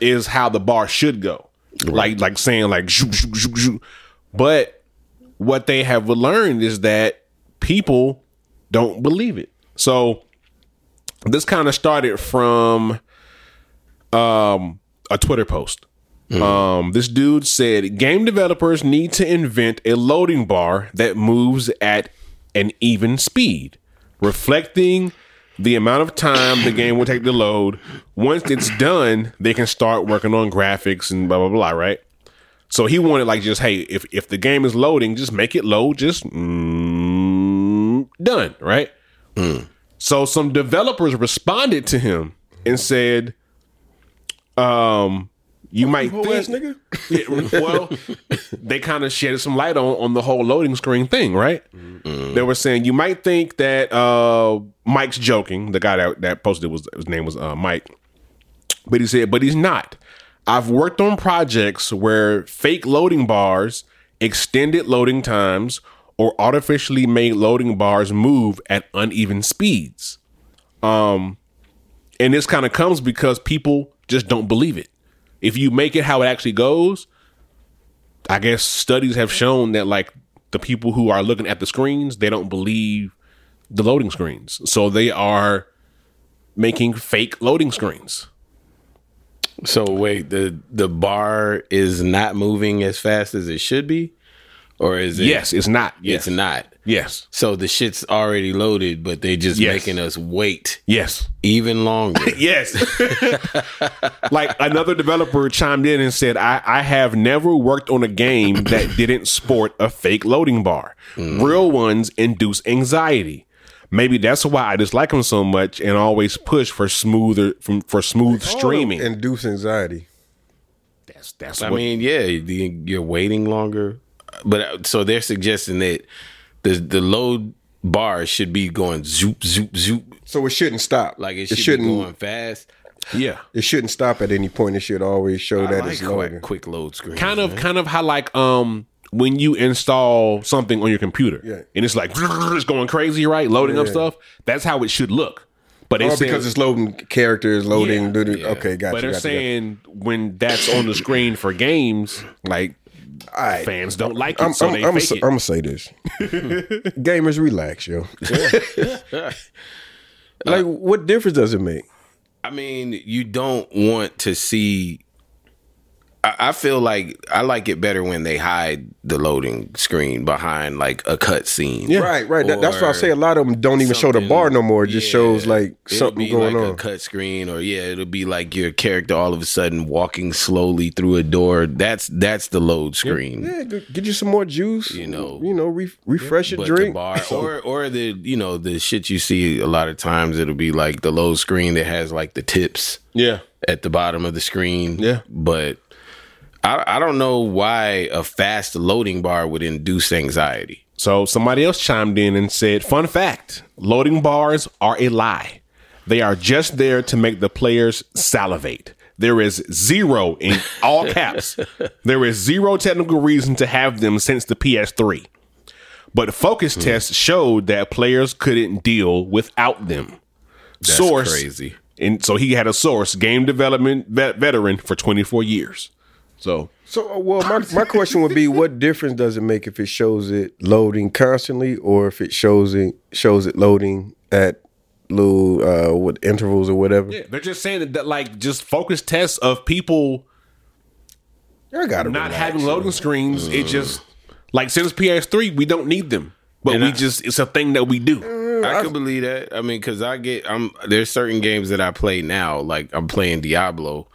[SPEAKER 4] is how the bar should go like like saying like shoo, shoo, shoo, shoo. but what they have learned is that people don't believe it so this kind of started from um, a Twitter post. Um, this dude said game developers need to invent a loading bar that moves at an even speed, reflecting the amount of time the game will take to load. Once it's done, they can start working on graphics and blah blah blah. Right. So he wanted like just hey, if if the game is loading, just make it load. Just mm, done. Right. So some developers responded to him and said, um, you might
[SPEAKER 1] ass
[SPEAKER 4] think,
[SPEAKER 1] nigga.
[SPEAKER 4] Yeah, well, they kind of shed some light on on the whole loading screen thing, right? They were saying you might think that uh, Mike's joking. The guy that, that posted it was his name was uh, Mike, but he said, but he's not. I've worked on projects where fake loading bars, extended loading times, or artificially made loading bars move at uneven speeds. Um, and this kind of comes because people just don't believe it. If you make it how it actually goes, I guess studies have shown that like the people who are looking at the screens, they don't believe the loading screens. So they are making fake loading screens.
[SPEAKER 3] So wait, the the bar is not moving as fast as it should be, or is it?
[SPEAKER 4] Yes, it's not. Yes.
[SPEAKER 3] it's not.
[SPEAKER 4] Yes.
[SPEAKER 3] So the shit's already loaded, but they just
[SPEAKER 4] Yes.
[SPEAKER 3] making us wait
[SPEAKER 4] Yes.
[SPEAKER 3] even longer.
[SPEAKER 4] Yes. like another developer chimed in and said, I, I have never worked on a game that didn't sport a fake loading bar. Real ones induce anxiety. Maybe that's why I dislike them so much and always push for smoother from for smooth streaming.
[SPEAKER 1] Induce anxiety.
[SPEAKER 4] that's that's
[SPEAKER 3] I
[SPEAKER 4] what
[SPEAKER 3] mean, yeah, the- you're waiting longer, but uh, so they're suggesting that the the load bar should be going zoop zoop zoop,
[SPEAKER 1] So it shouldn't stop.
[SPEAKER 3] like it,
[SPEAKER 1] it
[SPEAKER 3] should
[SPEAKER 1] shouldn't.
[SPEAKER 3] be going fast.
[SPEAKER 4] yeah.
[SPEAKER 1] It shouldn't stop at any point. It should always show that
[SPEAKER 3] I
[SPEAKER 1] it's
[SPEAKER 3] like
[SPEAKER 1] loading.
[SPEAKER 3] quick, quick load screen.
[SPEAKER 4] Kind of kind of how like um when you install something on your computer
[SPEAKER 1] Yeah.
[SPEAKER 4] and it's like it's going crazy, right? Loading up
[SPEAKER 1] Yeah.
[SPEAKER 4] stuff. That's how it should look. But
[SPEAKER 1] Or
[SPEAKER 4] it's
[SPEAKER 1] because it's loading characters, loading.
[SPEAKER 4] Yeah,
[SPEAKER 1] doo-doo. Okay, gotcha.
[SPEAKER 4] but they're
[SPEAKER 1] gotcha,
[SPEAKER 4] saying when that's on the screen for games, like
[SPEAKER 1] gotcha. All right.
[SPEAKER 4] fans don't like it,
[SPEAKER 1] I'm,
[SPEAKER 4] so
[SPEAKER 1] I'm,
[SPEAKER 4] they
[SPEAKER 1] I'm,
[SPEAKER 4] fake
[SPEAKER 1] I'm
[SPEAKER 4] it.
[SPEAKER 1] gonna say this. Gamers, relax, yo. like, what difference does it make?
[SPEAKER 3] I mean, you don't want to see. I, I feel like I like it better when they hide the loading screen behind like a cut scene.
[SPEAKER 1] Right, right. That, that's why I
[SPEAKER 3] Or
[SPEAKER 1] say a lot of them don't even show the
[SPEAKER 3] something-
[SPEAKER 1] bar no more. It just
[SPEAKER 3] yeah,
[SPEAKER 1] shows like
[SPEAKER 3] it'll
[SPEAKER 1] something
[SPEAKER 3] be
[SPEAKER 1] going
[SPEAKER 3] like
[SPEAKER 1] on.
[SPEAKER 3] A cut screen, or yeah, it'll be like your character all of a sudden walking slowly through a door. That's that's the load screen.
[SPEAKER 1] Yeah, g- get you some more juice. You
[SPEAKER 3] know.
[SPEAKER 1] you know, re- refresh
[SPEAKER 3] But
[SPEAKER 1] your
[SPEAKER 3] the
[SPEAKER 1] drink.
[SPEAKER 3] bar, or or the you know the shit you see a lot of times it'll be like the load screen that has like the tips.
[SPEAKER 4] yeah,
[SPEAKER 3] at the bottom of the screen.
[SPEAKER 4] Yeah.
[SPEAKER 3] But I, I don't know why a fast loading bar would induce anxiety.
[SPEAKER 4] So somebody else chimed in and said, "Fun fact: loading bars are a lie. They are just there to make the players salivate. There is zero in all caps. there is zero technical reason to have them since the PS3. But focus tests showed that players couldn't deal without them. source
[SPEAKER 3] crazy.
[SPEAKER 4] and so he had a source, game development vet, veteran for 24 years. So
[SPEAKER 1] So, uh, well, my, my question would be, what difference does it make if it shows it loading constantly, or if it shows it shows it loading at little uh, what intervals or whatever?
[SPEAKER 4] they're just saying that, that like just focus tests of people
[SPEAKER 1] I gotta
[SPEAKER 4] not
[SPEAKER 1] relax.
[SPEAKER 4] having loading screens. It just like since PS3, we don't need them, but we just it's a thing that we do.
[SPEAKER 3] I could believe that. I mean, because I get I'm there's certain games that I play now, like I'm playing Diablo,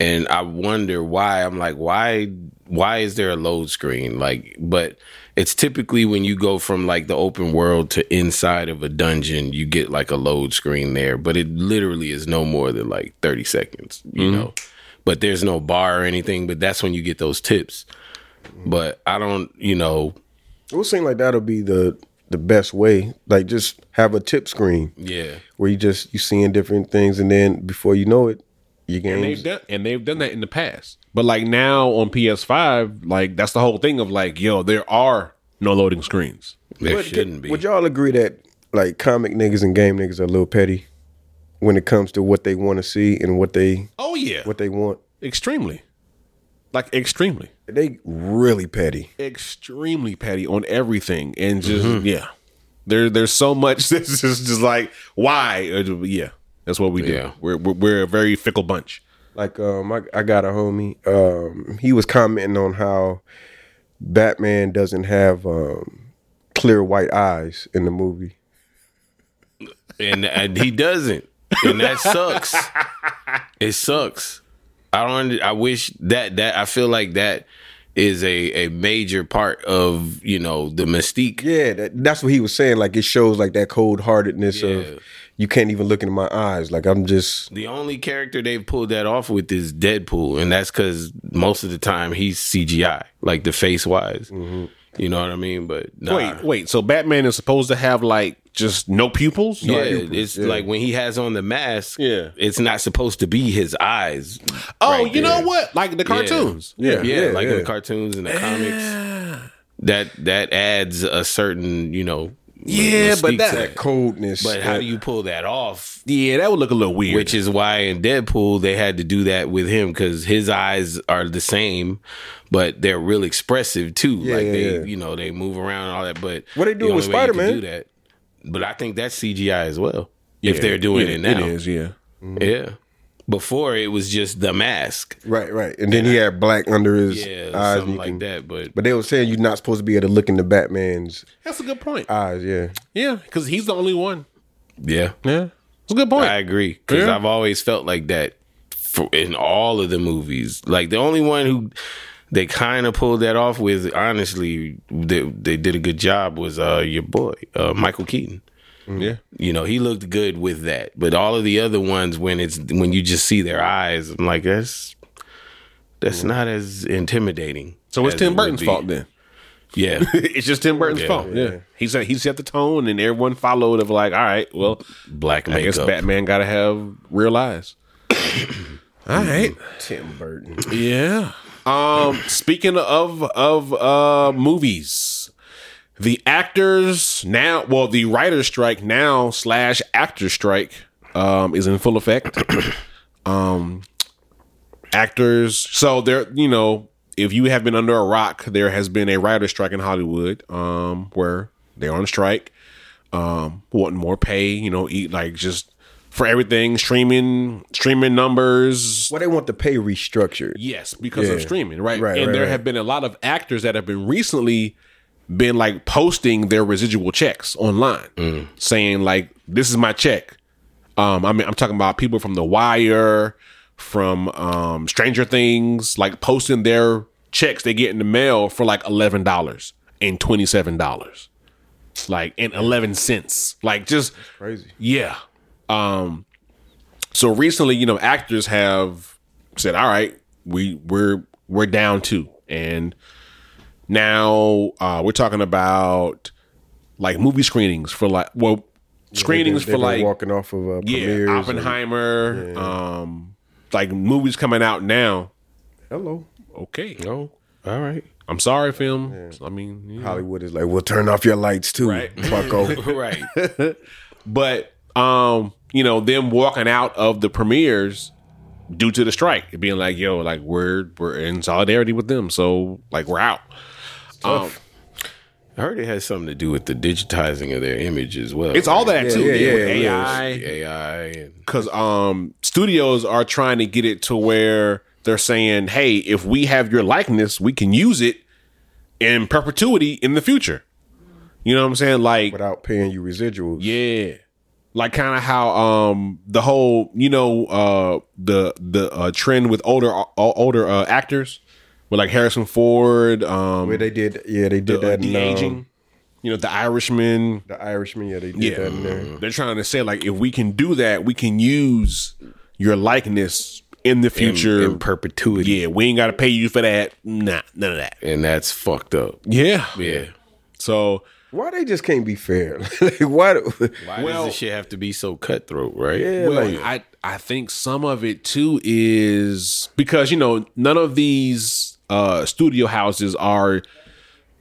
[SPEAKER 3] and I wonder why. I'm like, why why is there a load screen? Like, but it's typically when you go from like the open world to inside of a dungeon, you get like a load screen there, but it literally is no more than like 30 seconds, you know. But there's no bar or anything, but that's when you get those tips. But I don't, you know,
[SPEAKER 1] It would seem like that'll be the the best way. Like, just have a tip screen
[SPEAKER 3] yeah.
[SPEAKER 1] where you just you seeing different things, and then before you know it, your
[SPEAKER 4] And
[SPEAKER 1] game's
[SPEAKER 4] they've done and they've done that in the past, but like now on PS5, like that's the whole thing of like, yo, there are no loading screens.
[SPEAKER 3] There
[SPEAKER 1] But
[SPEAKER 3] shouldn't be.
[SPEAKER 1] Would y'all agree that like comic niggas and game niggas are a little petty when it comes to what they want to see and what they
[SPEAKER 4] Oh yeah,
[SPEAKER 1] what they want?
[SPEAKER 4] extremely, like extremely.
[SPEAKER 1] They really petty.
[SPEAKER 4] extremely petty on everything and just yeah there there's so much this is just like why Uh, yeah that's what we do
[SPEAKER 3] Yeah.
[SPEAKER 4] we're, we're we're a very fickle bunch
[SPEAKER 1] Like um, I, I got a homie. Um, he was commenting on how Batman doesn't have um clear white eyes in the movie.
[SPEAKER 3] and, and he doesn't, and that sucks. it sucks. I don't. under- I wish that that I feel like that is a a major part of you know the mystique.
[SPEAKER 1] Yeah, that, that's what he was saying. Like it shows like that cold heartedness
[SPEAKER 3] Yeah.
[SPEAKER 1] of you can't even look into my eyes. Like I'm just
[SPEAKER 3] The only character they've pulled that off with is Deadpool, and that's because most of the time he's CGI, like the face wise. You know what I mean? But nah.
[SPEAKER 4] Mm-hmm. wait wait so batman is supposed to have like just no pupils
[SPEAKER 3] Yeah, it's like when he has on the mask.
[SPEAKER 4] Yeah.
[SPEAKER 3] it's not supposed to be his eyes.
[SPEAKER 4] oh
[SPEAKER 3] right
[SPEAKER 4] you know
[SPEAKER 3] there.
[SPEAKER 4] what like the cartoons
[SPEAKER 1] yeah,
[SPEAKER 3] yeah, like in
[SPEAKER 1] yeah.
[SPEAKER 3] the cartoons and the comics. That that adds a certain, you know,
[SPEAKER 4] Yeah, but
[SPEAKER 3] speak to
[SPEAKER 4] that-
[SPEAKER 1] That coldness.
[SPEAKER 3] But how do you pull that off?
[SPEAKER 4] Yeah, that would look a little weird.
[SPEAKER 3] Which is why in Deadpool they had to do that with him because his eyes are the same, but they're real expressive too. like
[SPEAKER 1] yeah,
[SPEAKER 3] they,
[SPEAKER 1] yeah.
[SPEAKER 3] you know, they move around and all that. But
[SPEAKER 1] What they
[SPEAKER 3] the
[SPEAKER 1] doing with
[SPEAKER 3] only way you can
[SPEAKER 1] Spider-Man?
[SPEAKER 3] Do that, but I think that's CGI as well. If
[SPEAKER 4] Yeah,
[SPEAKER 3] they're doing
[SPEAKER 4] yeah,
[SPEAKER 3] it now,
[SPEAKER 4] it is. Yeah,
[SPEAKER 3] yeah. Before it was just the mask,
[SPEAKER 1] Right, right. And then he had black under his
[SPEAKER 3] yeah,
[SPEAKER 1] eyes.
[SPEAKER 3] something
[SPEAKER 1] you
[SPEAKER 3] like
[SPEAKER 1] can-
[SPEAKER 3] that. But
[SPEAKER 1] But they were saying you're not supposed to be able to look into Batman's
[SPEAKER 4] that's a good point.
[SPEAKER 1] eyes. Yeah.
[SPEAKER 4] yeah, because he's the only one.
[SPEAKER 3] yeah,
[SPEAKER 4] Yeah, it's a good point.
[SPEAKER 3] I agree because
[SPEAKER 4] Yeah.
[SPEAKER 3] I've always felt like that for, in all of the movies. Like the only one who they kind of pulled that off with, honestly, they, they did a good job was uh, your boy uh, Michael Keaton.
[SPEAKER 4] Mm, yeah,
[SPEAKER 3] You know, he looked good with that. But all of the other ones, when it's when you just see their eyes, I'm like, that's that's not as intimidating.
[SPEAKER 4] Mm. so it's
[SPEAKER 3] as
[SPEAKER 4] Tim
[SPEAKER 3] would
[SPEAKER 4] Burton's
[SPEAKER 3] be.
[SPEAKER 4] fault then.
[SPEAKER 3] Yeah,
[SPEAKER 4] it's just Tim Burton's
[SPEAKER 3] Yeah.
[SPEAKER 4] fault. Yeah. he said he set the tone, and everyone followed. Of like, all right, well,
[SPEAKER 3] black
[SPEAKER 4] I guess
[SPEAKER 3] makeup.
[SPEAKER 4] Batman got to have real eyes. all right.
[SPEAKER 1] Tim Burton.
[SPEAKER 4] Yeah. Um, speaking of of uh movies, the actors now, well, the writer's strike now slash actor strike um is in full effect. um, actors, so there, you know, if you have been under a rock, there has been a writer's strike in Hollywood, um, where they're on strike, um, wanting more pay, you know, eat like just for everything, streaming, streaming numbers,
[SPEAKER 1] Well, they want the pay restructured.
[SPEAKER 4] Yes, because of
[SPEAKER 1] Yeah.
[SPEAKER 4] streaming, right?
[SPEAKER 1] Right,
[SPEAKER 4] and
[SPEAKER 1] right,
[SPEAKER 4] there
[SPEAKER 1] right.
[SPEAKER 4] have been a lot of actors that have been recently been like posting their residual checks online,
[SPEAKER 1] Mm.
[SPEAKER 4] saying like, "This is my check." Um, I mean, I'm talking about people from The Wire, from um, Stranger Things, like posting their checks they get in the mail for like eleven dollars and twenty seven dollars, like and eleven cents, like just
[SPEAKER 1] Crazy.
[SPEAKER 4] yeah. Um so recently, you know, actors have said, "All right, we we're we're down two. And now uh we're talking about like movie screenings for like well screenings
[SPEAKER 1] They've
[SPEAKER 4] for
[SPEAKER 1] been
[SPEAKER 4] like
[SPEAKER 1] walking off of uh,
[SPEAKER 4] yeah,
[SPEAKER 1] premieres. and-
[SPEAKER 4] Oppenheimer, um like movies coming out now.
[SPEAKER 1] hello.
[SPEAKER 4] Okay.
[SPEAKER 3] Oh, all right.
[SPEAKER 4] I'm sorry, film. I mean, you know.
[SPEAKER 1] Hollywood is like, we'll turn off your lights too,
[SPEAKER 4] Right.
[SPEAKER 1] Bucko.
[SPEAKER 3] Right.
[SPEAKER 4] but um, you know, them walking out of the premieres due to the strike, being like, "Yo, like we're we're in solidarity with them, so like we're out." Um,
[SPEAKER 3] I heard it has something to do with the digitizing of their image as well.
[SPEAKER 4] it's all that
[SPEAKER 1] Yeah,
[SPEAKER 4] too,
[SPEAKER 1] yeah, yeah,
[SPEAKER 4] with
[SPEAKER 1] yeah.
[SPEAKER 4] AI,
[SPEAKER 3] AI and
[SPEAKER 4] because um, studios are trying to get it to where they're saying, "Hey, if we have your likeness, we can use it in perpetuity in the future." You know what I'm saying? Like,
[SPEAKER 1] without paying you residuals.
[SPEAKER 4] Yeah. Like kind of how um the whole you know uh the the uh, trend with older uh, older uh, actors with like Harrison Ford um
[SPEAKER 1] Where they did, yeah, they
[SPEAKER 4] the,
[SPEAKER 1] did
[SPEAKER 4] uh,
[SPEAKER 1] that. in, um,
[SPEAKER 4] de-aging you know the Irishman
[SPEAKER 1] the Irishman, yeah, they did
[SPEAKER 4] yeah
[SPEAKER 1] that in there.
[SPEAKER 4] they're trying to say like if we can do that we can use your likeness in the future
[SPEAKER 3] in perpetuity.
[SPEAKER 4] yeah we ain't gotta pay you for that nah none of that
[SPEAKER 3] And that's fucked up.
[SPEAKER 4] yeah
[SPEAKER 3] Yeah.
[SPEAKER 4] so
[SPEAKER 1] Why they just can't be fair? like, why? do-
[SPEAKER 3] Why
[SPEAKER 4] Well-
[SPEAKER 3] does this shit have to be so cutthroat, right?
[SPEAKER 1] Yeah,
[SPEAKER 4] Well,
[SPEAKER 1] like,
[SPEAKER 4] I I think some of it too is because you know none of these uh studio houses are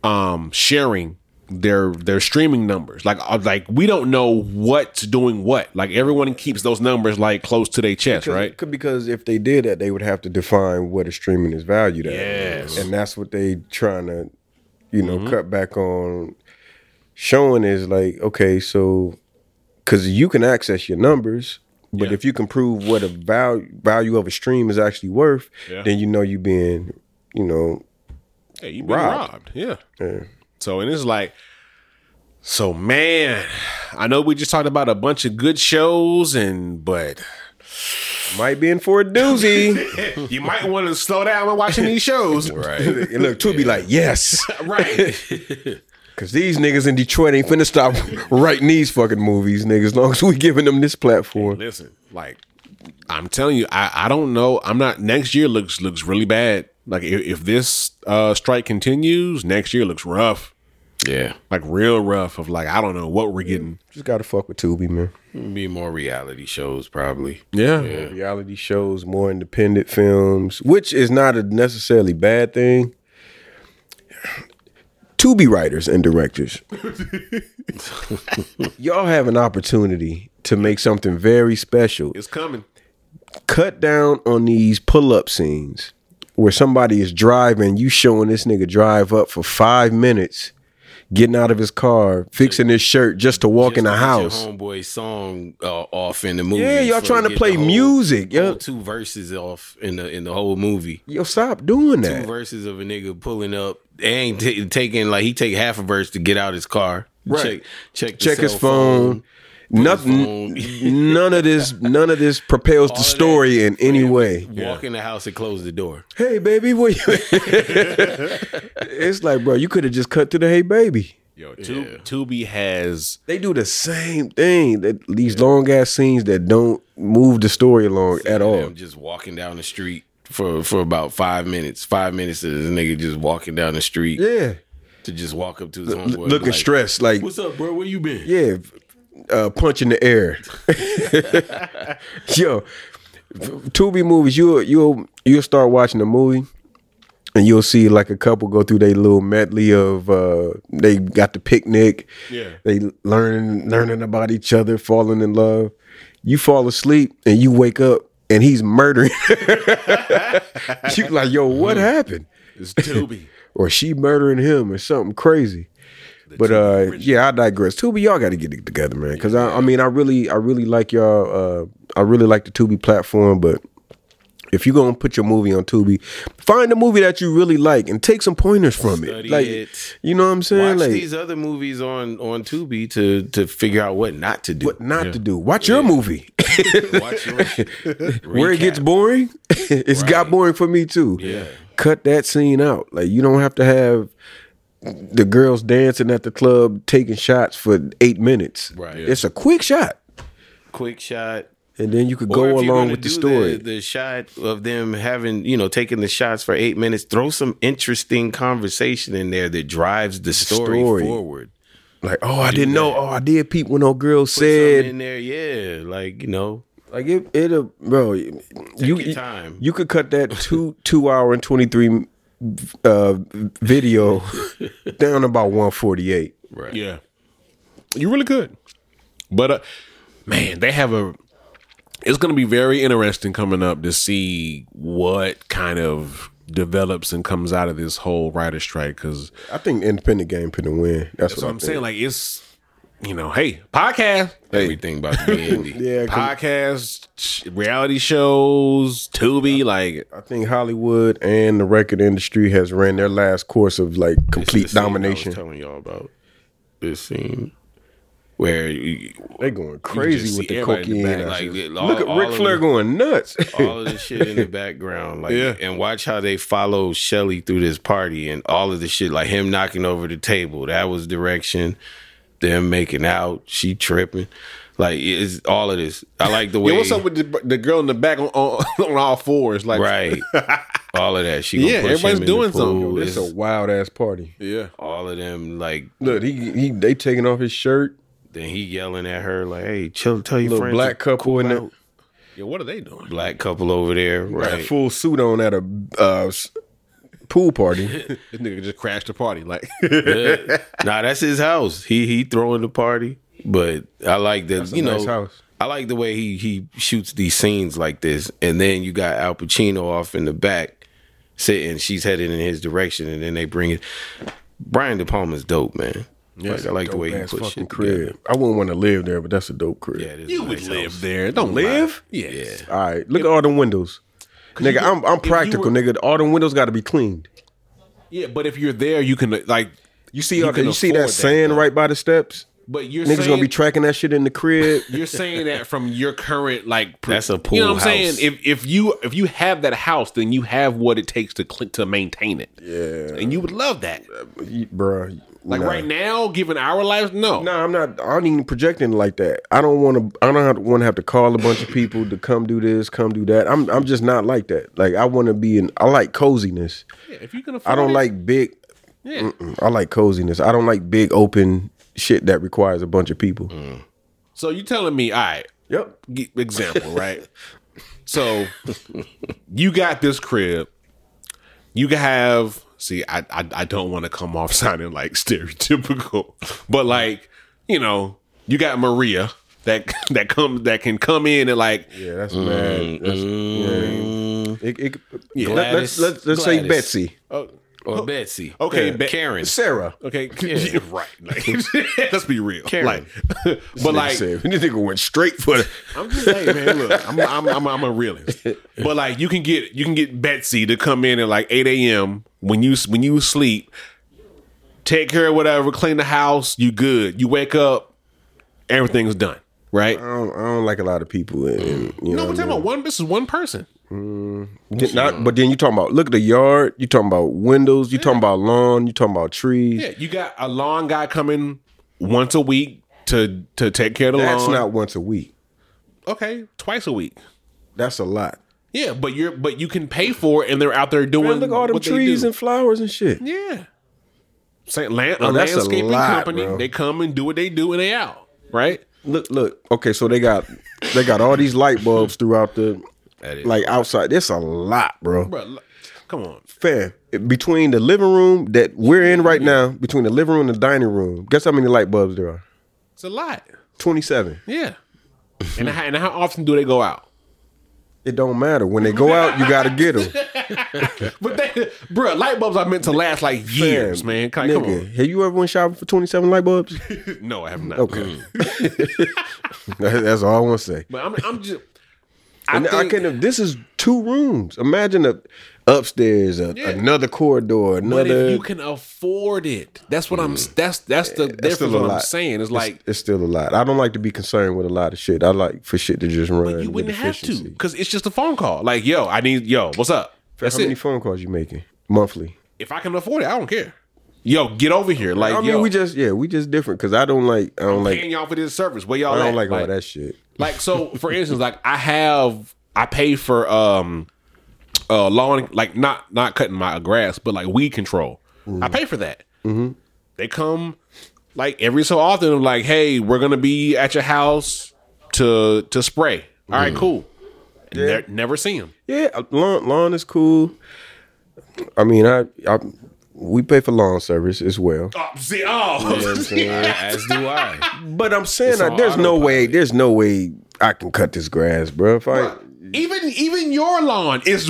[SPEAKER 4] um sharing their their streaming numbers. Like uh, like we don't know what's doing what. Like everyone keeps those numbers like close to their chest, right?
[SPEAKER 1] Could, because if they did that, they would have to define what a streaming is valued at.
[SPEAKER 4] Yes. Mm-hmm.
[SPEAKER 1] And that's what they trying to, you know, cut back on showing is like, okay, so because you can access your numbers, but
[SPEAKER 4] Yeah.
[SPEAKER 1] if you can prove what a value value of a stream is actually worth,
[SPEAKER 4] Yeah.
[SPEAKER 1] then you know you being, you know,
[SPEAKER 4] Hey, you've
[SPEAKER 1] Robbed.
[SPEAKER 4] Yeah. So and it's like, so man, I know we just talked about a bunch of good shows and but
[SPEAKER 1] might be in for a doozy.
[SPEAKER 4] you might want to slow down when watching these shows.
[SPEAKER 3] Right.
[SPEAKER 1] and look, two be like, yes,
[SPEAKER 4] right.
[SPEAKER 1] because these niggas in Detroit ain't finna stop writing these fucking movies, niggas. As long as we giving them this platform,
[SPEAKER 4] Listen, like I'm telling you, I, I don't know. I'm not. Next year looks looks really bad. Like if, if this uh, strike continues, next year looks rough.
[SPEAKER 3] Yeah.
[SPEAKER 4] Like real rough. Of like I don't know what we're getting.
[SPEAKER 1] just gotta fuck with Tubi, man.
[SPEAKER 3] Be more reality shows probably.
[SPEAKER 4] Yeah.
[SPEAKER 1] reality shows, more independent films, which is not a necessarily bad thing. to be writers and directors. Y'all have an opportunity to make something very special.
[SPEAKER 4] It's coming.
[SPEAKER 1] Cut down on these pull up scenes where somebody is driving, you showing this nigga drive up for five minutes, getting out of his car, fixing his shirt just to walk in the
[SPEAKER 3] Just
[SPEAKER 1] house.
[SPEAKER 3] get your homeboy song uh, off in the movie.
[SPEAKER 1] Yeah, y'all
[SPEAKER 3] so
[SPEAKER 1] trying to
[SPEAKER 3] get
[SPEAKER 1] play
[SPEAKER 3] the whole-
[SPEAKER 1] music, yeah.
[SPEAKER 3] whole two verses off in the in the whole movie.
[SPEAKER 1] Yo, stop doing
[SPEAKER 3] Two
[SPEAKER 1] that.
[SPEAKER 3] verses of a nigga pulling up. They ain't ta- taking like he take half a verse to get out his car.
[SPEAKER 1] Right.
[SPEAKER 3] Check check, the
[SPEAKER 1] Check his
[SPEAKER 3] cell
[SPEAKER 1] phone. Nothing. none of this. None of this propels
[SPEAKER 3] All
[SPEAKER 1] the
[SPEAKER 3] of that
[SPEAKER 1] story in any way.
[SPEAKER 3] Walk in the house and close the door.
[SPEAKER 1] Hey, baby, where you? it's like, bro, you could have just cut to the hey, baby.
[SPEAKER 4] Yo, Tu- Tubi has
[SPEAKER 1] They do the same thing. That these long ass scenes that don't move the story along at all.
[SPEAKER 3] I'm just walking down the street for for about five minutes. Five minutes of this nigga just walking down the street
[SPEAKER 1] Yeah,
[SPEAKER 3] to just walk up to his
[SPEAKER 1] L-
[SPEAKER 3] homeboy. and be
[SPEAKER 1] looking
[SPEAKER 3] like,
[SPEAKER 1] stressed, like
[SPEAKER 3] What's up, bro? Where you been?
[SPEAKER 1] yeah, uh, punch in the air. Yo, Tubi movies. You'll you'll you'll start watching the movie. And you'll see like a couple go through their little medley of uh, they got the picnic,
[SPEAKER 4] Yeah.
[SPEAKER 1] they learning learning about each other, falling in love. You fall asleep and you wake up and he's murdering. you like yo, what
[SPEAKER 3] Hmm.
[SPEAKER 1] happened?
[SPEAKER 4] it's Tubi.
[SPEAKER 1] or she murdering him or something crazy. But uh, yeah, I digress. Tubi, y'all got to get it together, man. Because I, I mean, I really, I really like y'all. Uh, I really like the Tubi platform. But if you're gonna put your movie on Tubi, find a movie that you really like and take some pointers from it.
[SPEAKER 3] Study
[SPEAKER 1] Like,
[SPEAKER 3] it.
[SPEAKER 1] you know what I'm saying?
[SPEAKER 3] Watch
[SPEAKER 1] Like,
[SPEAKER 3] these other movies on on Tubi to to figure out what not to do.
[SPEAKER 1] what not to do. Watch your movie.
[SPEAKER 3] Watch your
[SPEAKER 1] Where it gets boring, it's got boring for me too. Yeah. Cut that scene out. Like you don't have to have the girls dancing at the club taking shots for eight minutes.
[SPEAKER 3] Right.
[SPEAKER 1] It's a quick shot.
[SPEAKER 3] quick shot.
[SPEAKER 1] And then you could
[SPEAKER 3] Or if
[SPEAKER 1] go
[SPEAKER 3] you're
[SPEAKER 1] along
[SPEAKER 3] gonna
[SPEAKER 1] with the
[SPEAKER 3] do
[SPEAKER 1] story.
[SPEAKER 3] The, shot of them having, you know, taking the shots for eight minutes. Throw some interesting conversation in there that drives the story,
[SPEAKER 1] Story.
[SPEAKER 3] forward.
[SPEAKER 1] like, oh, I didn't know. Oh, I did peep when no girl
[SPEAKER 3] Something
[SPEAKER 1] said.
[SPEAKER 3] in there, yeah, like you know,
[SPEAKER 1] Like it, it'll, bro. you
[SPEAKER 3] your time.
[SPEAKER 1] you could cut that two two hour and twenty three uh, video down about one forty eight.
[SPEAKER 3] right?
[SPEAKER 4] Yeah, you really could. But uh, man, they have a. It's going to be very interesting coming up to see what kind of develops and comes out of this whole writer strike because
[SPEAKER 1] I think independent game couldn't win. That's,
[SPEAKER 4] that's
[SPEAKER 1] what
[SPEAKER 4] what
[SPEAKER 1] I
[SPEAKER 4] I'm
[SPEAKER 1] think.
[SPEAKER 4] saying. Like it's you know, hey, podcast,
[SPEAKER 3] Everything about to be indie.
[SPEAKER 1] Yeah, 'cause-
[SPEAKER 4] podcast, sh- reality shows, Tubi, like
[SPEAKER 1] I think Hollywood and the record industry has ran their last course of like
[SPEAKER 3] It's
[SPEAKER 1] complete
[SPEAKER 3] the scene I was
[SPEAKER 1] domination.
[SPEAKER 3] telling y'all about this scene where you,
[SPEAKER 1] They're going
[SPEAKER 3] just
[SPEAKER 1] crazy
[SPEAKER 3] see
[SPEAKER 1] with the
[SPEAKER 3] everybody in the
[SPEAKER 1] cocaine.
[SPEAKER 3] back, like,
[SPEAKER 1] ashes.
[SPEAKER 3] all-
[SPEAKER 1] Look at
[SPEAKER 3] all
[SPEAKER 1] Ric
[SPEAKER 3] of
[SPEAKER 1] Flair
[SPEAKER 3] them.
[SPEAKER 1] going nuts.
[SPEAKER 3] all of this shit in the background, like,
[SPEAKER 4] Yeah.
[SPEAKER 3] and watch how they follow Shelly through this party and all of the shit, like him knocking over the table. That was direction. Them making out, she tripping, like it's all of this. I like the way.
[SPEAKER 4] Yo, what's up with the, the girl in the back on, on, on all fours? Like,
[SPEAKER 3] right? all of that. She gonna
[SPEAKER 4] Yeah,
[SPEAKER 3] push
[SPEAKER 4] everybody's
[SPEAKER 3] him in
[SPEAKER 4] doing
[SPEAKER 3] the
[SPEAKER 4] something.
[SPEAKER 3] pool.
[SPEAKER 4] Yo,
[SPEAKER 1] It's
[SPEAKER 3] It's
[SPEAKER 1] a wild ass party.
[SPEAKER 4] yeah,
[SPEAKER 3] all of them like
[SPEAKER 1] Look, he he they taking off his shirt.
[SPEAKER 3] then he yelling at her like, "Hey, chill, tell your
[SPEAKER 1] Little
[SPEAKER 3] friends."
[SPEAKER 1] black
[SPEAKER 3] to
[SPEAKER 1] couple in
[SPEAKER 3] out."
[SPEAKER 1] the
[SPEAKER 4] yeah. What are they doing?
[SPEAKER 3] black couple over there,
[SPEAKER 1] got a
[SPEAKER 3] right?
[SPEAKER 1] full suit on at a uh, s- pool party.
[SPEAKER 4] This nigga just crashed the party. Like,
[SPEAKER 3] nah, that's his house. He he throwing the party, but I like that. You know,
[SPEAKER 1] nice house.
[SPEAKER 3] I like the way he he shoots these scenes like this, and then you got Al Pacino off in the back sitting. She's headed in his direction, and then they bring it. Brian De Palma's dope, man. like, I like the way he
[SPEAKER 1] Ass
[SPEAKER 3] puts
[SPEAKER 1] fucking
[SPEAKER 3] shit
[SPEAKER 1] crib.
[SPEAKER 3] together.
[SPEAKER 1] I wouldn't want to live there, but that's a dope crib.
[SPEAKER 3] Yeah, it is a
[SPEAKER 4] you would
[SPEAKER 3] nice
[SPEAKER 4] live
[SPEAKER 3] house.
[SPEAKER 4] there. Don't live. Yes.
[SPEAKER 3] Yeah.
[SPEAKER 1] All right, look at all the windows. Nigga, I'm I'm practical,
[SPEAKER 4] were-
[SPEAKER 1] nigga. All the windows got to be cleaned.
[SPEAKER 4] Yeah, but if you're there, you can like
[SPEAKER 1] You see,
[SPEAKER 4] You
[SPEAKER 1] all the-
[SPEAKER 4] can
[SPEAKER 1] you see that,
[SPEAKER 4] afford that,
[SPEAKER 1] sand
[SPEAKER 4] though.
[SPEAKER 1] right by the steps.
[SPEAKER 4] But you're
[SPEAKER 1] Niggas
[SPEAKER 4] saying,
[SPEAKER 1] gonna be tracking that shit in the crib.
[SPEAKER 4] you're saying that from your current like pr-
[SPEAKER 3] That's a
[SPEAKER 4] You know
[SPEAKER 3] pool
[SPEAKER 4] what I'm
[SPEAKER 3] house.
[SPEAKER 4] saying? If if you if you have that house, then you have what it takes to cl- to maintain it. Yeah, and you would love that.
[SPEAKER 1] You- Bruh.
[SPEAKER 4] Like
[SPEAKER 1] nah.
[SPEAKER 4] right now, given our lives, no.
[SPEAKER 1] Nah, I'm not. I don't even projecting like that. I don't want to. I don't want to have to call a bunch of people to come do this, come do that. I'm. I'm just not like that. Like I want to be in. I like coziness.
[SPEAKER 4] Yeah, if you can afford
[SPEAKER 1] I don't
[SPEAKER 4] it,
[SPEAKER 1] like big.
[SPEAKER 4] Yeah.
[SPEAKER 1] mm, I like coziness. I don't like big open shit that requires a bunch of people.
[SPEAKER 4] Mm. So you telling me, all right,
[SPEAKER 1] Yep.
[SPEAKER 4] g- example, right? so you got this crib. You can have See, I I, I don't want to come off sounding like stereotypical, but like you know, you got Maria that that comes that can come in and like
[SPEAKER 1] Yeah, that's mad. That's, yeah. It, it,
[SPEAKER 4] mm. Yeah.
[SPEAKER 1] let, us let's, let's say
[SPEAKER 3] Gladys.
[SPEAKER 1] Betsy, Oh,
[SPEAKER 3] or Betsy.
[SPEAKER 4] oh, okay,
[SPEAKER 3] Yeah.
[SPEAKER 4] Be-
[SPEAKER 3] Karen.
[SPEAKER 1] Sarah.
[SPEAKER 4] okay, yeah, right. Like, let's be real,
[SPEAKER 3] Karen.
[SPEAKER 4] like, but like
[SPEAKER 1] this nigga went straight for the.
[SPEAKER 4] I'm just saying, man. Look, I'm I'm I'm, I'm a realist, but like you can get you can get Betsy to come in at like 8 a.m. when you when you sleep, take care of whatever, clean the house, you good. You wake up, everything's done, right?
[SPEAKER 1] I don't, I don't like a lot of people. And, and, you
[SPEAKER 4] no,
[SPEAKER 1] know
[SPEAKER 4] we're
[SPEAKER 1] what
[SPEAKER 4] talking
[SPEAKER 1] I mean?
[SPEAKER 4] about one. This is one person.
[SPEAKER 1] Did not- but then you talking about look at the yard. You talking about windows. You talking about lawn. You talking about trees.
[SPEAKER 4] Yeah, you got a lawn guy coming once a week to to take care of the
[SPEAKER 1] That's
[SPEAKER 4] lawn.
[SPEAKER 1] not once a week.
[SPEAKER 4] okay, twice a week.
[SPEAKER 1] That's a lot.
[SPEAKER 4] Yeah, but you're but you can pay for it, and they're out there doing.
[SPEAKER 1] Man, look at all them
[SPEAKER 4] what they
[SPEAKER 1] trees
[SPEAKER 4] do.
[SPEAKER 1] and flowers and shit.
[SPEAKER 4] Yeah. Say land,
[SPEAKER 1] Bro,
[SPEAKER 4] a
[SPEAKER 1] Oh, that's a
[SPEAKER 4] landscaping
[SPEAKER 1] lot,
[SPEAKER 4] company,
[SPEAKER 1] bro.
[SPEAKER 4] they come and do what they do and they out, right?
[SPEAKER 1] Look, look. Okay, so they got they got all these light bulbs throughout the
[SPEAKER 3] That is-
[SPEAKER 1] like outside. That's a lot, bro.
[SPEAKER 4] Bro, l- come on.
[SPEAKER 1] Fam, between the living room that we're in right now, between the living room and the dining room, guess how many light bulbs there are?
[SPEAKER 4] It's a lot.
[SPEAKER 1] Twenty-seven.
[SPEAKER 4] Yeah. and, how, and how often do they go out?
[SPEAKER 1] It don't matter when they go out. You gotta get them.
[SPEAKER 4] But they, bro, light bulbs are meant to last like years, man. Like, come Mm.
[SPEAKER 1] Nigga, have you ever went shopping for twenty-seven light bulbs?
[SPEAKER 4] on. No, I have not.
[SPEAKER 1] Okay, That- that's all I want to say.
[SPEAKER 4] But I'm, I'm just. I,
[SPEAKER 1] And I,
[SPEAKER 4] think,
[SPEAKER 1] can. Have, this is two rooms. Imagine a upstairs, a,
[SPEAKER 4] Yeah.
[SPEAKER 1] another corridor,
[SPEAKER 4] but
[SPEAKER 1] another.
[SPEAKER 4] if you can afford it, that's what I'm. That's that's the
[SPEAKER 1] Mm. That's
[SPEAKER 4] difference. What I'm saying is like
[SPEAKER 1] it's still a lot. I don't like to be concerned with a lot of shit. I like for shit to just run.
[SPEAKER 4] you
[SPEAKER 1] with
[SPEAKER 4] wouldn't have to
[SPEAKER 1] efficiency.
[SPEAKER 4] because it's just a phone call. Like, yo, I need yo, what's up? That's
[SPEAKER 1] How many
[SPEAKER 4] it.
[SPEAKER 1] phone calls you making monthly?
[SPEAKER 4] if I can afford it, I don't care. Yo, get over here. Like,
[SPEAKER 1] I mean,
[SPEAKER 4] yo,
[SPEAKER 1] we just yeah, we just different because I don't like I don't like
[SPEAKER 4] paying y'all for this service. Where y'all
[SPEAKER 1] I
[SPEAKER 4] at?
[SPEAKER 1] don't like all that shit.
[SPEAKER 4] Like, so for instance, like I have, I pay for um, uh, lawn, like not not cutting my grass, but like weed control.
[SPEAKER 1] Mm-hmm.
[SPEAKER 4] I pay for that. They come like every so often. I'm like, hey, we're gonna be at your house to to spray. All
[SPEAKER 1] Mm.
[SPEAKER 4] right, cool. Ne- never see them.
[SPEAKER 1] Yeah, uh, lawn lawn is cool. I mean, I I we pay for lawn service as well.
[SPEAKER 4] Oh, see, oh,
[SPEAKER 3] As do I.
[SPEAKER 1] But I'm saying I,
[SPEAKER 3] on
[SPEAKER 1] there's no
[SPEAKER 3] autopilot.
[SPEAKER 1] way there's no way I can cut this grass, bro. If I
[SPEAKER 4] even even your lawn is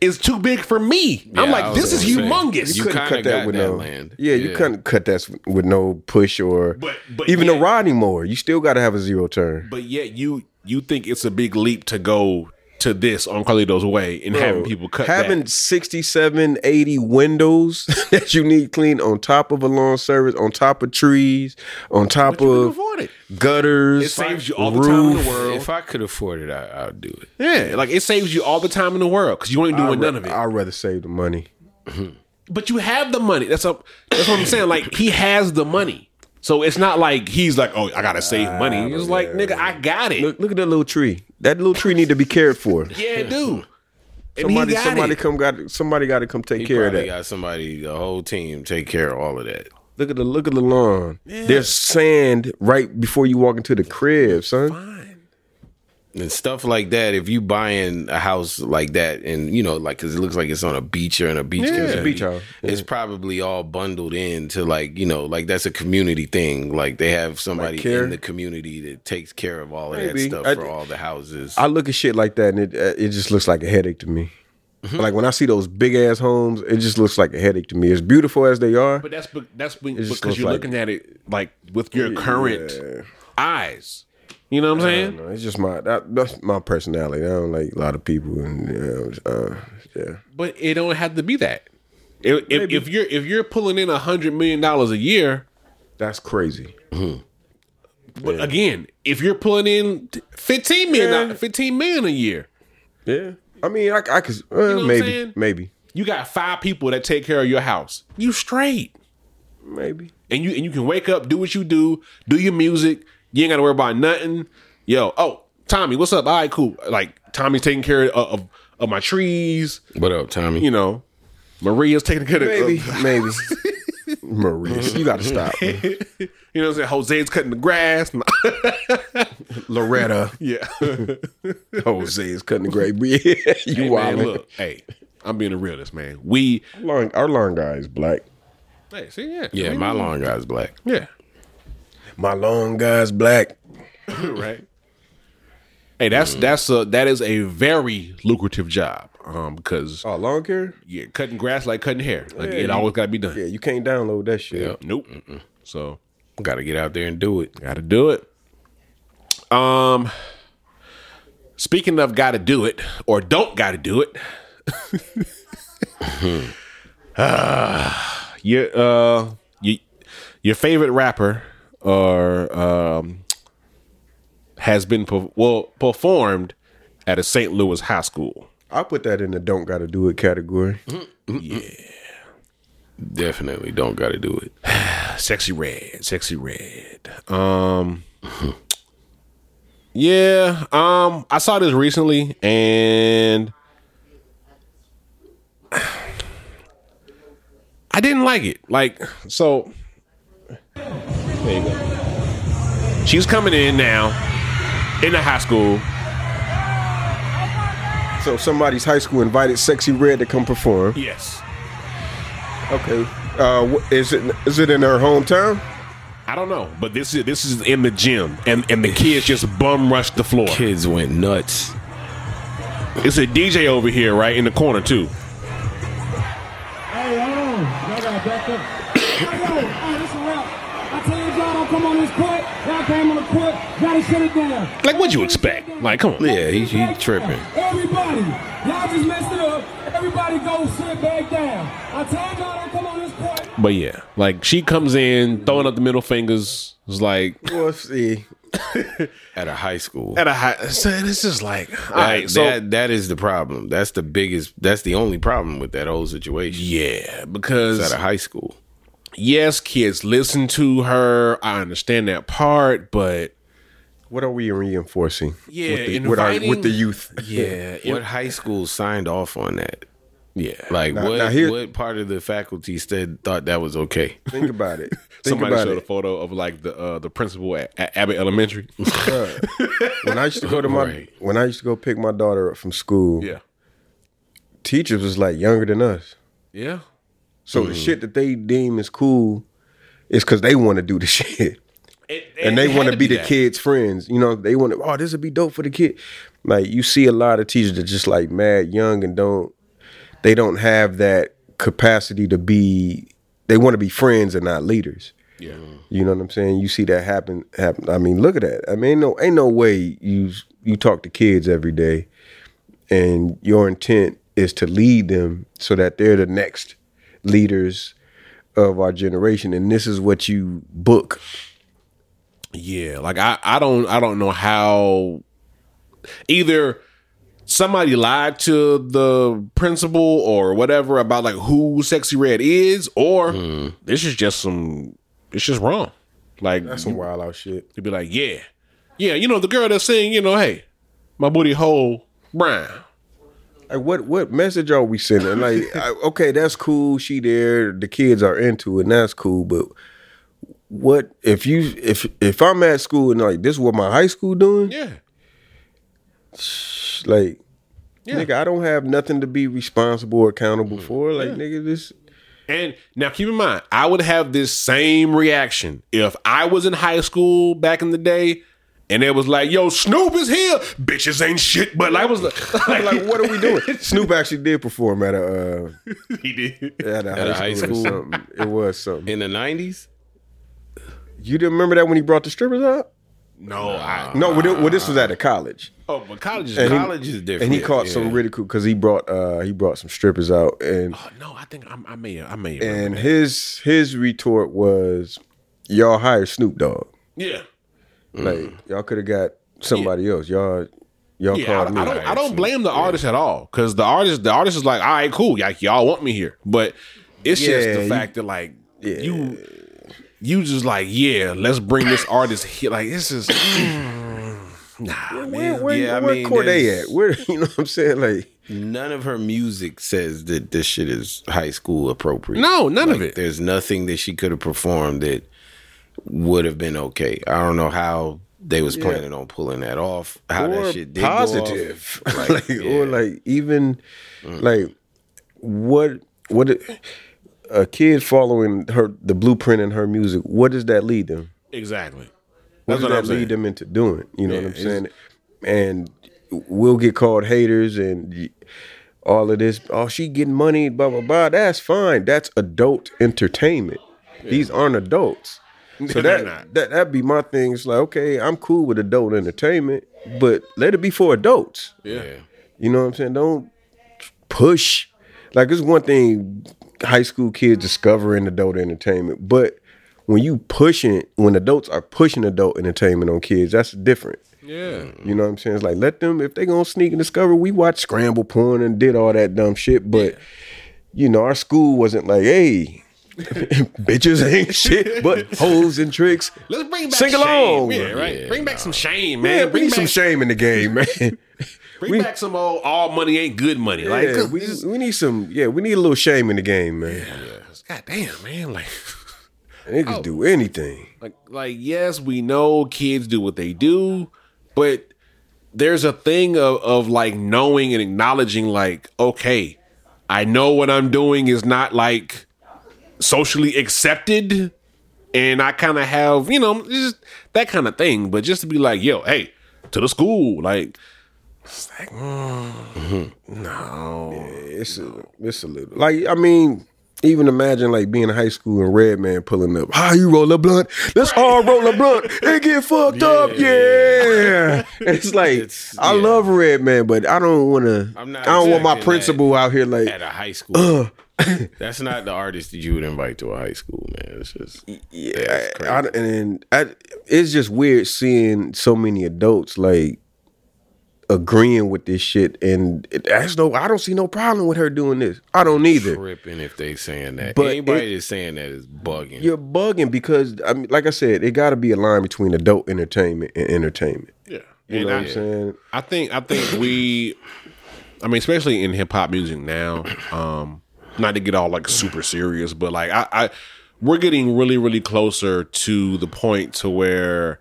[SPEAKER 4] is too big for me. I'm
[SPEAKER 3] Yeah, I
[SPEAKER 4] like,
[SPEAKER 3] was
[SPEAKER 4] this is
[SPEAKER 3] gonna say.
[SPEAKER 4] humongous.
[SPEAKER 3] You
[SPEAKER 1] couldn't
[SPEAKER 3] kinda
[SPEAKER 1] cut that
[SPEAKER 3] got
[SPEAKER 1] with
[SPEAKER 3] that
[SPEAKER 1] no
[SPEAKER 3] land.
[SPEAKER 1] Yeah, you
[SPEAKER 3] Yeah.
[SPEAKER 1] couldn't cut that s- with no push or
[SPEAKER 4] But- but
[SPEAKER 1] even
[SPEAKER 4] yeah.
[SPEAKER 1] a riding mower. You still got to have a zero turn.
[SPEAKER 4] but yet you you think it's a big leap to go to this on Carlito's way and having people cut
[SPEAKER 1] having
[SPEAKER 4] that.
[SPEAKER 1] 67, 80 windows that you need clean on top of a lawn service, on top of trees, on top
[SPEAKER 4] But you can
[SPEAKER 1] of
[SPEAKER 4] afford it.
[SPEAKER 1] gutters.
[SPEAKER 4] It saves you all the time in the world.
[SPEAKER 3] If I could afford it, I, I'd do it.
[SPEAKER 4] Yeah, like it saves you all the time in the world because you ain't doing none of it.
[SPEAKER 1] I'd rather save the money.
[SPEAKER 4] but you have the money. That's up. That's what I'm saying. Like he has the money, so it's not like he's like, oh, I gotta save money. It's like, nigga, I got it.
[SPEAKER 1] Look, look at that little tree. That little tree need to be cared for.
[SPEAKER 4] yeah, dude. And he
[SPEAKER 1] Somebody,
[SPEAKER 4] got
[SPEAKER 1] somebody
[SPEAKER 4] it.
[SPEAKER 1] come got somebody got to come take
[SPEAKER 3] He
[SPEAKER 1] care of
[SPEAKER 3] probably
[SPEAKER 1] that.
[SPEAKER 3] got somebody, the whole team, take care of all of that.
[SPEAKER 1] Look at the look at the lawn. There's sand right before you walk into the crib, son.
[SPEAKER 3] and stuff like that. If you buying a house like that, and you know, like because it looks like it's on a beach or in a beach, community,
[SPEAKER 1] It's a beach house.
[SPEAKER 3] it's probably all bundled into like you know, like that's a community thing. Like they have somebody
[SPEAKER 1] Like care?
[SPEAKER 3] in the community that takes care of all of
[SPEAKER 1] Maybe.
[SPEAKER 3] that stuff
[SPEAKER 1] I-
[SPEAKER 3] for all the houses.
[SPEAKER 1] I look at shit like that and it uh, it just looks like a headache to me.
[SPEAKER 3] Mm-hmm.
[SPEAKER 1] Like when I see those big ass homes, it just looks like a headache to me. As beautiful as they are,
[SPEAKER 4] But that's be- that's be-
[SPEAKER 1] just
[SPEAKER 4] because
[SPEAKER 1] looks
[SPEAKER 4] you're
[SPEAKER 1] like-
[SPEAKER 4] looking at it like with your current eyes. You know what I'm
[SPEAKER 1] I
[SPEAKER 4] saying?
[SPEAKER 1] don't know, it's just my that, that's my personality. I don't like a lot of people, and you know, uh, yeah.
[SPEAKER 4] But it don't have to be that. If, if,
[SPEAKER 1] Maybe.
[SPEAKER 4] if you're if you're pulling in a hundred million dollars a year,
[SPEAKER 1] that's crazy.
[SPEAKER 4] but again, if you're pulling in fifteen million,
[SPEAKER 1] Yeah.
[SPEAKER 4] fifteen million a year,
[SPEAKER 1] Yeah, I mean, I, I could uh,
[SPEAKER 4] what I'm
[SPEAKER 1] maybe,
[SPEAKER 4] saying?
[SPEAKER 1] maybe,
[SPEAKER 4] you got five people that take care of your house. You straight,
[SPEAKER 1] maybe.
[SPEAKER 4] and you and you can wake up, do what you do, do your music. You ain't got to worry about nothing. Yo, oh Tommy, what's up? All right, cool. Like Tommy's taking care of of, of my trees.
[SPEAKER 3] what up, Tommy?
[SPEAKER 4] you know, Maria's taking care of
[SPEAKER 1] Maybe,
[SPEAKER 4] the,
[SPEAKER 1] Uh,
[SPEAKER 4] uh,
[SPEAKER 1] maybe. Maurice, you gotta stop.
[SPEAKER 4] you know what I'm saying? Jose's cutting the grass.
[SPEAKER 1] Loretta,
[SPEAKER 4] yeah.
[SPEAKER 1] Jose is cutting the grape. Yeah, you
[SPEAKER 4] Hey, man,
[SPEAKER 1] wild.
[SPEAKER 4] look, hey, I'm being a realist, man. We,
[SPEAKER 1] Long, our long guy is black.
[SPEAKER 4] hey, see, yeah,
[SPEAKER 3] Yeah,
[SPEAKER 4] We-
[SPEAKER 3] my long guy's black.
[SPEAKER 4] yeah,
[SPEAKER 1] My long guy's black.
[SPEAKER 4] right. Hey, that's
[SPEAKER 3] Mm.
[SPEAKER 4] that's a that is a very lucrative job, um, because
[SPEAKER 1] Oh, long hair?
[SPEAKER 4] yeah, cutting grass like cutting hair, like it always got to be done.
[SPEAKER 1] Yeah, you can't download that shit.
[SPEAKER 4] Nope. So
[SPEAKER 3] Got to get out there and do it.
[SPEAKER 4] Got to do it. Um, speaking of got to do it or don't got to do it. Ah, your uh, you, your favorite rapper or um has been per- well performed at a St. Louis high school.
[SPEAKER 1] I put that in the don't gotta do it category.
[SPEAKER 3] Definitely don't got to do it.
[SPEAKER 4] Sexy red, sexy red. Um, yeah. Um, I saw this recently, and I didn't like it. Like, so there you go. She's coming in now in the high school.
[SPEAKER 1] So somebody's high school invited Sexy Red to come perform.
[SPEAKER 4] Yes.
[SPEAKER 1] Okay. Uh, wh- is it is it in her hometown?
[SPEAKER 4] I don't know, but this is this is in the gym, and and the kids just bum rushed the floor.
[SPEAKER 3] Kids went nuts.
[SPEAKER 4] It's a DJ over here, right in the corner too.
[SPEAKER 6] Hey, hold on. Y'all gotta back up. Hey, yo, hey, this a wrap. I tell you, y'all don't come on this court. Y'all came on the court. Gotta shut it down.
[SPEAKER 4] Like, what'd you expect? Like, come on.
[SPEAKER 3] Yeah, he, he tripping.
[SPEAKER 6] Everybody, y'all just messed it up. Everybody go sit back down. I tell you, y'all don't come on this court.
[SPEAKER 4] But yeah, like she comes in throwing up the middle fingers. It's like
[SPEAKER 1] Well, see,
[SPEAKER 3] At a high school.
[SPEAKER 4] at a high. So it's just like all
[SPEAKER 3] That-
[SPEAKER 4] right. So
[SPEAKER 3] that that is the problem. That's the biggest. That's the only problem with that whole situation.
[SPEAKER 4] yeah,
[SPEAKER 3] It's
[SPEAKER 4] because
[SPEAKER 3] at a high school.
[SPEAKER 4] yes, kids listen to her. I understand that part, but
[SPEAKER 1] what are we reinforcing?
[SPEAKER 4] Yeah,
[SPEAKER 1] with the, with, our, with
[SPEAKER 4] inviting-
[SPEAKER 1] the youth.
[SPEAKER 4] yeah,
[SPEAKER 3] what high school signed off on that?
[SPEAKER 4] yeah. Like
[SPEAKER 3] Like what?
[SPEAKER 1] now here-
[SPEAKER 3] what part of the faculty said thought that was okay?
[SPEAKER 1] Think about it. Think
[SPEAKER 4] somebody
[SPEAKER 1] about
[SPEAKER 4] showed a
[SPEAKER 1] it.
[SPEAKER 4] photo of like the uh, the principal at, at Abbott Elementary.
[SPEAKER 1] When I used to go to my
[SPEAKER 3] Right.
[SPEAKER 1] when I used to go pick my daughter up from school,
[SPEAKER 4] yeah,
[SPEAKER 1] teachers was like younger than us.
[SPEAKER 4] yeah.
[SPEAKER 1] So
[SPEAKER 4] Mm-hmm.
[SPEAKER 1] the shit that they deem is cool is because they want to do the shit. and they want to be the kids' friends. You know, they want to. Oh, this would be dope for the kid. Like you see a lot of teachers that just like mad young and don't. They don't have that capacity to be. They want to be friends and not leaders.
[SPEAKER 4] Yeah,
[SPEAKER 1] You know what I'm saying? You see that happen. Happen. I mean, look at that. I mean, ain't no, ain't no way you you talk to kids every day, and your intent is to lead them so that they're the next leaders of our generation, and this is what you book.
[SPEAKER 4] yeah. Like I, I don't, I don't know how. Either somebody lied to the principal or whatever about like who sexy red is or this is just some it's just wrong like
[SPEAKER 1] Some wild out shit.
[SPEAKER 4] you'd be like yeah yeah you know the girl that's saying you know hey my booty hole brown
[SPEAKER 1] Like what what message are we sending? Like I, okay, that's cool. She there. The kids are into it. And that's cool. But what if you if if I'm at school and like this is what my high school doing?
[SPEAKER 4] yeah
[SPEAKER 1] Like
[SPEAKER 4] Yeah. Mm-hmm.
[SPEAKER 1] nigga, I don't have nothing to be responsible or accountable for. Like nigga, this
[SPEAKER 4] and now keep in mind i would have this same reaction if i was in high school back in the day and it was like yo snoop is here bitches ain't shit but i was like,
[SPEAKER 1] like what are we doing? Snoop actually did perform at a uh,
[SPEAKER 4] he did
[SPEAKER 1] at a high,
[SPEAKER 3] a high
[SPEAKER 1] school. Or
[SPEAKER 3] school?
[SPEAKER 1] something. It was something.
[SPEAKER 3] In the nineties,
[SPEAKER 1] You didn't remember that when he brought the strippers out?
[SPEAKER 4] no i
[SPEAKER 1] No, well, thi- well this was at a college.
[SPEAKER 4] oh but college is
[SPEAKER 1] And he-
[SPEAKER 4] college
[SPEAKER 3] is
[SPEAKER 1] And
[SPEAKER 3] different.
[SPEAKER 1] he caught some ridicule because he brought uh he brought some strippers out and
[SPEAKER 4] no i think I'm, i may i may
[SPEAKER 1] and his his retort was y'all hired Snoop Dogg.
[SPEAKER 4] yeah Mm.
[SPEAKER 1] Like y'all could have got somebody else. Y'all y'all
[SPEAKER 4] Yeah, I,
[SPEAKER 1] called
[SPEAKER 4] don't-
[SPEAKER 1] me.
[SPEAKER 4] I don't. I don't blame the artist at all because the artist, the artist is like, all right, cool, like y'all want me here, but it's just
[SPEAKER 1] Yeah,
[SPEAKER 4] the
[SPEAKER 1] you-
[SPEAKER 4] fact that like you, you just like, yeah, let's bring this artist here. Like this is nah,
[SPEAKER 1] where
[SPEAKER 4] man.
[SPEAKER 1] where,
[SPEAKER 3] yeah, I
[SPEAKER 1] where
[SPEAKER 3] mean,
[SPEAKER 1] Corday
[SPEAKER 3] there's-
[SPEAKER 1] at? Where you know what I'm saying? Like
[SPEAKER 3] none of her music says that this shit is high school appropriate.
[SPEAKER 4] No, none of
[SPEAKER 3] Like,
[SPEAKER 4] it.
[SPEAKER 3] There's nothing that she could have performed that would have been okay. I don't know how they was planning on pulling that off. How
[SPEAKER 1] or
[SPEAKER 3] that shit did go off. Mm.
[SPEAKER 1] positive. like, Or like even like what what it- a kid following her the blueprint in her music, what does that lead them?
[SPEAKER 4] Exactly.
[SPEAKER 1] What
[SPEAKER 4] That's
[SPEAKER 1] does
[SPEAKER 4] what I'm
[SPEAKER 1] that
[SPEAKER 4] saying.
[SPEAKER 1] lead them into doing? You know
[SPEAKER 4] Yeah,
[SPEAKER 1] what I'm
[SPEAKER 4] it's-
[SPEAKER 1] saying? And we'll get called haters and y- all of this. Oh, she getting money, blah blah blah. That's fine. That's adult entertainment. These aren't adults. So that,
[SPEAKER 4] They're not.
[SPEAKER 1] that that'd be my thing. It's like, okay, I'm cool with adult entertainment, but let it be for adults.
[SPEAKER 4] Yeah.
[SPEAKER 1] You know what I'm saying? Don't push. Like it's one thing high school kids discovering adult entertainment, but when you pushing, when adults are pushing adult entertainment on kids, that's different.
[SPEAKER 4] Yeah.
[SPEAKER 1] You know what I'm saying? It's like let them if they gonna sneak and discover. We watched scramble porn and did all that dumb shit, but you know our school wasn't like, hey, bitches ain't shit, but hoes and tricks.
[SPEAKER 4] Let's bring back
[SPEAKER 1] Sing
[SPEAKER 4] shame.
[SPEAKER 1] along.
[SPEAKER 4] Yeah, right. bring back some shame, man.
[SPEAKER 1] Man, we
[SPEAKER 4] bring
[SPEAKER 1] need
[SPEAKER 4] back,
[SPEAKER 1] some shame in the game, man.
[SPEAKER 4] Bring
[SPEAKER 1] we-
[SPEAKER 4] back some old all money ain't good money. like,
[SPEAKER 1] yeah, we, we need some. Yeah, we need a little shame in the game, man.
[SPEAKER 4] God damn, man. Like,
[SPEAKER 1] Niggas
[SPEAKER 3] Oh.
[SPEAKER 1] do anything.
[SPEAKER 4] like, like, yes, we know kids do what they do, but there's a thing of, of like knowing and acknowledging, like, okay, I know what I'm doing is not like socially accepted, and I kind of have, you know, just that kind of thing. But just to be like, yo, hey, to the school, like, it's like, mm, no,
[SPEAKER 1] It's a, it's a little like I mean, even imagine like being in high school and Red Man pulling up. How you roll a blunt? Let's all roll a blunt and get fucked up. Yeah, it's like
[SPEAKER 3] It's-
[SPEAKER 1] I
[SPEAKER 3] yeah.
[SPEAKER 1] love Red Man, but I don't want to. I don't
[SPEAKER 3] I'm not
[SPEAKER 1] want my
[SPEAKER 3] exactly that.
[SPEAKER 1] principal out here like.
[SPEAKER 3] at a high school. that's not the artist that you would invite to a high school, man. It's just
[SPEAKER 1] Yeah, I, I- and then I, it's just weird seeing so many adults like agreeing with this shit, and it, that's no. I don't see no problem with her doing this. I don't either.
[SPEAKER 3] tripping if they saying that.
[SPEAKER 1] But
[SPEAKER 3] Anybody that's saying that is bugging.
[SPEAKER 1] You're bugging because I mean, like I said, it got to be a line between adult entertainment and entertainment.
[SPEAKER 4] yeah,
[SPEAKER 1] You
[SPEAKER 4] And
[SPEAKER 1] know
[SPEAKER 4] I-
[SPEAKER 1] what I'm saying?
[SPEAKER 4] I think I think we I mean, especially in hip hop music now, um, not to get all like super serious, but like I, I we're getting really, really closer to the point to where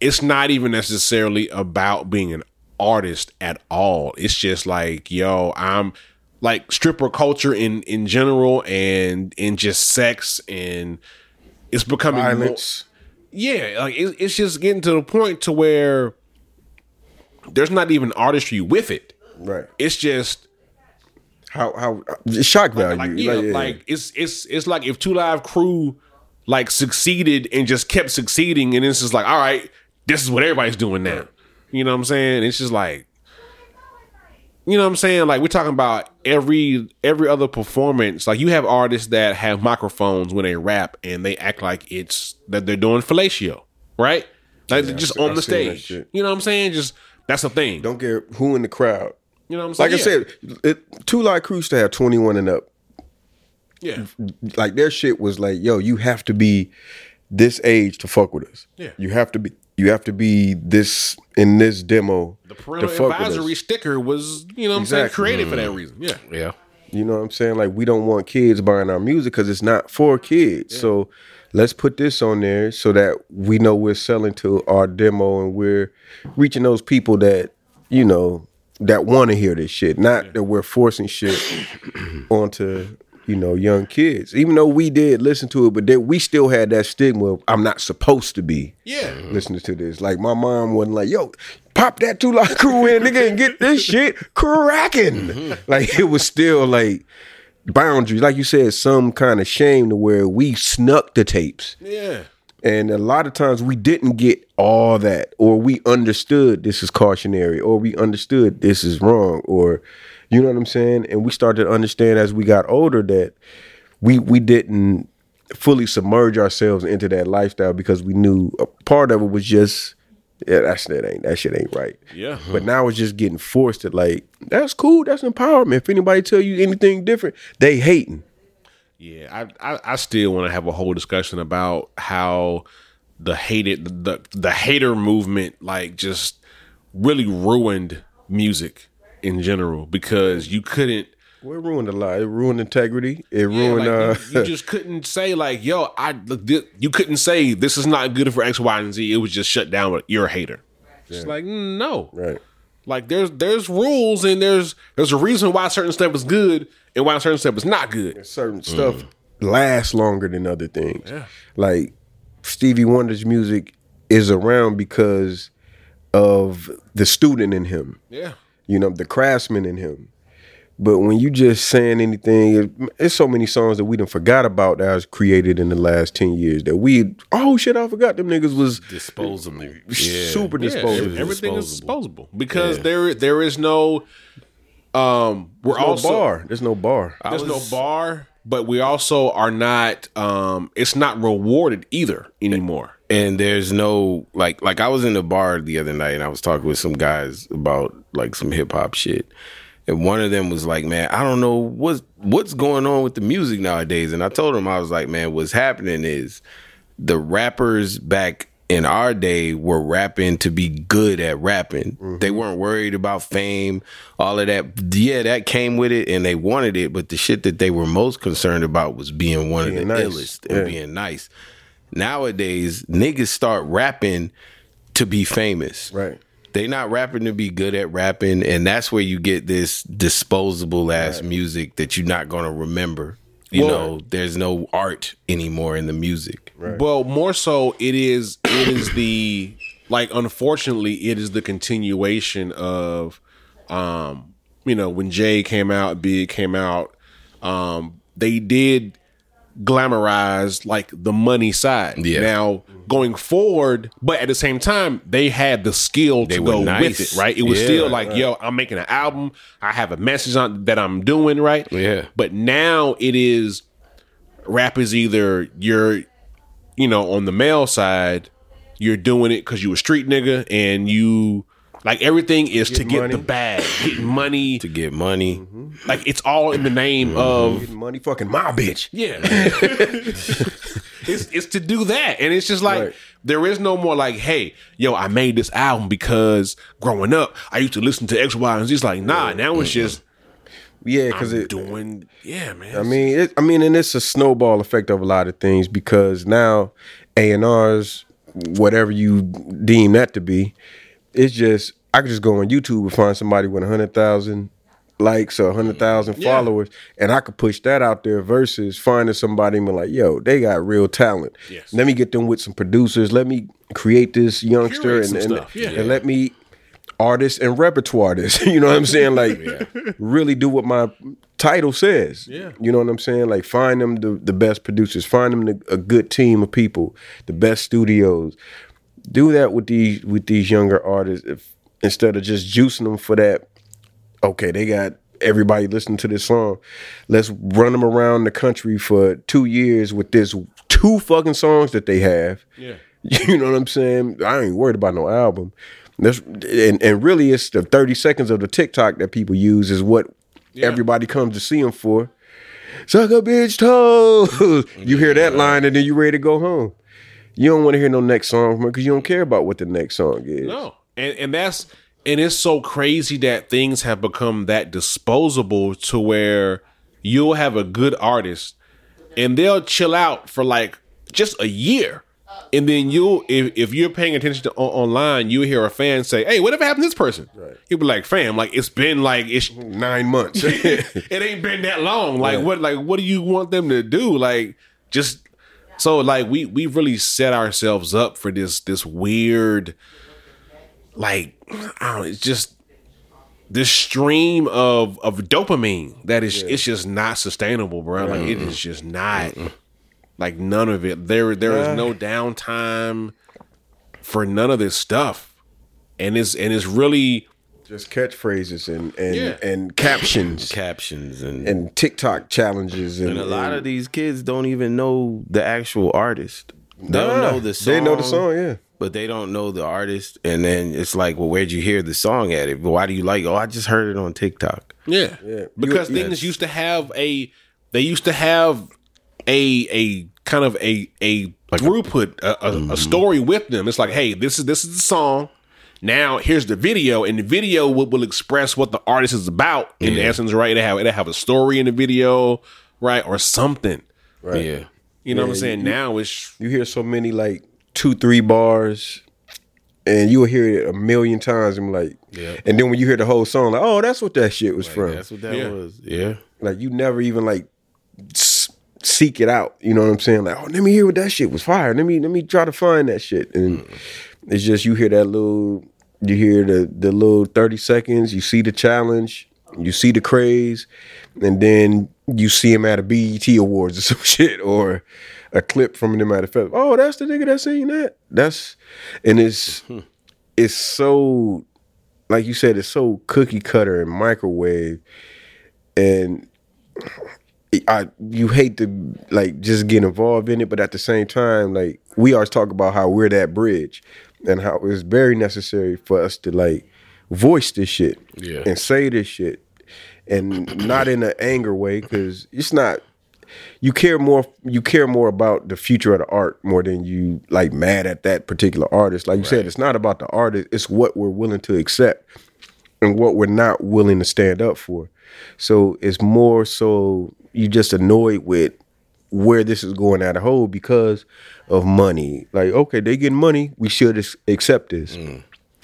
[SPEAKER 4] it's not even necessarily about being an artist at all. It's just like, yo, I'm like stripper culture in in general and in just sex and it's becoming more-
[SPEAKER 1] Violence.
[SPEAKER 4] yeah, like it, it's just getting to the point to where there's not even artistry with it.
[SPEAKER 1] Right.
[SPEAKER 4] It's just
[SPEAKER 1] How how shock value?
[SPEAKER 4] like yeah, like, it's it's it's like if Two Live Crew like succeeded and just kept succeeding, and it's just like, all right, this is what everybody's doing now. You know what I'm saying? It's just like, you know what I'm saying? Like we're talking about every every other performance. Like you have artists that have microphones when they rap and they act like it's that they're doing fellatio, right? Like they're just
[SPEAKER 1] I've-
[SPEAKER 4] on
[SPEAKER 1] I've
[SPEAKER 4] the
[SPEAKER 1] seen that
[SPEAKER 4] stage.
[SPEAKER 1] shit.
[SPEAKER 4] You know what I'm saying? Just that's the thing.
[SPEAKER 1] don't care who in the crowd.
[SPEAKER 4] you know what I'm saying?
[SPEAKER 1] Like I said, it, Two Live Crew used to have 21 and up.
[SPEAKER 4] yeah, yeah.
[SPEAKER 1] Like their shit was like, yo, you have to be this age to fuck with us.
[SPEAKER 4] Yeah.
[SPEAKER 1] You have to be. You have to be this in this demo.
[SPEAKER 4] The
[SPEAKER 1] to
[SPEAKER 4] parental
[SPEAKER 1] fuck with us.
[SPEAKER 4] advisory sticker was, you know what I'm saying,
[SPEAKER 1] Exactly. Mm.
[SPEAKER 4] created for that reason. Yeah.
[SPEAKER 3] Yeah.
[SPEAKER 1] You know what I'm saying? Like we don't want kids buying our music because it's not for kids. So let's put this on there so that we know we're selling to our demo and we're reaching those people that you know that want to hear this shit. Not that we're forcing shit onto you know young kids. Even though we did listen to it, but then we still had that stigma. Of, I'm not supposed to be
[SPEAKER 4] Yeah.
[SPEAKER 1] Mm-hmm. listening to this. Like my mom wasn't like, yo, pop that two lot crew in, nigga, and get this shit cracking. Like it was still like boundaries. Like you said, some kind of shame to where we snuck the tapes.
[SPEAKER 4] Yeah.
[SPEAKER 1] And a lot of times we didn't get all that, or we understood this is cautionary, or we understood this is wrong, or you know what I'm saying? And we started to understand as we got older that we we didn't fully submerge ourselves into that lifestyle because we knew a part of it was just yeah, that's that ain't that shit ain't right.
[SPEAKER 4] Yeah.
[SPEAKER 1] But now it's just getting forced to like, that's cool, that's empowerment. If anybody tell you anything different, they hating.
[SPEAKER 4] Yeah. I, I, I still want to have a whole discussion about how the hated the the hater movement like just really ruined music in general because you couldn't
[SPEAKER 1] Well, it ruined a lot. It ruined integrity. It
[SPEAKER 4] Yeah,
[SPEAKER 1] ruined
[SPEAKER 4] like,
[SPEAKER 1] uh
[SPEAKER 4] you, you just couldn't say like, "Yo, I look." This, you couldn't say this is not good for X, Y, and Z. It was just shut down. With, You're a hater. It's like "Mm, no,
[SPEAKER 1] Right.
[SPEAKER 4] Like there's there's rules and there's there's a reason why certain stuff is good and why certain stuff is not good.
[SPEAKER 1] certain stuff lasts longer than other things. Like Stevie Wonder's music is around because of the student in him.
[SPEAKER 4] Yeah.
[SPEAKER 1] You know, the craftsman in him. But when you just saying anything, it- it's so many songs that we done forgot about that was created in the last ten years that we oh shit I forgot them niggas was
[SPEAKER 3] Disposable.
[SPEAKER 1] super
[SPEAKER 4] Yeah,
[SPEAKER 1] disposable.
[SPEAKER 4] ev- everything is
[SPEAKER 3] disposable.
[SPEAKER 4] disposable because
[SPEAKER 3] Yeah.
[SPEAKER 4] there there is no um we're
[SPEAKER 1] no
[SPEAKER 4] also
[SPEAKER 1] bar. There's no bar.
[SPEAKER 4] there's no bar, but we also are not um it's not rewarded either anymore.
[SPEAKER 3] and there's no like like I was in the bar the other night and I was talking with some guys about like some hip hop shit. And one of them was like, "Man, I don't know what's what's going on with the music nowadays." And I told him I was like, "Man, what's happening is the rappers back in our day were rapping to be good at rapping.
[SPEAKER 1] Mm-hmm.
[SPEAKER 3] They weren't worried about fame, all of that. Yeah, that came with it and they wanted it, but the shit that they were most concerned about was being one of
[SPEAKER 1] Being
[SPEAKER 3] the
[SPEAKER 1] nice.
[SPEAKER 3] illest and
[SPEAKER 1] Yeah.
[SPEAKER 3] being nice. Nowadays, niggas start rapping to be famous.
[SPEAKER 1] Right.
[SPEAKER 3] They not rapping to be good at rapping, and that's where you get this disposable ass music that you're not gonna remember. You know, there's no art anymore in the music.
[SPEAKER 4] Well, more so, it is it is the like unfortunately it is the continuation of um you know when Jay came out, Big came out, um they did glamorize like the money side.
[SPEAKER 3] Yeah.
[SPEAKER 4] Now going forward, but at the same time they had the skill to
[SPEAKER 3] They were
[SPEAKER 4] go
[SPEAKER 3] nice.
[SPEAKER 4] with it, right? It was
[SPEAKER 3] Yeah,
[SPEAKER 4] still like, yo, I'm making an album, I have a message on that I'm doing, right?
[SPEAKER 3] Yeah.
[SPEAKER 4] But now it is rap is either you're you know on the male side you're doing it because you a street nigga and you like everything is to get
[SPEAKER 1] money.
[SPEAKER 4] the bag getting money
[SPEAKER 3] To get money,
[SPEAKER 1] Mm-hmm.
[SPEAKER 4] like it's all in the name of
[SPEAKER 1] Getting money fucking my bitch.
[SPEAKER 4] yeah it's, it's to do that and it's just like
[SPEAKER 1] Right.
[SPEAKER 4] there is no more like hey yo i made this album because growing up i used to listen to x y and z it's like nah now it's just
[SPEAKER 1] Yeah,
[SPEAKER 4] because
[SPEAKER 1] because it
[SPEAKER 4] doing yeah man
[SPEAKER 1] I mean, it, I mean, and it's a snowball effect of a lot of things because now A and R's, whatever you deem that to be, it's just I could just go on YouTube and find somebody with hundred thousand likes or hundred thousand followers, and I could push that out there versus finding somebody and be like, "Yo, they got real talent.
[SPEAKER 4] Yes.
[SPEAKER 1] Let me get them with some producers. Let me create this youngster
[SPEAKER 4] Curate
[SPEAKER 1] and
[SPEAKER 4] some
[SPEAKER 1] and,
[SPEAKER 4] stuff, yeah.
[SPEAKER 1] and let me." Artist and repertoire this, you know what I'm saying? Like, really do what my title says.
[SPEAKER 4] Yeah.
[SPEAKER 1] You know what I'm saying? Like find them the, the best producers, find them the, a good team of people, the best studios. Do that with these with these younger artists if, instead of just juicing them for that. Okay, they got everybody listening to this song. Let's run them around the country for two years with this two fucking songs that they have.
[SPEAKER 4] Yeah.
[SPEAKER 1] You know what I'm saying? I ain't worried about no album. That's and, and really it's the 30 seconds of the TikTok that people use is what everybody comes to see them for. Suck a bitch toes. you hear that line and then you ready to go home. You don't want to hear no next song from because you don't care about what the next song is.
[SPEAKER 4] No, and and that's and it's so crazy that things have become that disposable to where you'll have a good artist and they'll chill out for like just a year. And then you'll, if, if you're paying attention to on, online, you hear a fan say, "Hey, whatever happened to this person?" Right. You'll be like, "Fam, like it's been like it's
[SPEAKER 1] Nine months.
[SPEAKER 4] it ain't been that long. Like what like what do you want them to do? Like just so like we we really set ourselves up for this this weird like I don't know, it's just this stream of of dopamine that is it's just not sustainable, bro. Like it is just not like none of it. There there is no downtime for none of this stuff. And it's and it's really
[SPEAKER 1] Just catchphrases and and,
[SPEAKER 4] Yeah.
[SPEAKER 1] and captions
[SPEAKER 3] captions, and
[SPEAKER 1] and TikTok challenges and,
[SPEAKER 3] And a lot of these kids don't even know the actual artist. They don't
[SPEAKER 1] Nah,
[SPEAKER 3] know the song.
[SPEAKER 1] they know the song, yeah.
[SPEAKER 3] But they don't know the artist. And then it's like, well, where'd you hear the song at? It why do you like? Oh, I just heard it on TikTok.
[SPEAKER 4] Yeah. Because things used to have a they used to have a a kind of a a throughput a, a, a story with them. It's like, hey, this is this is the song. Now here's the video, and the video will, will express what the artist is about. In
[SPEAKER 3] Yeah.
[SPEAKER 4] essence, right? They have they have a story in the video, right, or something.
[SPEAKER 1] Right.
[SPEAKER 3] Yeah.
[SPEAKER 4] You know what I'm saying? now it's
[SPEAKER 1] you hear so many like two three bars and you will hear it a million times. I'm like,
[SPEAKER 3] Yeah.
[SPEAKER 1] and then when you hear the whole song, like, oh, that's what that shit was from.
[SPEAKER 3] That's what that
[SPEAKER 4] Yeah.
[SPEAKER 3] was. Yeah.
[SPEAKER 1] like you never even like s- seek it out. You know what I'm saying? Like, oh, let me hear what that shit was fire. Let me let me try to find that shit. And it's just you hear that little, you hear the the little thirty seconds. You see the challenge. You see the craze, and then you see him at a BET Awards or some shit, or a clip from him at a festival. Oh, that's the nigga that seen that. That's and it's it's so like you said, it's so cookie cutter and microwave, and I you hate to like just get involved in it, but at the same time, like we always talk about how we're that bridge and how it's very necessary for us to like voice this shit
[SPEAKER 3] Yeah.
[SPEAKER 1] and say this shit and not in an anger way because it's not you care more you care more about the future of the art more than you like mad at that particular artist like you said it's not about the artist it's what we're willing to accept and what we're not willing to stand up for so it's more so you just annoyed with where this is going out of hole because of money like okay they get money we should ex- accept this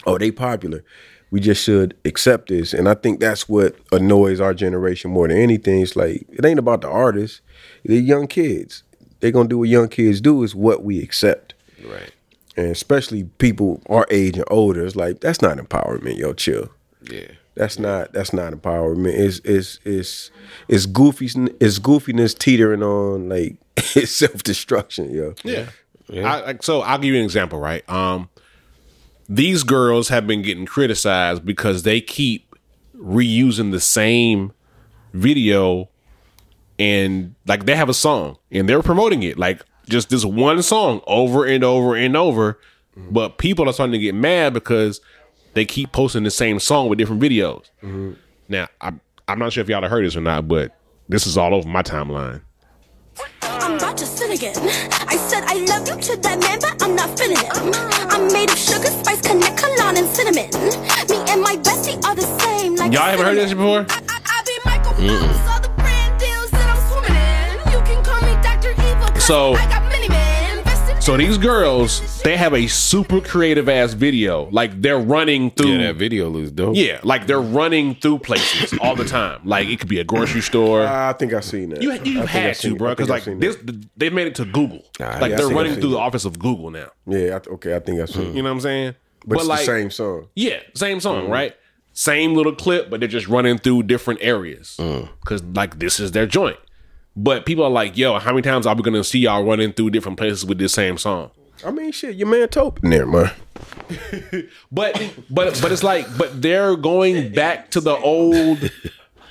[SPEAKER 1] oh they popular we just should accept this and i think that's what annoys our generation more than anything it's like it ain't about the artists they're young kids they're gonna do what young kids do is what we accept
[SPEAKER 3] Right.
[SPEAKER 1] and especially people our age and older it's like that's not empowerment yo chill
[SPEAKER 3] Yeah.
[SPEAKER 1] that's not that's not empowerment. It's it's it's it's goofy it's goofiness teetering on like it's self destruction, yo.
[SPEAKER 4] Yeah. I, like, so I'll give you an example, right? Um, these girls have been getting criticized because they keep reusing the same video and like they have a song and they're promoting it like just this one song over and over and over but people are starting to get mad because they keep posting the same song with different videos now I, i'm not sure if y'all have heard this or not but this is all over my timeline
[SPEAKER 7] I'm Roger Finnegan. I said I love you to that man, but I'm not feeling it. I'm made of sugar, spice, connect, colon, and cinnamon. Me and my bestie are the same. Like
[SPEAKER 4] Y'all haven't heard this before? Mm.
[SPEAKER 7] I, I, I be Michael Phelps, all the brand deals that I'm swimming in. You can call me Dr. Evil. 'cause
[SPEAKER 4] So-
[SPEAKER 7] I got many men. Invested-
[SPEAKER 4] So these girls, they have a super creative ass video. Like they're running through.
[SPEAKER 3] Yeah, that video was dope.
[SPEAKER 4] Yeah, like they're running through places all the time. Like it could be a grocery store.
[SPEAKER 1] I think I seen that.
[SPEAKER 4] You
[SPEAKER 1] Uh, I
[SPEAKER 4] you
[SPEAKER 1] think I
[SPEAKER 4] had
[SPEAKER 1] seen
[SPEAKER 4] to,
[SPEAKER 1] it.
[SPEAKER 4] bro,
[SPEAKER 1] I think
[SPEAKER 4] because
[SPEAKER 1] I
[SPEAKER 4] like
[SPEAKER 1] seen
[SPEAKER 4] this,
[SPEAKER 1] it.
[SPEAKER 4] they made it to Google.
[SPEAKER 3] Nah, Ah, yeah,
[SPEAKER 4] like
[SPEAKER 3] I
[SPEAKER 4] they're
[SPEAKER 1] seen it,
[SPEAKER 4] running
[SPEAKER 1] I
[SPEAKER 4] through
[SPEAKER 1] seen
[SPEAKER 4] the
[SPEAKER 1] it.
[SPEAKER 4] office of Google now.
[SPEAKER 1] Yeah, I, th- okay, I think I seen.
[SPEAKER 4] You
[SPEAKER 1] it.
[SPEAKER 4] know what I'm saying?
[SPEAKER 1] But, it's the same song.
[SPEAKER 4] Yeah, same song,
[SPEAKER 3] Mm.
[SPEAKER 4] right? Same little clip, but they're just running through different areas
[SPEAKER 3] Mm.
[SPEAKER 4] because like this is their joint. But people are like, "Yo, how many times are we gonna see y'all running through different places with this same song?"
[SPEAKER 1] I mean, shit, your man Tope. Never mind.
[SPEAKER 4] But but but it's like but they're going back to the old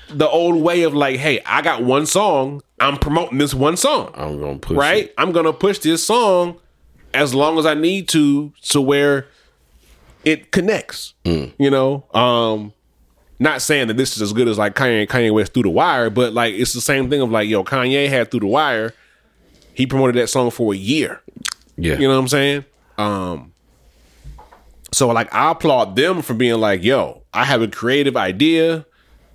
[SPEAKER 4] the old way of like, hey, I got one song, I'm promoting this one song.
[SPEAKER 3] I'm gonna push
[SPEAKER 4] right?
[SPEAKER 3] it.
[SPEAKER 4] I'm gonna push this song as long as I need to to where it connects. You know? Um not saying that this is as good as like Kanye Kanye West through the wire, but like it's the same thing of like, yo, Kanye had through the wire, he promoted that song for a year.
[SPEAKER 3] Yeah.
[SPEAKER 4] You know what I'm saying? Um so like I applaud them for being like, yo, I have a creative idea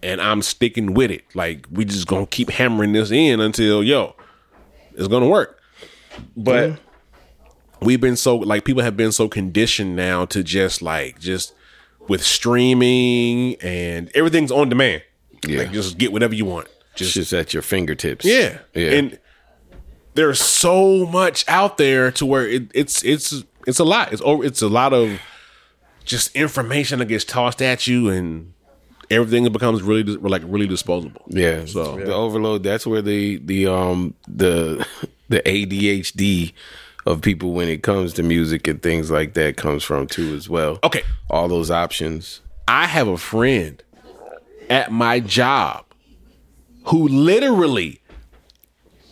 [SPEAKER 4] and I'm sticking with it. Like we just gonna keep hammering this in until yo, it's gonna work. But we've been so like people have been so conditioned now to just like just with streaming and everything's on demand.
[SPEAKER 3] Yeah.
[SPEAKER 4] Like just get whatever you want.
[SPEAKER 3] It's
[SPEAKER 4] Just
[SPEAKER 3] just at your fingertips.
[SPEAKER 4] yeah.
[SPEAKER 3] Yeah.
[SPEAKER 4] And there's so much out there to where it, it's it's it's a lot. It's over it's a lot of just information that gets tossed at you and everything becomes really dis- like really disposable.
[SPEAKER 3] yeah.
[SPEAKER 4] So-
[SPEAKER 3] So the overload, that's where the the um the the ADHD of people when it comes to music and things like that comes from too as well.
[SPEAKER 4] Okay.
[SPEAKER 3] All those options.
[SPEAKER 4] I have a friend at my job who literally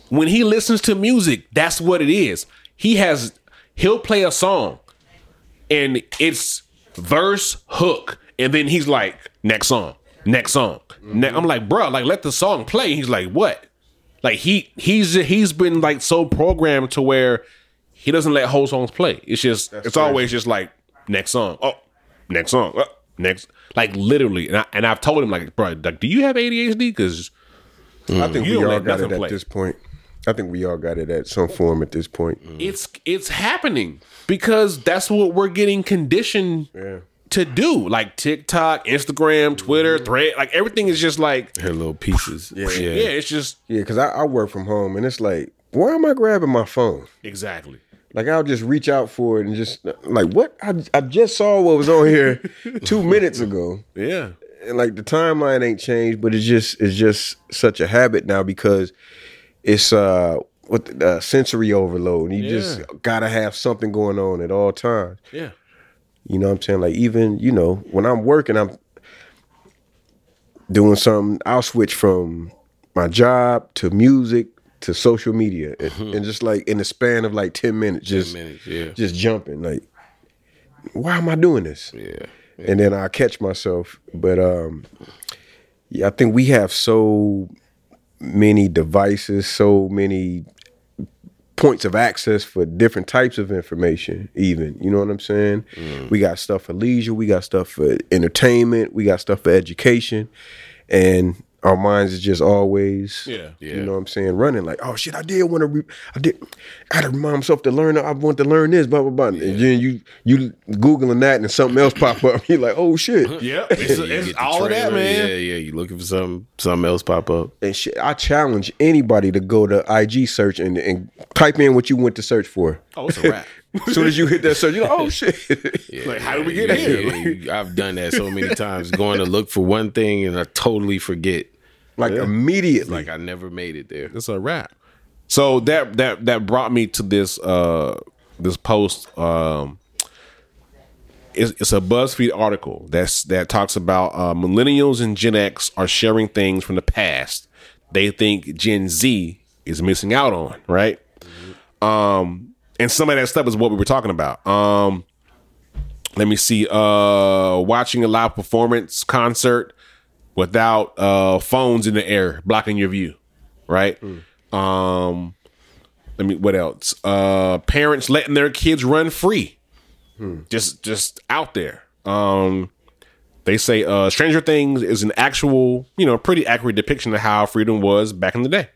[SPEAKER 4] when he listens to music, that's what it is. He has he'll play a song and it's verse hook and then he's like next song, next song. Ne- I'm like, "Bruh, like let the song play." He's like, "What?" Like he he's he's been like so programmed to where he doesn't let whole songs play. It's just it's always just like next song. Oh, next song. Oh, next like literally and, I, and I've told him like, "Bro, like, do you have ADHD cuz
[SPEAKER 1] I think
[SPEAKER 4] Mm-hmm. You
[SPEAKER 1] we
[SPEAKER 4] don't
[SPEAKER 1] all
[SPEAKER 4] let
[SPEAKER 1] got it
[SPEAKER 4] nothing
[SPEAKER 1] at
[SPEAKER 4] play. Mm-hmm. Mm.
[SPEAKER 1] this point. I think we all got it at some form at this point.
[SPEAKER 4] it's it's happening because that's what we're getting conditioned
[SPEAKER 1] Yeah.
[SPEAKER 4] to do. Like TikTok, Instagram, Twitter, Thread, like everything is just like
[SPEAKER 3] Her little pieces. Yeah.
[SPEAKER 4] Mm-hmm. yeah, it's just
[SPEAKER 1] Yeah, because I, I work from home and it's like, why am I grabbing my phone?
[SPEAKER 4] exactly.
[SPEAKER 1] Like I'll just reach out for it and just like what I, I just saw what was on here two minutes ago.
[SPEAKER 4] Yeah.
[SPEAKER 1] and like the timeline ain't changed, but it's just it's just such a habit now because it's uh what the, uh, sensory overload. You just gotta have something going on at all times.
[SPEAKER 4] Yeah.
[SPEAKER 1] You know what I'm saying? Like even you know when I'm working, I'm doing something. I'll switch from my job to music to social media, and, and just like in the span of like ten minutes, just
[SPEAKER 3] minutes, yeah.
[SPEAKER 1] just jumping. Like, why am I doing this?
[SPEAKER 3] Yeah.
[SPEAKER 1] and then I catch myself. But um, yeah, I think we have so many devices, so many points of access for different types of information. Even you know what I'm saying?
[SPEAKER 3] Mm.
[SPEAKER 1] We got stuff for leisure, we got stuff for entertainment, we got stuff for education, and our minds is just always
[SPEAKER 4] Yeah.
[SPEAKER 1] you know what I'm saying running like oh shit I did want to re- I did I had to remind myself to learn I want to learn this blah blah blah and then you you googling that and something else pop up you're like oh shit
[SPEAKER 4] Yeah. It's,
[SPEAKER 3] You
[SPEAKER 4] it's
[SPEAKER 3] get the
[SPEAKER 4] all of that,
[SPEAKER 3] trailer,
[SPEAKER 4] man.
[SPEAKER 3] Yeah, yeah. You looking for something something else pop up.
[SPEAKER 1] and shit I challenge anybody to go to IG search and, and type in what you went to search for
[SPEAKER 4] Oh, it's a wrap.
[SPEAKER 1] as soon as you hit that search you're like oh shit
[SPEAKER 4] like, how do we
[SPEAKER 3] Yeah,
[SPEAKER 4] get here?
[SPEAKER 3] yeah, you- I've done that so many times. Going to look for one thing and I totally forget.
[SPEAKER 1] like immediately
[SPEAKER 3] Like I never made it there.
[SPEAKER 4] it's a wrap. So that that that brought me to this uh this post. Um, it's, it's a BuzzFeed article that's that talks about uh, millennials and Gen X are sharing things from the past they think Gen Z is missing out on, right? Um, and some of that stuff is what we were talking about. Um, let me see. Uh, watching a live performance concert without uh phones in the air blocking your view right? Um, let me. What else? Uh, parents letting their kids run free, just just out there. Um, they say uh, Stranger Things is an actual, you know, pretty accurate depiction of how freedom was back in the day.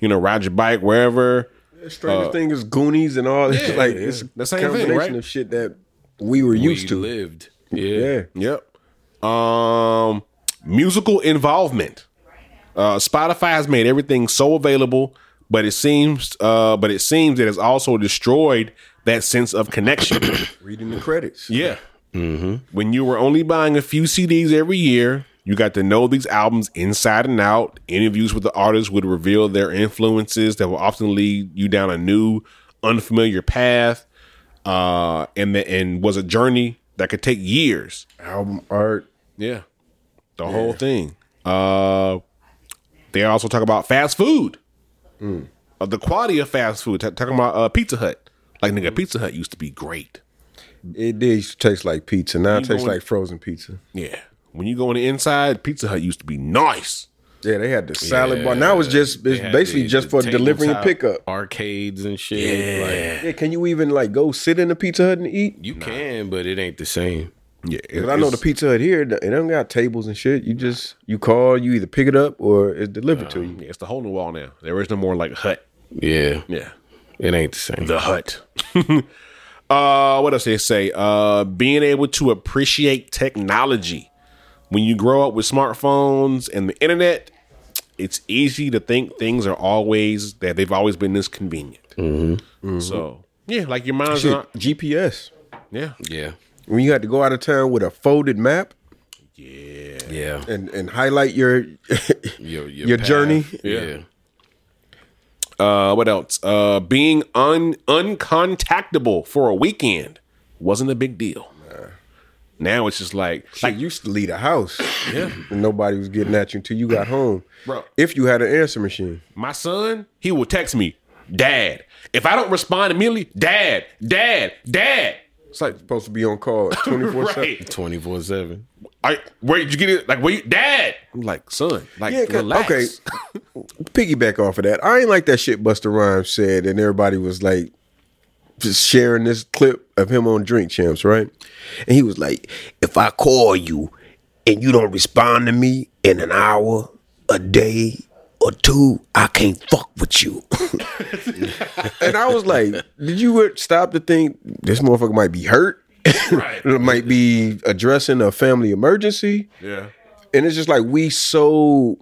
[SPEAKER 4] You know, ride your bike wherever.
[SPEAKER 1] Stranger Thing is Goonies and all
[SPEAKER 4] uh, yeah,
[SPEAKER 1] it's like
[SPEAKER 4] yeah.
[SPEAKER 1] it's
[SPEAKER 4] The
[SPEAKER 1] the
[SPEAKER 4] same
[SPEAKER 1] same
[SPEAKER 4] thing,
[SPEAKER 1] combination
[SPEAKER 4] right?
[SPEAKER 1] of shit that we were used
[SPEAKER 3] we
[SPEAKER 1] to
[SPEAKER 3] lived. Yeah.
[SPEAKER 1] yeah
[SPEAKER 4] Yep. Um, musical involvement. Uh, Spotify has made everything so available, but it seems, uh, but it seems it has also destroyed that sense of connection.
[SPEAKER 1] reading the credits
[SPEAKER 4] Yeah. When you were only buying a few CDs every year, you got to know these albums inside and out. Interviews with the artists would reveal their influences that will often lead you down a new, unfamiliar path. Uh, and the, and was a journey that could take years.
[SPEAKER 1] album art
[SPEAKER 4] Yeah. The whole thing. Uh they also talk about fast food. Uh, the quality of fast food. Ta- talking about uh, Pizza Hut. Like nigga, Pizza Hut used to be great.
[SPEAKER 1] it did used to taste like pizza now it tastes
[SPEAKER 4] going-
[SPEAKER 1] like frozen pizza.
[SPEAKER 4] Yeah. When you go on the inside, Pizza Hut used to be nice.
[SPEAKER 1] Yeah, they had the salad bar. Now it's just it's basically just for delivery and pickup.
[SPEAKER 3] Arcades and shit. Like
[SPEAKER 1] Yeah, can you even like go sit in the Pizza Hut and eat?
[SPEAKER 3] you can, but it ain't the same.
[SPEAKER 4] Yeah. it-
[SPEAKER 1] 'Cause I know the
[SPEAKER 4] it's-
[SPEAKER 1] Pizza Hut here, it don't got tables and shit. You just you call, you either pick it up or it's delivered to you.
[SPEAKER 4] yeah, it's the hole in the wall now. There is no more like hut.
[SPEAKER 3] Yeah.
[SPEAKER 4] Yeah.
[SPEAKER 3] It ain't the same.
[SPEAKER 4] The hut. uh what else they say? Uh being able to appreciate technology. When you grow up with smartphones and the internet, it's easy to think things are always that they've always been this convenient. So yeah, like your mind's
[SPEAKER 1] Shit,
[SPEAKER 4] not
[SPEAKER 1] GPS.
[SPEAKER 4] yeah.
[SPEAKER 3] Yeah.
[SPEAKER 1] When you had to go out of town with a folded map
[SPEAKER 3] Yeah.
[SPEAKER 1] and and highlight your
[SPEAKER 3] Your,
[SPEAKER 1] Your
[SPEAKER 3] path.
[SPEAKER 1] journey.
[SPEAKER 3] Yeah.
[SPEAKER 4] Uh, what else? Uh, being un uncontactable for a weekend wasn't a big deal. Now it's just like,
[SPEAKER 1] like
[SPEAKER 4] like
[SPEAKER 1] you used to leave the house. Yeah. And nobody was getting at you until you got home.
[SPEAKER 4] Bro.
[SPEAKER 1] If you had an answer machine.
[SPEAKER 4] my son, he will text me, Dad. If I don't respond immediately, Dad, Dad, Dad. It's like,
[SPEAKER 1] Supposed to be on call 24 7.
[SPEAKER 4] right?
[SPEAKER 3] 24 7.
[SPEAKER 4] Are, where did you get it? Like, where you, Dad? I'm like, son, like,
[SPEAKER 1] Yeah, 'cause-
[SPEAKER 4] relax.
[SPEAKER 1] okay. piggyback off of that. I ain't like that shit Buster Rhymes said, and everybody was like just sharing this clip of him on Drink Champs, right? And he was like, if I call you and you don't respond to me in an hour, a day, or two, I can't fuck with you. and I was like, did you stop to think this motherfucker might be hurt?
[SPEAKER 4] Right.
[SPEAKER 1] it might be addressing a family emergency.
[SPEAKER 4] Yeah.
[SPEAKER 1] And it's just like we so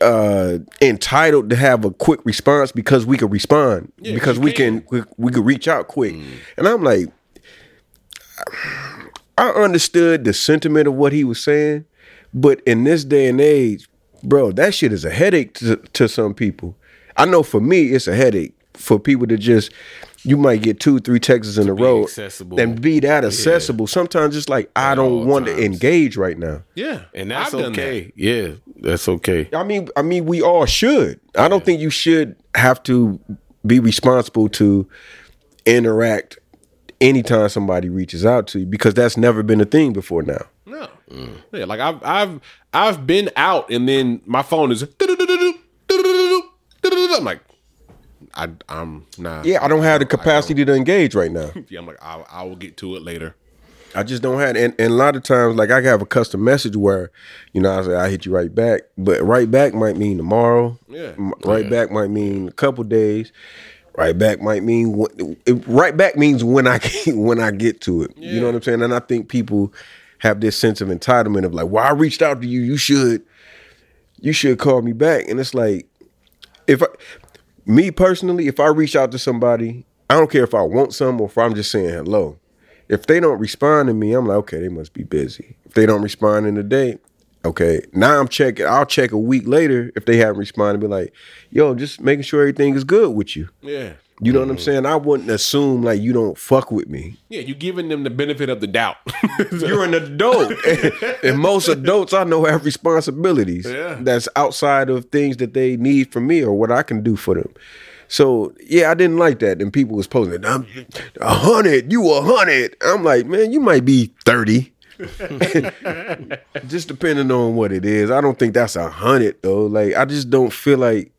[SPEAKER 1] uh entitled to have a quick response because we can respond because
[SPEAKER 4] you
[SPEAKER 1] we
[SPEAKER 4] can.
[SPEAKER 1] can, we, we can reach out quick
[SPEAKER 3] Mm.
[SPEAKER 1] and i'm like i understood the sentiment of what he was saying but in this day and age bro that shit is a headache to, to some people i know for me it's a headache for people to just you might get two three texts in a row
[SPEAKER 3] accessible.
[SPEAKER 1] and be that accessible sometimes it's like i don't
[SPEAKER 3] all
[SPEAKER 1] want to
[SPEAKER 3] times.
[SPEAKER 1] engage right now
[SPEAKER 4] Yeah.
[SPEAKER 3] and that's
[SPEAKER 4] I've done that.
[SPEAKER 3] okay. Yeah, that's okay.
[SPEAKER 1] I mean, I mean, we all should. I don't think you should have to be responsible to interact anytime somebody reaches out to you because that's never been a thing before now.
[SPEAKER 4] No. Yeah, like I've I've I've been out and then my phone is I'm like I I'm nah.
[SPEAKER 1] Yeah, I don't have the capacity to engage right now.
[SPEAKER 4] Yeah, I'm like I I will get to it later.
[SPEAKER 1] I just don't have, and, and a lot of times, like I have a custom message where, you know, I say I hit you right back, but right back might mean tomorrow.
[SPEAKER 4] Yeah.
[SPEAKER 1] M- Right back might mean a couple days. Right back might mean when, it, right back means when I can, when I get to it. You know what I'm saying? And I think people have this sense of entitlement of like, well, I reached out to you, you should, you should call me back. And it's like, if I, me personally, if I reach out to somebody, I don't care if I want some or if I'm just saying hello. If they don't respond to me, I'm like, okay, they must be busy. If they don't respond in a day, okay, now I'm checking. I'll check a week later if they haven't responded. Be like, yo, just making sure everything is good with you.
[SPEAKER 4] Yeah.
[SPEAKER 1] You know what I'm saying? I wouldn't assume like you don't fuck with me.
[SPEAKER 4] Yeah, you're giving them the benefit of the doubt.
[SPEAKER 1] You're an adult, and most adults I know have responsibilities
[SPEAKER 4] Yeah.
[SPEAKER 1] that's outside of things that they need from me or what I can do for them. So yeah, I didn't like that. And people was posting, "I'm a hundred, you a hundred. I'm like, man, you might be thirty. just depending on what it is. I don't think that's a hundred though. Like I just don't feel like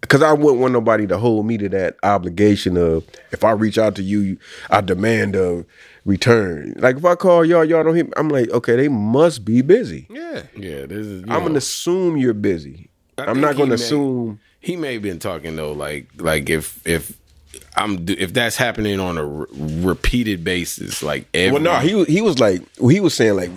[SPEAKER 1] because I wouldn't want nobody to hold me to that obligation of if I reach out to you, you- I demand a return. Like if I call y'all, y'all don't hit me. I'm like, okay, they must be busy.
[SPEAKER 4] yeah.
[SPEAKER 3] Yeah, this is. you
[SPEAKER 1] I'm
[SPEAKER 3] know.
[SPEAKER 1] gonna assume you're busy.
[SPEAKER 3] I
[SPEAKER 1] I'm not
[SPEAKER 3] think he
[SPEAKER 1] gonna
[SPEAKER 3] may-
[SPEAKER 1] assume.
[SPEAKER 3] He may have been talking though, like like if if I'm do- if that's happening on a re- repeated basis, like every
[SPEAKER 1] Well, no, he was- he was like he was saying like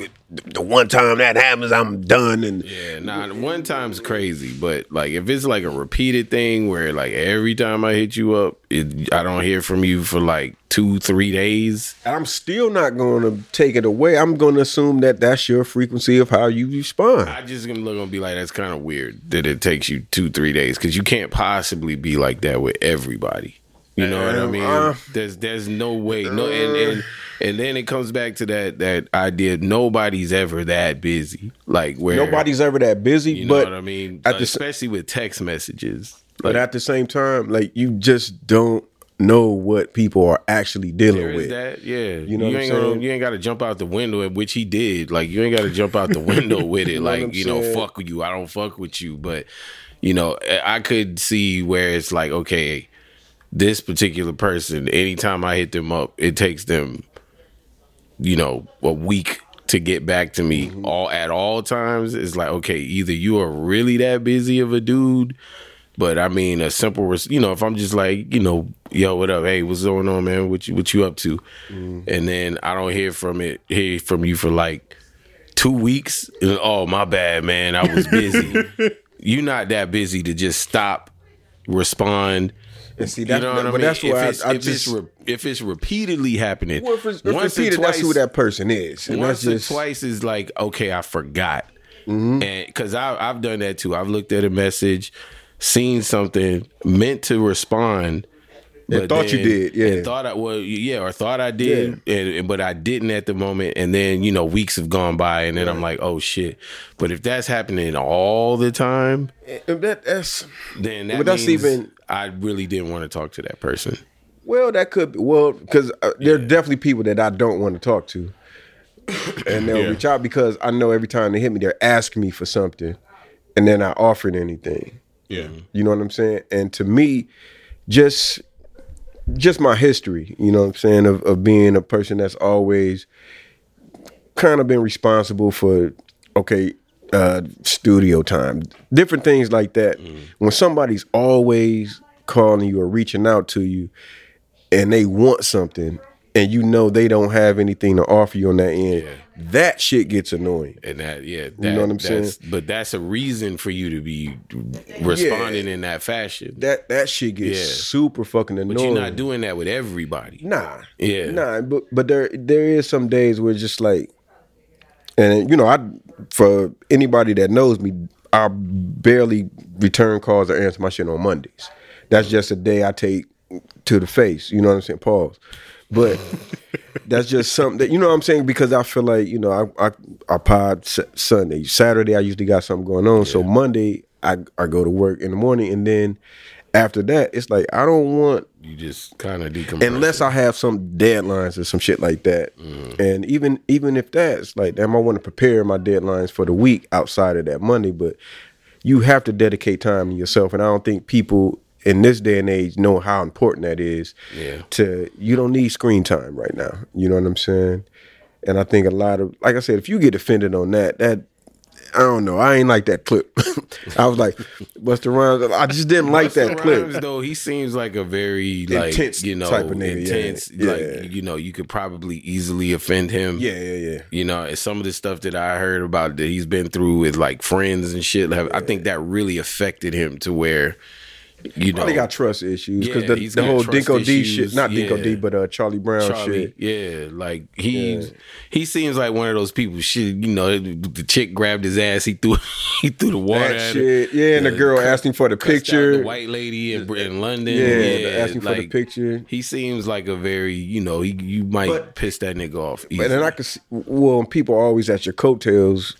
[SPEAKER 1] the one time that happens, I'm done. And
[SPEAKER 3] Yeah, nah, one time's crazy, but like if it's like a repeated thing where like every time I hit you up, it, I don't hear from you for like two, three days.
[SPEAKER 1] I'm still not gonna take it away. I'm gonna assume that that's your frequency of how you respond.
[SPEAKER 3] I just gonna look and be like, that's kind of weird that it takes you two, three days because you can't possibly be like that with everybody. You know what I mean?
[SPEAKER 1] Uh,
[SPEAKER 3] there's there's no way. No, and, and and then it comes back to that that idea. Nobody's ever that busy. Like where
[SPEAKER 1] Nobody's ever that busy,
[SPEAKER 3] You know
[SPEAKER 1] but
[SPEAKER 3] what I mean?
[SPEAKER 1] at the s-
[SPEAKER 3] Especially with text messages.
[SPEAKER 1] But
[SPEAKER 3] Like,
[SPEAKER 1] at the same time, like you just don't know what people are actually dealing
[SPEAKER 3] There is
[SPEAKER 1] with.
[SPEAKER 3] that, yeah. You
[SPEAKER 1] know
[SPEAKER 3] know,
[SPEAKER 1] what
[SPEAKER 3] you
[SPEAKER 1] I'm
[SPEAKER 3] ain't, gonna,
[SPEAKER 1] saying?
[SPEAKER 3] you ain't got to jump out the window, at which he did. Like, you ain't got to jump out the window with it.
[SPEAKER 1] what
[SPEAKER 3] like,
[SPEAKER 1] I'm
[SPEAKER 3] you
[SPEAKER 1] saying?
[SPEAKER 3] know, fuck with you. I don't fuck with you. But you know, I- I could see where it's like, okay, this particular person. Anytime I hit them up, it takes them, you know, a week to get back to me. All at all times, it's like, okay, either you are really that busy of a dude. But I mean, a simple, res- you know, if I'm just like, you know, yo, what up? Hey, what's going on, man? What you what you up to? And then I don't hear from it, hear from you for like two weeks. And, oh, my bad, man. I was busy. You're not that busy to just stop, respond.
[SPEAKER 1] And see, that's,
[SPEAKER 3] you know what I mean?
[SPEAKER 1] but that's
[SPEAKER 3] if
[SPEAKER 1] why
[SPEAKER 3] it's,
[SPEAKER 1] I, I
[SPEAKER 3] if
[SPEAKER 1] just.
[SPEAKER 3] it's re- if it's repeatedly happening,
[SPEAKER 1] well, if it's, if
[SPEAKER 3] once
[SPEAKER 1] it's
[SPEAKER 3] or
[SPEAKER 1] repeated, that's who
[SPEAKER 3] twice-
[SPEAKER 1] that person is, and that's
[SPEAKER 3] once
[SPEAKER 1] just Mm-hmm.
[SPEAKER 3] or twice is like okay i forgot and because i've done that too i've looked at a message seen something meant to respond but
[SPEAKER 1] thought you did, yeah.
[SPEAKER 3] and thought i well yeah or thought i did and, and- but i didn't at the moment and then you know weeks have gone by and then i'm like oh shit but if that's happening all the time
[SPEAKER 1] and that, that's
[SPEAKER 3] then that
[SPEAKER 1] But that's
[SPEAKER 3] means
[SPEAKER 1] even-
[SPEAKER 3] i really didn't want to talk to that person
[SPEAKER 1] well, that could be well because uh, there are definitely people that I don't want to talk to, and they'll reach out because I know every time they hit me, they're asking me for something, and they're not offering anything.
[SPEAKER 4] Yeah.
[SPEAKER 1] You know what I'm saying? And to me, just just my history, you know what I'm saying, of, of being a person that's always kind of been responsible for okay, uh, studio time, different things like that.
[SPEAKER 3] Mm.
[SPEAKER 1] When somebody's always calling you or reaching out to you, and they want something, and you know they don't have anything to offer you on that end, that shit gets annoying.
[SPEAKER 3] And that, yeah, that,
[SPEAKER 1] know what I'm
[SPEAKER 3] that's- But that's a reason for you to be responding in that fashion.
[SPEAKER 1] That that shit gets
[SPEAKER 3] Yeah.
[SPEAKER 1] super fucking annoying.
[SPEAKER 3] but you're not doing that with everybody.
[SPEAKER 1] Nah.
[SPEAKER 3] Yeah.
[SPEAKER 1] Nah, but but there there is some days where it's just like and you know, I for anybody that knows me, I barely return calls or answer my shit on Mondays. That's just a day I take to the face, you know what I'm saying? Pause. But that's just something that you know what I'm saying because I feel like, you know, I I, I pod S- Sunday, Saturday I usually got something going on. So Monday I I go to work in the morning and then after that it's like I don't want
[SPEAKER 3] You just kind of decompress.
[SPEAKER 1] unless I have some deadlines or some shit like that. And even even if that's like, damn, I want to prepare my deadlines for the week outside of that Monday. But you have to dedicate time to yourself, and I don't think people in this day and age know how important that is.
[SPEAKER 3] Yeah.
[SPEAKER 1] To you don't need screen time right now. You know what I'm saying? And I think a lot of, like I said, if you get offended on that, that I don't know. I ain't like that clip. I was like, Buster Rhymes. I just didn't like that
[SPEAKER 3] Busta
[SPEAKER 1] clip.
[SPEAKER 3] Rhymes, though he seems like a very like
[SPEAKER 1] Intense
[SPEAKER 3] you know
[SPEAKER 1] type of nigga, yeah.
[SPEAKER 3] intense
[SPEAKER 1] Yeah.
[SPEAKER 3] like you know you could probably easily offend him.
[SPEAKER 1] Yeah, yeah, yeah.
[SPEAKER 3] You know, and some of the stuff that I heard about that he's been through with like friends and shit, like, I think that really affected him to where you know
[SPEAKER 1] Probably got trust issues because
[SPEAKER 3] Oh. Yeah,
[SPEAKER 1] the,
[SPEAKER 3] he's
[SPEAKER 1] the
[SPEAKER 3] got
[SPEAKER 1] whole
[SPEAKER 3] trust
[SPEAKER 1] Dinko D shit,
[SPEAKER 3] issues,
[SPEAKER 1] not Dinko
[SPEAKER 3] yeah.
[SPEAKER 1] D, but uh, Charlie Brown
[SPEAKER 3] Charlie,
[SPEAKER 1] shit.
[SPEAKER 3] yeah, like he he seems like one of those people. Shit, you know, the chick grabbed his ass. He threw he threw the water
[SPEAKER 1] That
[SPEAKER 3] at her.
[SPEAKER 1] shit, yeah, and the girl asking for the
[SPEAKER 3] cussed out
[SPEAKER 1] picture.
[SPEAKER 3] the white lady in, in London.
[SPEAKER 1] Yeah,
[SPEAKER 3] Yeah,
[SPEAKER 1] the- asking for the
[SPEAKER 3] like,
[SPEAKER 1] picture.
[SPEAKER 3] He seems like a very, you know, he, you might
[SPEAKER 1] But-
[SPEAKER 3] piss that nigga off.
[SPEAKER 1] and
[SPEAKER 3] easily.
[SPEAKER 1] then I could, see, well, and people are always at your coattails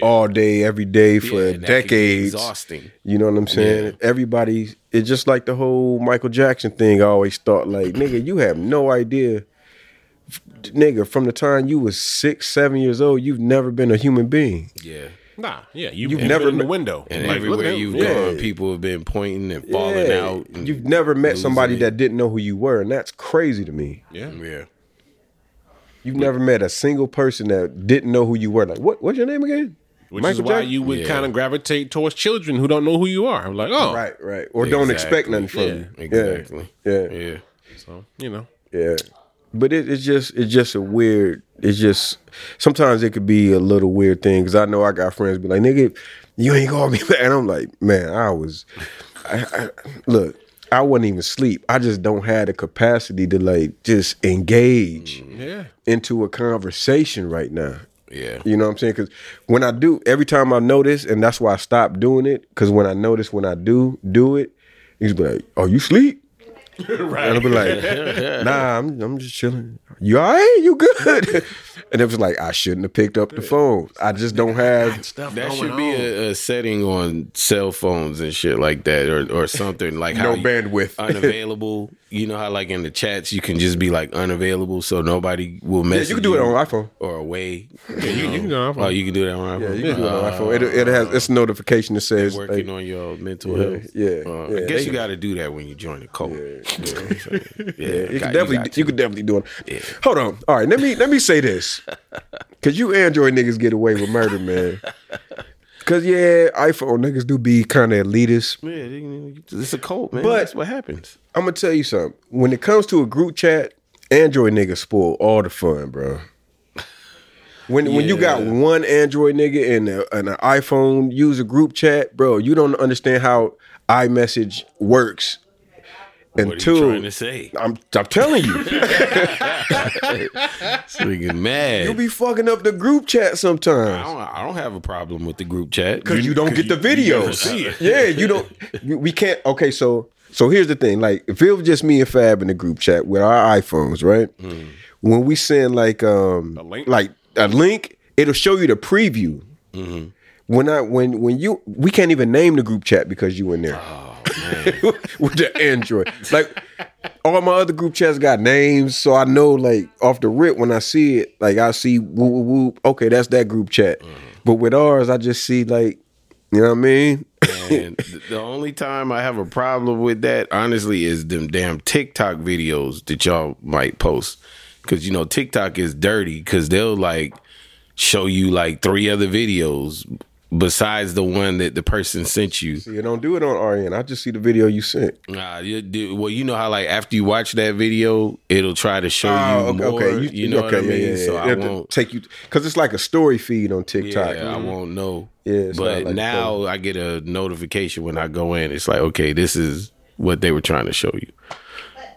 [SPEAKER 1] all day, every day
[SPEAKER 3] Yeah,
[SPEAKER 1] for
[SPEAKER 3] and that could get
[SPEAKER 1] decades.
[SPEAKER 3] Exhausting.
[SPEAKER 1] You know what I'm saying? Everybody, it's just like the whole Michael Jackson thing. I always thought, like, nigga, you have no idea. F- Nigga, from the time you was six, seven years old, you've never been a human being.
[SPEAKER 3] Yeah.
[SPEAKER 4] Nah, yeah, you,
[SPEAKER 1] You've
[SPEAKER 4] you
[SPEAKER 1] never
[SPEAKER 4] never in the
[SPEAKER 1] met-
[SPEAKER 4] window.
[SPEAKER 3] And
[SPEAKER 4] Like, look
[SPEAKER 3] everywhere
[SPEAKER 4] at-
[SPEAKER 3] you've
[SPEAKER 4] yeah.
[SPEAKER 3] gone, people have been pointing and falling
[SPEAKER 1] Yeah.
[SPEAKER 3] out. and
[SPEAKER 1] You've never met
[SPEAKER 3] losing
[SPEAKER 1] somebody
[SPEAKER 3] it.
[SPEAKER 1] that didn't know who you were, and that's crazy to me.
[SPEAKER 4] Yeah.
[SPEAKER 3] Yeah.
[SPEAKER 1] You've never met a single person that didn't know who you were. Like, what? What's your name again?
[SPEAKER 4] Which
[SPEAKER 1] Michael
[SPEAKER 4] is why
[SPEAKER 1] Jackson?
[SPEAKER 4] you would
[SPEAKER 3] Yeah.
[SPEAKER 4] kind of gravitate towards children who don't know who you are. I'm like, oh,
[SPEAKER 1] Right, right. Or don't expect
[SPEAKER 3] Exactly.
[SPEAKER 1] nothing from
[SPEAKER 4] Yeah,
[SPEAKER 1] you. Yeah,
[SPEAKER 3] Exactly.
[SPEAKER 1] Yeah, yeah.
[SPEAKER 3] Yeah.
[SPEAKER 4] So you know,
[SPEAKER 1] But it, it's just, it's just a weird. It's just sometimes it could be a little weird thing because I know I got friends be like, nigga, you ain't gonna be back, and I'm like, man, I was, I, I, look. I wouldn't even sleep. I just don't have the capacity to like just engage.
[SPEAKER 4] yeah,
[SPEAKER 1] into a conversation right now.
[SPEAKER 3] Yeah.
[SPEAKER 1] You know what I'm saying? Because when I do, every time I notice, and that's why I stop doing it. Because when I notice, when I do do it, he's be like, "Oh, you sleep?" right. And I'll be like, "Nah, I'm I'm just chilling. You all right? You good?" and it was like, I shouldn't have picked up the phone. I just don't have.
[SPEAKER 3] That should be a, a setting on cell phones and shit like that, or or something like
[SPEAKER 1] No
[SPEAKER 3] how you-
[SPEAKER 1] bandwidth.
[SPEAKER 3] unavailable. You know how like in the chats you can just be like unavailable, so nobody will
[SPEAKER 1] Yeah,
[SPEAKER 3] message.
[SPEAKER 1] you can do it on iPhone.
[SPEAKER 3] or away. You,
[SPEAKER 4] you can do it on iPhone.
[SPEAKER 3] Oh, you can do that on iPhone.
[SPEAKER 1] Yeah, you can do it on iPhone. It, it has it's a notification that says
[SPEAKER 3] Uh, Working
[SPEAKER 1] like,
[SPEAKER 3] on your mental
[SPEAKER 1] Yeah,
[SPEAKER 3] health.
[SPEAKER 1] yeah,
[SPEAKER 3] Uh,
[SPEAKER 1] yeah,
[SPEAKER 3] I
[SPEAKER 1] they
[SPEAKER 3] guess you
[SPEAKER 1] can-
[SPEAKER 3] got to do that when you join the cult. Yeah, you know what I'm saying? yeah,
[SPEAKER 1] you
[SPEAKER 3] got-
[SPEAKER 1] can definitely
[SPEAKER 3] got
[SPEAKER 1] you,
[SPEAKER 3] to.
[SPEAKER 1] could definitely do it. Hold on. All right, let me let me say this. Cause you Android niggas get away with murder, man. Cause yeah, iPhone niggas do be kind of elitist.
[SPEAKER 3] Yeah, they- it's a cult, man.
[SPEAKER 1] But-
[SPEAKER 3] That's what happens.
[SPEAKER 1] I'm gonna tell you something. When it comes to a group chat, Android niggas spoil all the fun, bro. When when you got
[SPEAKER 3] Yeah.
[SPEAKER 1] one Android nigga and, a, and an iPhone user group chat, bro, you don't understand how iMessage works. And
[SPEAKER 3] What are you
[SPEAKER 1] two,
[SPEAKER 3] trying to say?
[SPEAKER 1] I'm I'm telling you.
[SPEAKER 3] Freaking mad.
[SPEAKER 1] You be fucking up the group chat
[SPEAKER 3] I
[SPEAKER 1] sometimes
[SPEAKER 3] don't, I don't have a problem with the group chat
[SPEAKER 1] because you, don't get the
[SPEAKER 3] never
[SPEAKER 1] videos.
[SPEAKER 3] see it.
[SPEAKER 1] yeah, you don't. you- We can't. Okay, so so here's the thing. Like, if it was just me and Fab in the group chat with our iPhones, right? When we send like um
[SPEAKER 4] link?
[SPEAKER 1] like Mm-hmm. a link, it'll show you the preview. Mm-hmm. When I when when you we can't even name the group chat because you in there with the Android. Like all my other group chats got names, so I know like off the rip when I see it, like I see whoop whoop whoop. Okay, that's that group chat. But with ours, I just see like, you know what I mean?
[SPEAKER 3] And th- the only time I have a problem with that, honestly, is them damn TikTok videos that y'all might post. Because, you know, TikTok is dirty because they'll like show you like three other videos besides the one that the person sent you.
[SPEAKER 1] You don't do it on RN. I just see the video you sent.
[SPEAKER 3] Nah, you do, well, you know how like after you watch that video, it'll try to show you
[SPEAKER 1] Oh, okay,
[SPEAKER 3] Oh, more.
[SPEAKER 1] okay,
[SPEAKER 3] You, know what I mean?
[SPEAKER 1] yeah, yeah, yeah.
[SPEAKER 3] So I
[SPEAKER 1] It'll
[SPEAKER 3] won't.
[SPEAKER 1] take you because it's like a story feed on TikTok.
[SPEAKER 3] Yeah, I won't know.
[SPEAKER 1] Mm-hmm. Yeah, it's
[SPEAKER 3] but
[SPEAKER 1] not like
[SPEAKER 3] now I get a notification when I go in. It's like, okay, this is what they were trying to show you.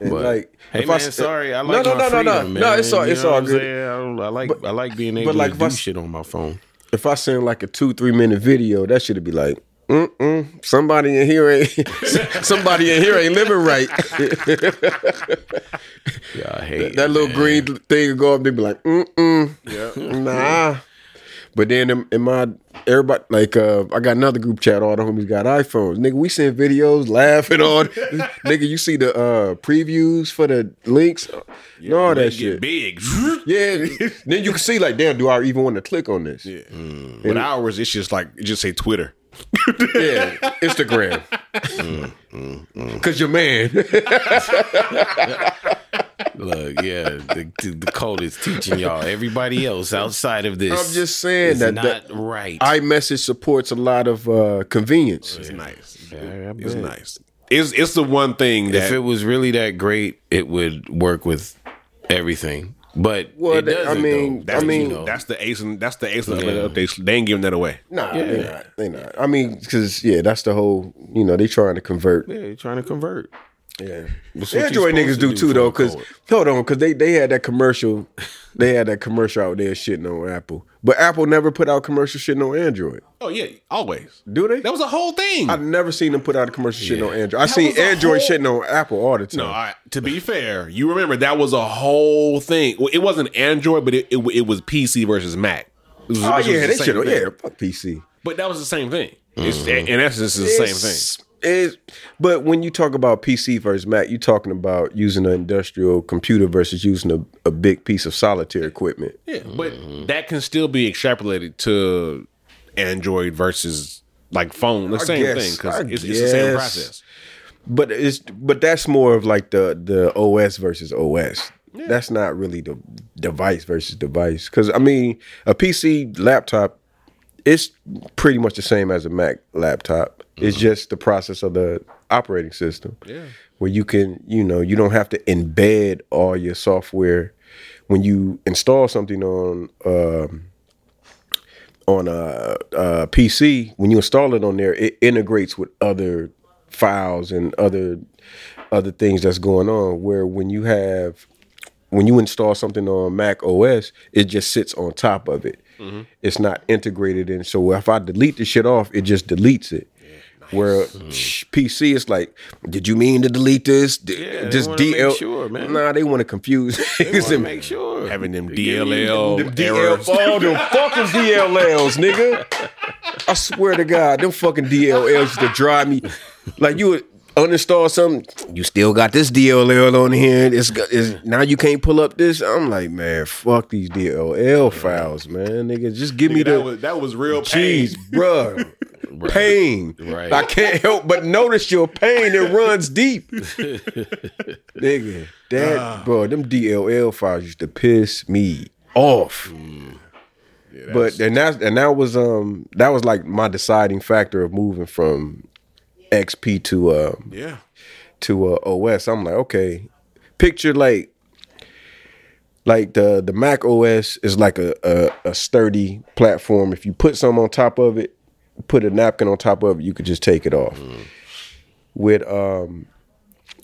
[SPEAKER 1] And
[SPEAKER 3] But
[SPEAKER 1] like,
[SPEAKER 3] hey
[SPEAKER 1] if
[SPEAKER 3] man,
[SPEAKER 1] I-
[SPEAKER 3] sorry, I
[SPEAKER 1] No,
[SPEAKER 3] like
[SPEAKER 1] no,
[SPEAKER 3] my
[SPEAKER 1] no, no, no.
[SPEAKER 3] freedom, man.
[SPEAKER 1] No, it's all-
[SPEAKER 3] You
[SPEAKER 1] it's
[SPEAKER 3] know
[SPEAKER 1] all
[SPEAKER 3] what I'm
[SPEAKER 1] good.
[SPEAKER 3] saying? I, don't- I like I like being able
[SPEAKER 1] like,
[SPEAKER 3] to
[SPEAKER 1] if
[SPEAKER 3] do
[SPEAKER 1] I s-
[SPEAKER 3] shit on my phone.
[SPEAKER 1] if I send like a two three minute video, that should be like, mm mm, somebody in here ain't somebody in here ain't living right.
[SPEAKER 3] Yeah, I hate it,
[SPEAKER 1] that little
[SPEAKER 3] man.
[SPEAKER 1] green thing will go up. They be like, mm mm, nah. But then in, in my everybody like uh, I got another group chat. All the homies got iPhones. Nigga, we send videos laughing on. nigga, you see the uh, previews for the links, and all
[SPEAKER 4] They
[SPEAKER 1] that
[SPEAKER 4] get
[SPEAKER 1] shit.
[SPEAKER 4] big.
[SPEAKER 1] Yeah. then you can see like, damn, do I even want to click on this? Yeah.
[SPEAKER 4] With ours, it's just like it just say Twitter.
[SPEAKER 1] Yeah, Instagram. Cause your man.
[SPEAKER 3] Look, yeah, the, the, the code is teaching y'all. Everybody else outside of this,
[SPEAKER 1] I'm just saying
[SPEAKER 3] is
[SPEAKER 1] that-
[SPEAKER 3] not
[SPEAKER 1] that-
[SPEAKER 3] right.
[SPEAKER 1] iMessage supports a lot of uh, convenience.
[SPEAKER 4] It's nice.
[SPEAKER 3] Yeah, I
[SPEAKER 4] It's
[SPEAKER 3] bet.
[SPEAKER 4] nice. It's it's the one thing that
[SPEAKER 3] if it was really that great, it would work with everything. But
[SPEAKER 1] Well,
[SPEAKER 3] it
[SPEAKER 1] that- I
[SPEAKER 3] doesn't,
[SPEAKER 1] mean-
[SPEAKER 3] though.
[SPEAKER 4] that's
[SPEAKER 1] I
[SPEAKER 4] the-
[SPEAKER 1] mean-
[SPEAKER 3] you know,
[SPEAKER 4] that's the ace and that's the ace and
[SPEAKER 3] Yeah.
[SPEAKER 4] updates. They ain't giving that away.
[SPEAKER 1] Nah, they not. They not. I mean, because yeah, that's the whole. You know, they trying to convert.
[SPEAKER 3] yeah, you're trying to convert.
[SPEAKER 1] Yeah,
[SPEAKER 3] what you
[SPEAKER 1] Android
[SPEAKER 3] supposed
[SPEAKER 1] niggas
[SPEAKER 3] to
[SPEAKER 1] do
[SPEAKER 3] do
[SPEAKER 1] too
[SPEAKER 3] for
[SPEAKER 1] though.
[SPEAKER 3] a
[SPEAKER 1] Because
[SPEAKER 3] poet.
[SPEAKER 1] hold on, because they they had that commercial. They had that commercial out there shitting on Apple, but Apple never put out commercial shitting on Android.
[SPEAKER 4] Oh yeah, always.
[SPEAKER 1] Do they?
[SPEAKER 4] That was a whole thing.
[SPEAKER 1] I've never seen them put out a commercial shitting on Android. I seen
[SPEAKER 4] was a
[SPEAKER 1] Android
[SPEAKER 4] whole-
[SPEAKER 1] shitting on Apple all the time.
[SPEAKER 4] no, I, to be fair, you remember that was a whole thing. Well, it wasn't Android, but it it, it was PC versus Mac. It was-
[SPEAKER 1] oh
[SPEAKER 4] which was
[SPEAKER 1] yeah,
[SPEAKER 4] the
[SPEAKER 1] they
[SPEAKER 4] same
[SPEAKER 1] should.
[SPEAKER 4] thing. Mm-hmm.
[SPEAKER 1] Yeah, fuck PC.
[SPEAKER 4] But that was the same thing. It's, in essence, it's the same thing.
[SPEAKER 1] It's- but when you talk about PC versus Mac, you're talking about using an industrial computer versus using a, a big piece of solitaire equipment.
[SPEAKER 4] Yeah, but
[SPEAKER 1] Mm-hmm.
[SPEAKER 4] that can still be extrapolated to Android versus like phone. The
[SPEAKER 1] I
[SPEAKER 4] same
[SPEAKER 1] guess,
[SPEAKER 4] thing because
[SPEAKER 1] I
[SPEAKER 4] it's, it's the same
[SPEAKER 1] guess.
[SPEAKER 4] process.
[SPEAKER 1] But it's but that's more of like the the OS versus OS. That's not really the device versus device. Because I mean, a PC laptop, it's pretty much the same as a Mac laptop.
[SPEAKER 4] Mm-hmm.
[SPEAKER 1] It's just the process of the operating system. Yeah. Where you can, you know, you don't have to embed all your software when you install something on um, on a, a PC. When you install it on there, it integrates with other files and other other things that's going on. Where when you have when you install something on Mac OS, it just sits on top of it.
[SPEAKER 3] Mm-hmm.
[SPEAKER 1] It's not integrated in. So if I delete the shit off, it just deletes it. Where
[SPEAKER 3] Hmm.
[SPEAKER 1] sh- PC is like, did you mean to delete this? D-
[SPEAKER 3] Yeah, they
[SPEAKER 1] just
[SPEAKER 3] wanna make
[SPEAKER 1] DL.
[SPEAKER 3] sure, man.
[SPEAKER 1] Nah, they want to confuse. niggas
[SPEAKER 3] Wanna
[SPEAKER 1] and
[SPEAKER 3] make sure
[SPEAKER 4] Having them
[SPEAKER 3] Give me
[SPEAKER 4] DLL
[SPEAKER 1] them
[SPEAKER 4] errors.
[SPEAKER 1] DL, all them fucking DLLs, nigga. I swear to God, them fucking DLLs used to drive me. Like you would uninstall something, you still got this DLL on here. It's, got- it's now you can't pull up this. I'm like, man, fuck these DLL files, man, nigga. Just give me
[SPEAKER 4] That
[SPEAKER 1] the
[SPEAKER 4] was that was real pain.
[SPEAKER 1] jeez, bruh. Pain.
[SPEAKER 3] Right.
[SPEAKER 1] I can't help but notice your pain. It runs deep. Nigga, that,
[SPEAKER 4] Ah.
[SPEAKER 1] bro, them DLL files used to piss me off. but and that and that was um that was like my deciding factor of moving from XP to um
[SPEAKER 4] Yeah,
[SPEAKER 1] to uh, OS. I'm like, okay, picture like like the the Mac OS is like a, a a sturdy platform. If you put something on top of it, put a napkin on top of it, you could just take it off. With um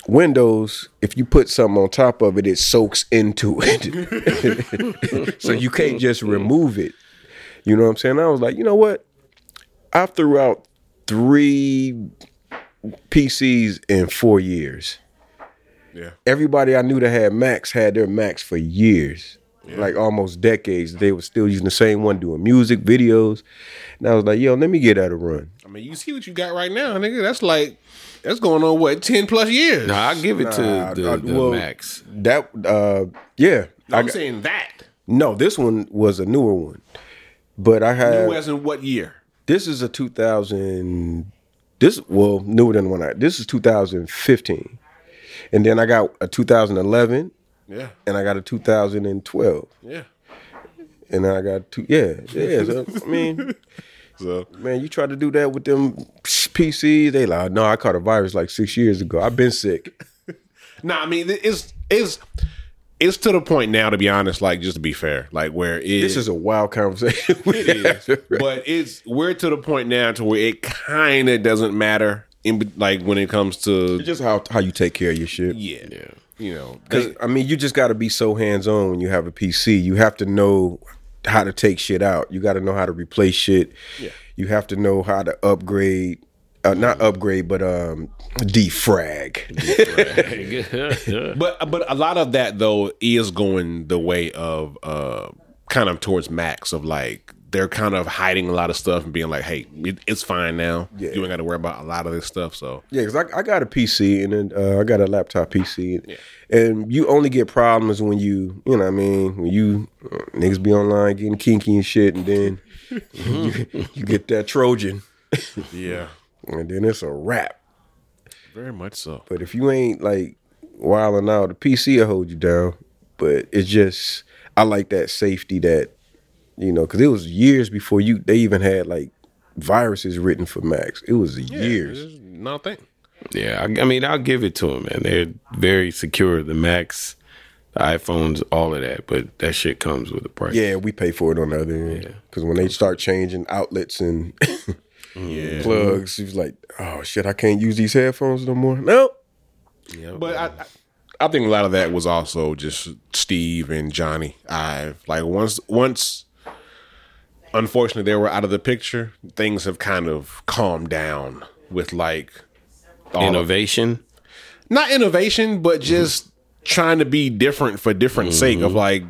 [SPEAKER 1] Windows, if you put something on top of it, it soaks into it. so you can't just remove it. You know what I'm saying? I was like, you know what? I threw out three PCs in four years.
[SPEAKER 4] Yeah.
[SPEAKER 1] Everybody I knew that had Macs had their Macs for years. Like almost decades. They were still using the same one, doing music, videos. And I was like, yo, let me get that a run.
[SPEAKER 4] I mean, you see what you got right now, nigga. That's like that's going on what ten plus years.
[SPEAKER 3] Nah, I give it to
[SPEAKER 1] Nah,
[SPEAKER 3] the,
[SPEAKER 1] I-
[SPEAKER 3] the
[SPEAKER 1] well,
[SPEAKER 3] max.
[SPEAKER 1] That uh yeah. I
[SPEAKER 4] I'm
[SPEAKER 1] got,
[SPEAKER 4] saying that.
[SPEAKER 1] no, this one was a newer one. But I had
[SPEAKER 4] Who as in what year?
[SPEAKER 1] this is a two thousand this well, newer than the one I this is two thousand fifteen. And then I got a two thousand eleven
[SPEAKER 4] Yeah,
[SPEAKER 1] and I got a two thousand and twelve.
[SPEAKER 4] yeah.
[SPEAKER 1] and I got two. Yeah, yeah. so, I mean,
[SPEAKER 4] So
[SPEAKER 1] Man, you try to do that with them PCs, they like, no, I caught a virus like six years ago. I've been sick.
[SPEAKER 4] No, I mean it's it's it's to the point now. To be honest, like just to be fair, like where it,
[SPEAKER 1] This is a wild conversation. we
[SPEAKER 4] it is,
[SPEAKER 1] having, right?
[SPEAKER 4] but it's we're to the point now to where it kind of doesn't matter. In be- like when it comes to
[SPEAKER 1] just how how you take care of your shit.
[SPEAKER 4] yeah, yeah, you know,
[SPEAKER 1] Because I mean, you just got to be so hands on when you have a PC. You have to know how to take shit out. You got to know how to replace shit. Yeah. You have to know how to upgrade, uh, not upgrade, but um, defrag.
[SPEAKER 4] But but a lot of that though is going the way of uh kind of towards Max of like they're kind of hiding a lot of stuff and being like, hey, it, it's fine now. You ain't got to worry about a lot of this stuff. So
[SPEAKER 1] yeah, because I, I got a PC and then uh, I got a laptop PC, and you only get problems when you you know what I mean when you uh, niggas be online getting kinky and shit, and then you, you get that Trojan,
[SPEAKER 4] yeah,
[SPEAKER 1] and then it's a wrap.
[SPEAKER 4] very much so.
[SPEAKER 1] But if you ain't like wilding out, the PC will hold you down. But it's just I like that safety that you know because it was years before you they even had like viruses written for Macs. It was years.
[SPEAKER 4] It's not a thing.
[SPEAKER 3] Yeah, I, I mean, I'll give it to them, man. They're very secure. The Macs, the iPhones, all of that, but that shit comes with a price.
[SPEAKER 1] Yeah, we pay for it on the other end because when they start changing outlets and plugs, it was like, oh shit, I can't use these headphones no more. No,
[SPEAKER 4] But I, I I think a lot of that was also just Steve and Johnny Ive. Like once once unfortunately they were out of the picture, things have kind of calmed down with like all of-
[SPEAKER 3] Innovation.
[SPEAKER 4] not innovation, but just trying to be different for different sake of like,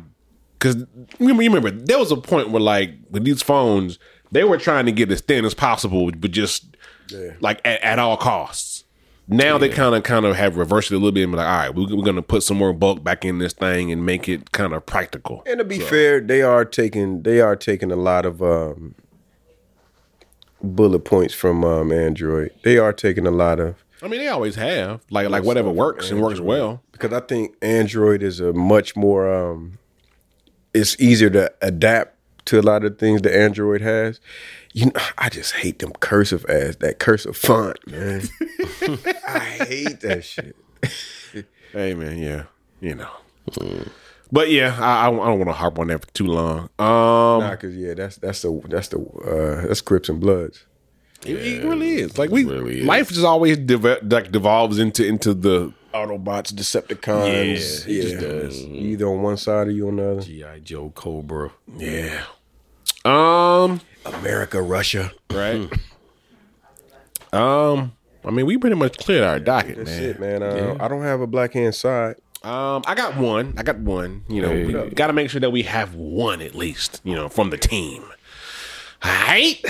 [SPEAKER 4] because you remember there was a point where like with these phones, they were trying to get as thin as possible, but just like at, at all costs. Now they kind of kind of have reversed it a little bit and be like, all right, we're, we're going to put some more bulk back in this thing and make it kind of practical.
[SPEAKER 1] And to be fair, they are taking they are taking a lot of um, bullet points from um, Android. They are taking a lot of
[SPEAKER 4] I mean, they always have like like whatever works and works well.
[SPEAKER 1] because I think Android is a much more um, it's easier to adapt to a lot of things that Android has. You know, I just hate them cursive ass that cursive font, man. I hate that shit.
[SPEAKER 4] Hey man, yeah, you know. But yeah, I, I don't- I don't want to harp on that for too long. Um,
[SPEAKER 1] Nah, cause yeah, that's that's the that's the uh, that's Crips and Bloods.
[SPEAKER 4] It, it really is. Like we,
[SPEAKER 3] really is.
[SPEAKER 4] life just always deve- like devolves into into the
[SPEAKER 1] Autobots, Decepticons, yeah, You either on one side or you on the other.
[SPEAKER 3] G.I. Joe Cobra.
[SPEAKER 4] yeah. Um.
[SPEAKER 1] America, Russia.
[SPEAKER 4] Right. um. I mean, we pretty much cleared our docket,
[SPEAKER 1] That's
[SPEAKER 4] man.
[SPEAKER 1] it, man. Uh, I don't have a black hand side.
[SPEAKER 4] Um. I got one. I got one. You know, we got to make sure that we have one at least. You know, from the team. All right.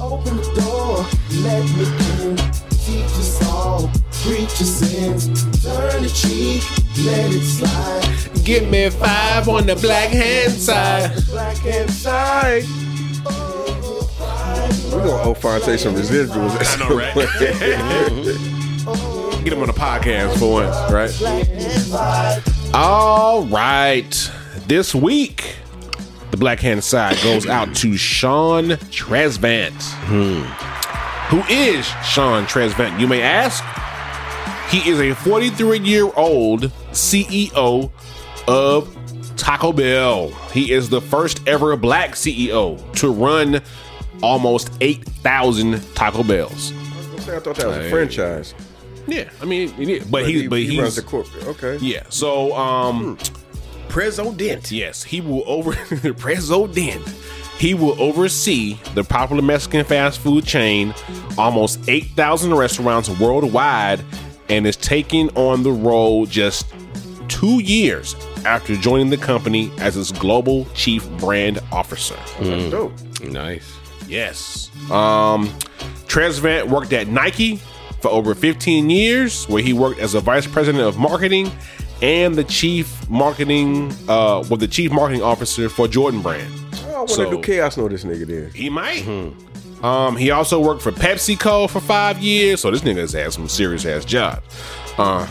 [SPEAKER 8] Open the door, let me in. Teach us all, preach your sins. Turn the cheek, let it slide.
[SPEAKER 4] Give me five on the black hand side.
[SPEAKER 8] Black hand side.
[SPEAKER 1] We're gonna owe Fonte some residuals.
[SPEAKER 4] I know, right? Get him on the podcast for once, right? All right. This week, the Black Hand Side goes out to Sean Tresvant. Hmm. Who is Sean Tresvant? You may ask. He is a 43 year old CEO of Taco Bell. He is the first ever black CEO to run almost 8,000 Taco Bells.
[SPEAKER 1] I thought that was a franchise.
[SPEAKER 4] Yeah, I mean, it is. but, he, but he's
[SPEAKER 1] runs the corporate. Okay.
[SPEAKER 4] yeah. So, um, President. Yes, he will over President. He will oversee the popular Mexican fast food chain, almost eight thousand restaurants worldwide, and is taking on the role just two years after joining the company as its global chief brand officer. Mm.
[SPEAKER 1] That's dope.
[SPEAKER 3] Nice.
[SPEAKER 4] Yes. Um, Transvant worked at Nike for over 15 years, where he worked as a vice president of marketing and the chief marketing, uh, well, the chief marketing officer for Jordan Brand.
[SPEAKER 1] Oh, I want to
[SPEAKER 4] So-
[SPEAKER 1] do chaos know this nigga then.
[SPEAKER 4] He might. Um, he also worked for PepsiCo for five years, so this nigga has had some serious ass jobs. Um,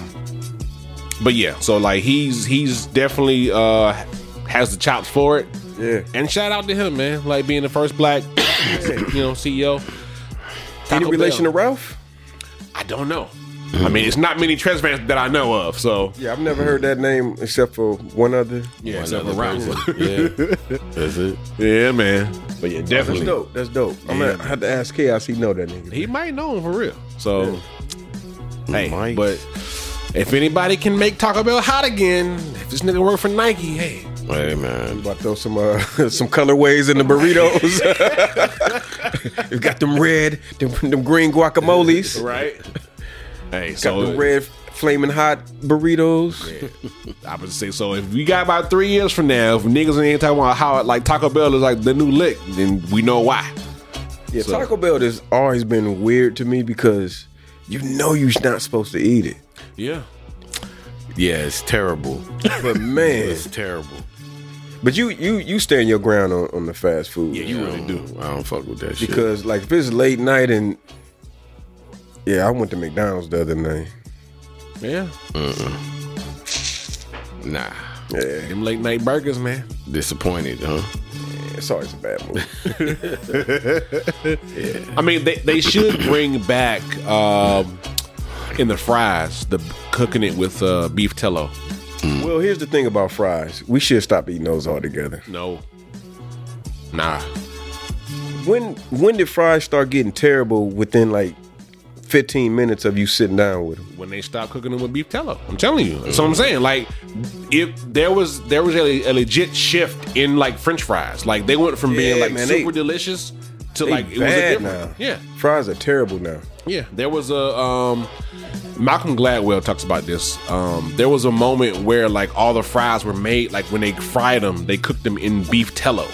[SPEAKER 4] but yeah, so like he's he's definitely uh has the chops for it.
[SPEAKER 1] Yeah.
[SPEAKER 4] And shout out to him, man. Like being the first black you know, CEO.
[SPEAKER 1] Any
[SPEAKER 4] Taco
[SPEAKER 1] relation
[SPEAKER 4] Bell.
[SPEAKER 1] to Ralph?
[SPEAKER 4] I don't know. I mean, it's not many trans fans that I know of. So
[SPEAKER 1] Yeah, I've never heard that name except for one other.
[SPEAKER 4] yeah,
[SPEAKER 3] One
[SPEAKER 4] so
[SPEAKER 3] other
[SPEAKER 4] the Ralph.
[SPEAKER 3] person. yeah, that's it.
[SPEAKER 4] yeah, man. But yeah,
[SPEAKER 1] That's
[SPEAKER 4] definitely.
[SPEAKER 1] dope. That's dope. I'm gonna have to ask chaos. He know that nigga.
[SPEAKER 4] He might know him for real. So hey,
[SPEAKER 3] Might.
[SPEAKER 4] but if anybody can make Taco Bell hot again, if this nigga work for Nike, hey,
[SPEAKER 3] Hey man,
[SPEAKER 1] about to throw some uh, some colorways in the burritos. you got them red, them, them green guacamoles.
[SPEAKER 4] right? hey,
[SPEAKER 1] Got
[SPEAKER 4] so
[SPEAKER 1] the red flaming hot burritos.
[SPEAKER 4] I would say so. If we got about three years from now, if niggas ain't talking about how like Taco Bell is like the new lick, then we know why.
[SPEAKER 1] Yeah, Taco Bell has always been weird to me because you know you're not supposed to eat it,
[SPEAKER 4] Yeah.
[SPEAKER 3] yeah, it's terrible.
[SPEAKER 1] but man,
[SPEAKER 3] It's terrible.
[SPEAKER 1] but you you you stand your ground on, on the fast food.
[SPEAKER 4] Yeah, you really do.
[SPEAKER 3] I don't fuck with that shit.
[SPEAKER 1] because like if it's late night and yeah, I went to McDonald's the other night.
[SPEAKER 4] Yeah.
[SPEAKER 3] nah,
[SPEAKER 1] Yeah,
[SPEAKER 4] Them late night burgers, man.
[SPEAKER 3] disappointed, huh?
[SPEAKER 1] it's always a bad move.
[SPEAKER 4] I mean, they, they should bring back um, in the fries the cooking it with uh, beef tello.
[SPEAKER 1] Well, here's the thing about fries. We should stop eating those altogether.
[SPEAKER 4] No, nah.
[SPEAKER 1] When when did fries start getting terrible within like 15 minutes of you sitting down with them?
[SPEAKER 4] When they stop cooking them with beef tello, I'm telling you. That's what I'm saying. Like, if there was there was a, a legit shift in like French fries, like they went from being
[SPEAKER 1] Yeah,
[SPEAKER 4] like
[SPEAKER 1] man, they-
[SPEAKER 4] super delicious to
[SPEAKER 1] They
[SPEAKER 4] like it was a
[SPEAKER 1] bad
[SPEAKER 4] different.
[SPEAKER 1] now.
[SPEAKER 4] Yeah,
[SPEAKER 1] Fries are terrible now.
[SPEAKER 4] Yeah, there was a um, Malcolm Gladwell talks about this. Um, there was a moment where like all the fries were made like when they fried them, they cooked them in beef tello,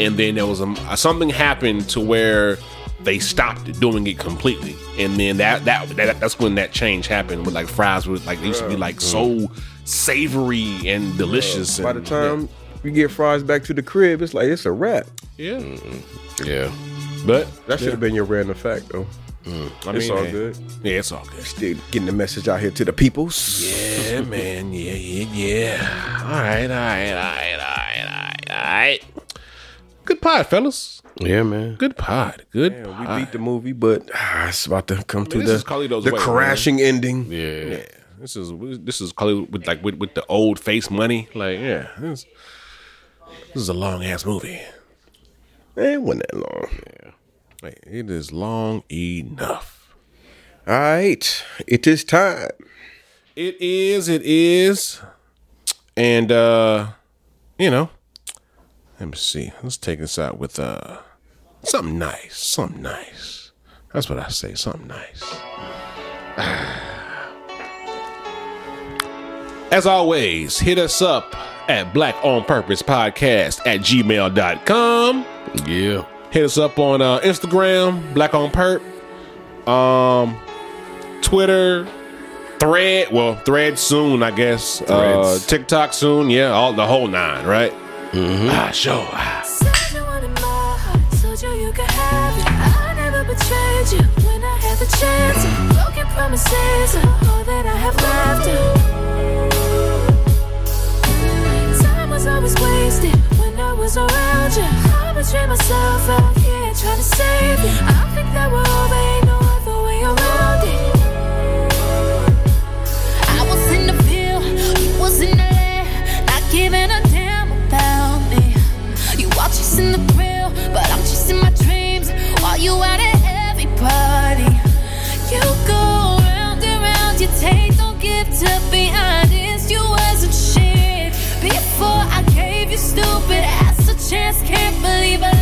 [SPEAKER 4] and then there was a something happened to where they stopped doing it completely, and then that that, that that's when that change happened with like fries with like they used to be like so savory and delicious.
[SPEAKER 1] By the
[SPEAKER 4] and-
[SPEAKER 1] time you get fries back to the crib, it's like it's a wrap.
[SPEAKER 4] yeah,
[SPEAKER 3] Yeah,
[SPEAKER 4] but
[SPEAKER 1] That should have been your random fact though.
[SPEAKER 4] I
[SPEAKER 1] it's all
[SPEAKER 4] hey,
[SPEAKER 1] good.
[SPEAKER 4] Yeah, it's all good.
[SPEAKER 1] Still getting the message out here to the peoples.
[SPEAKER 4] Yeah, man. Yeah, yeah, yeah. All right, all right, all right, all right, all right. Good pod, fellas.
[SPEAKER 3] yeah, man.
[SPEAKER 4] Good pod. Good
[SPEAKER 1] Damn,
[SPEAKER 4] pod.
[SPEAKER 1] we beat the movie, but ah, it's about to come to
[SPEAKER 4] this is
[SPEAKER 1] the,
[SPEAKER 4] Carlito's
[SPEAKER 1] the
[SPEAKER 4] way, man.
[SPEAKER 1] crashing ending.
[SPEAKER 3] Yeah,
[SPEAKER 4] This is this is Hollywood with like with, with the old face money. Like, yeah, this, this is a long ass movie.
[SPEAKER 1] Eh, It wasn't that long.
[SPEAKER 4] Like, it is long enough.
[SPEAKER 1] All right, it is time.
[SPEAKER 4] It is. It is. And uh, you know, let me see. Let's take this out with uh something nice. Something nice. That's what I say. Something nice. As always, hit us up at Black On Purpose Podcast at gmail.com.
[SPEAKER 3] yeah.
[SPEAKER 4] Hit us up on uh, Instagram, Black on Perp, um, Twitter, Thread. Well, Thread soon, I guess. Uh,
[SPEAKER 3] Threads.
[SPEAKER 4] TikTok soon. Yeah, all the whole nine, right? Ah, sure.
[SPEAKER 9] Said you wanted my heart, told you you could have it. I never betrayed you when I had the chance. Broken promises are all that I have left. Time was always wasted when I was around you. I betrayed myself out here trying to save you. I think that we're over, ain't no other way around it. I was in the field, you was in the land, not giving a damn about me. You all chasing the thrill, but I'm chasing my dreams. While you out at every party, you go round and round. You take, don't give to be honest. You wasn't shit before I gave you stupid ass a chance. Can't believe I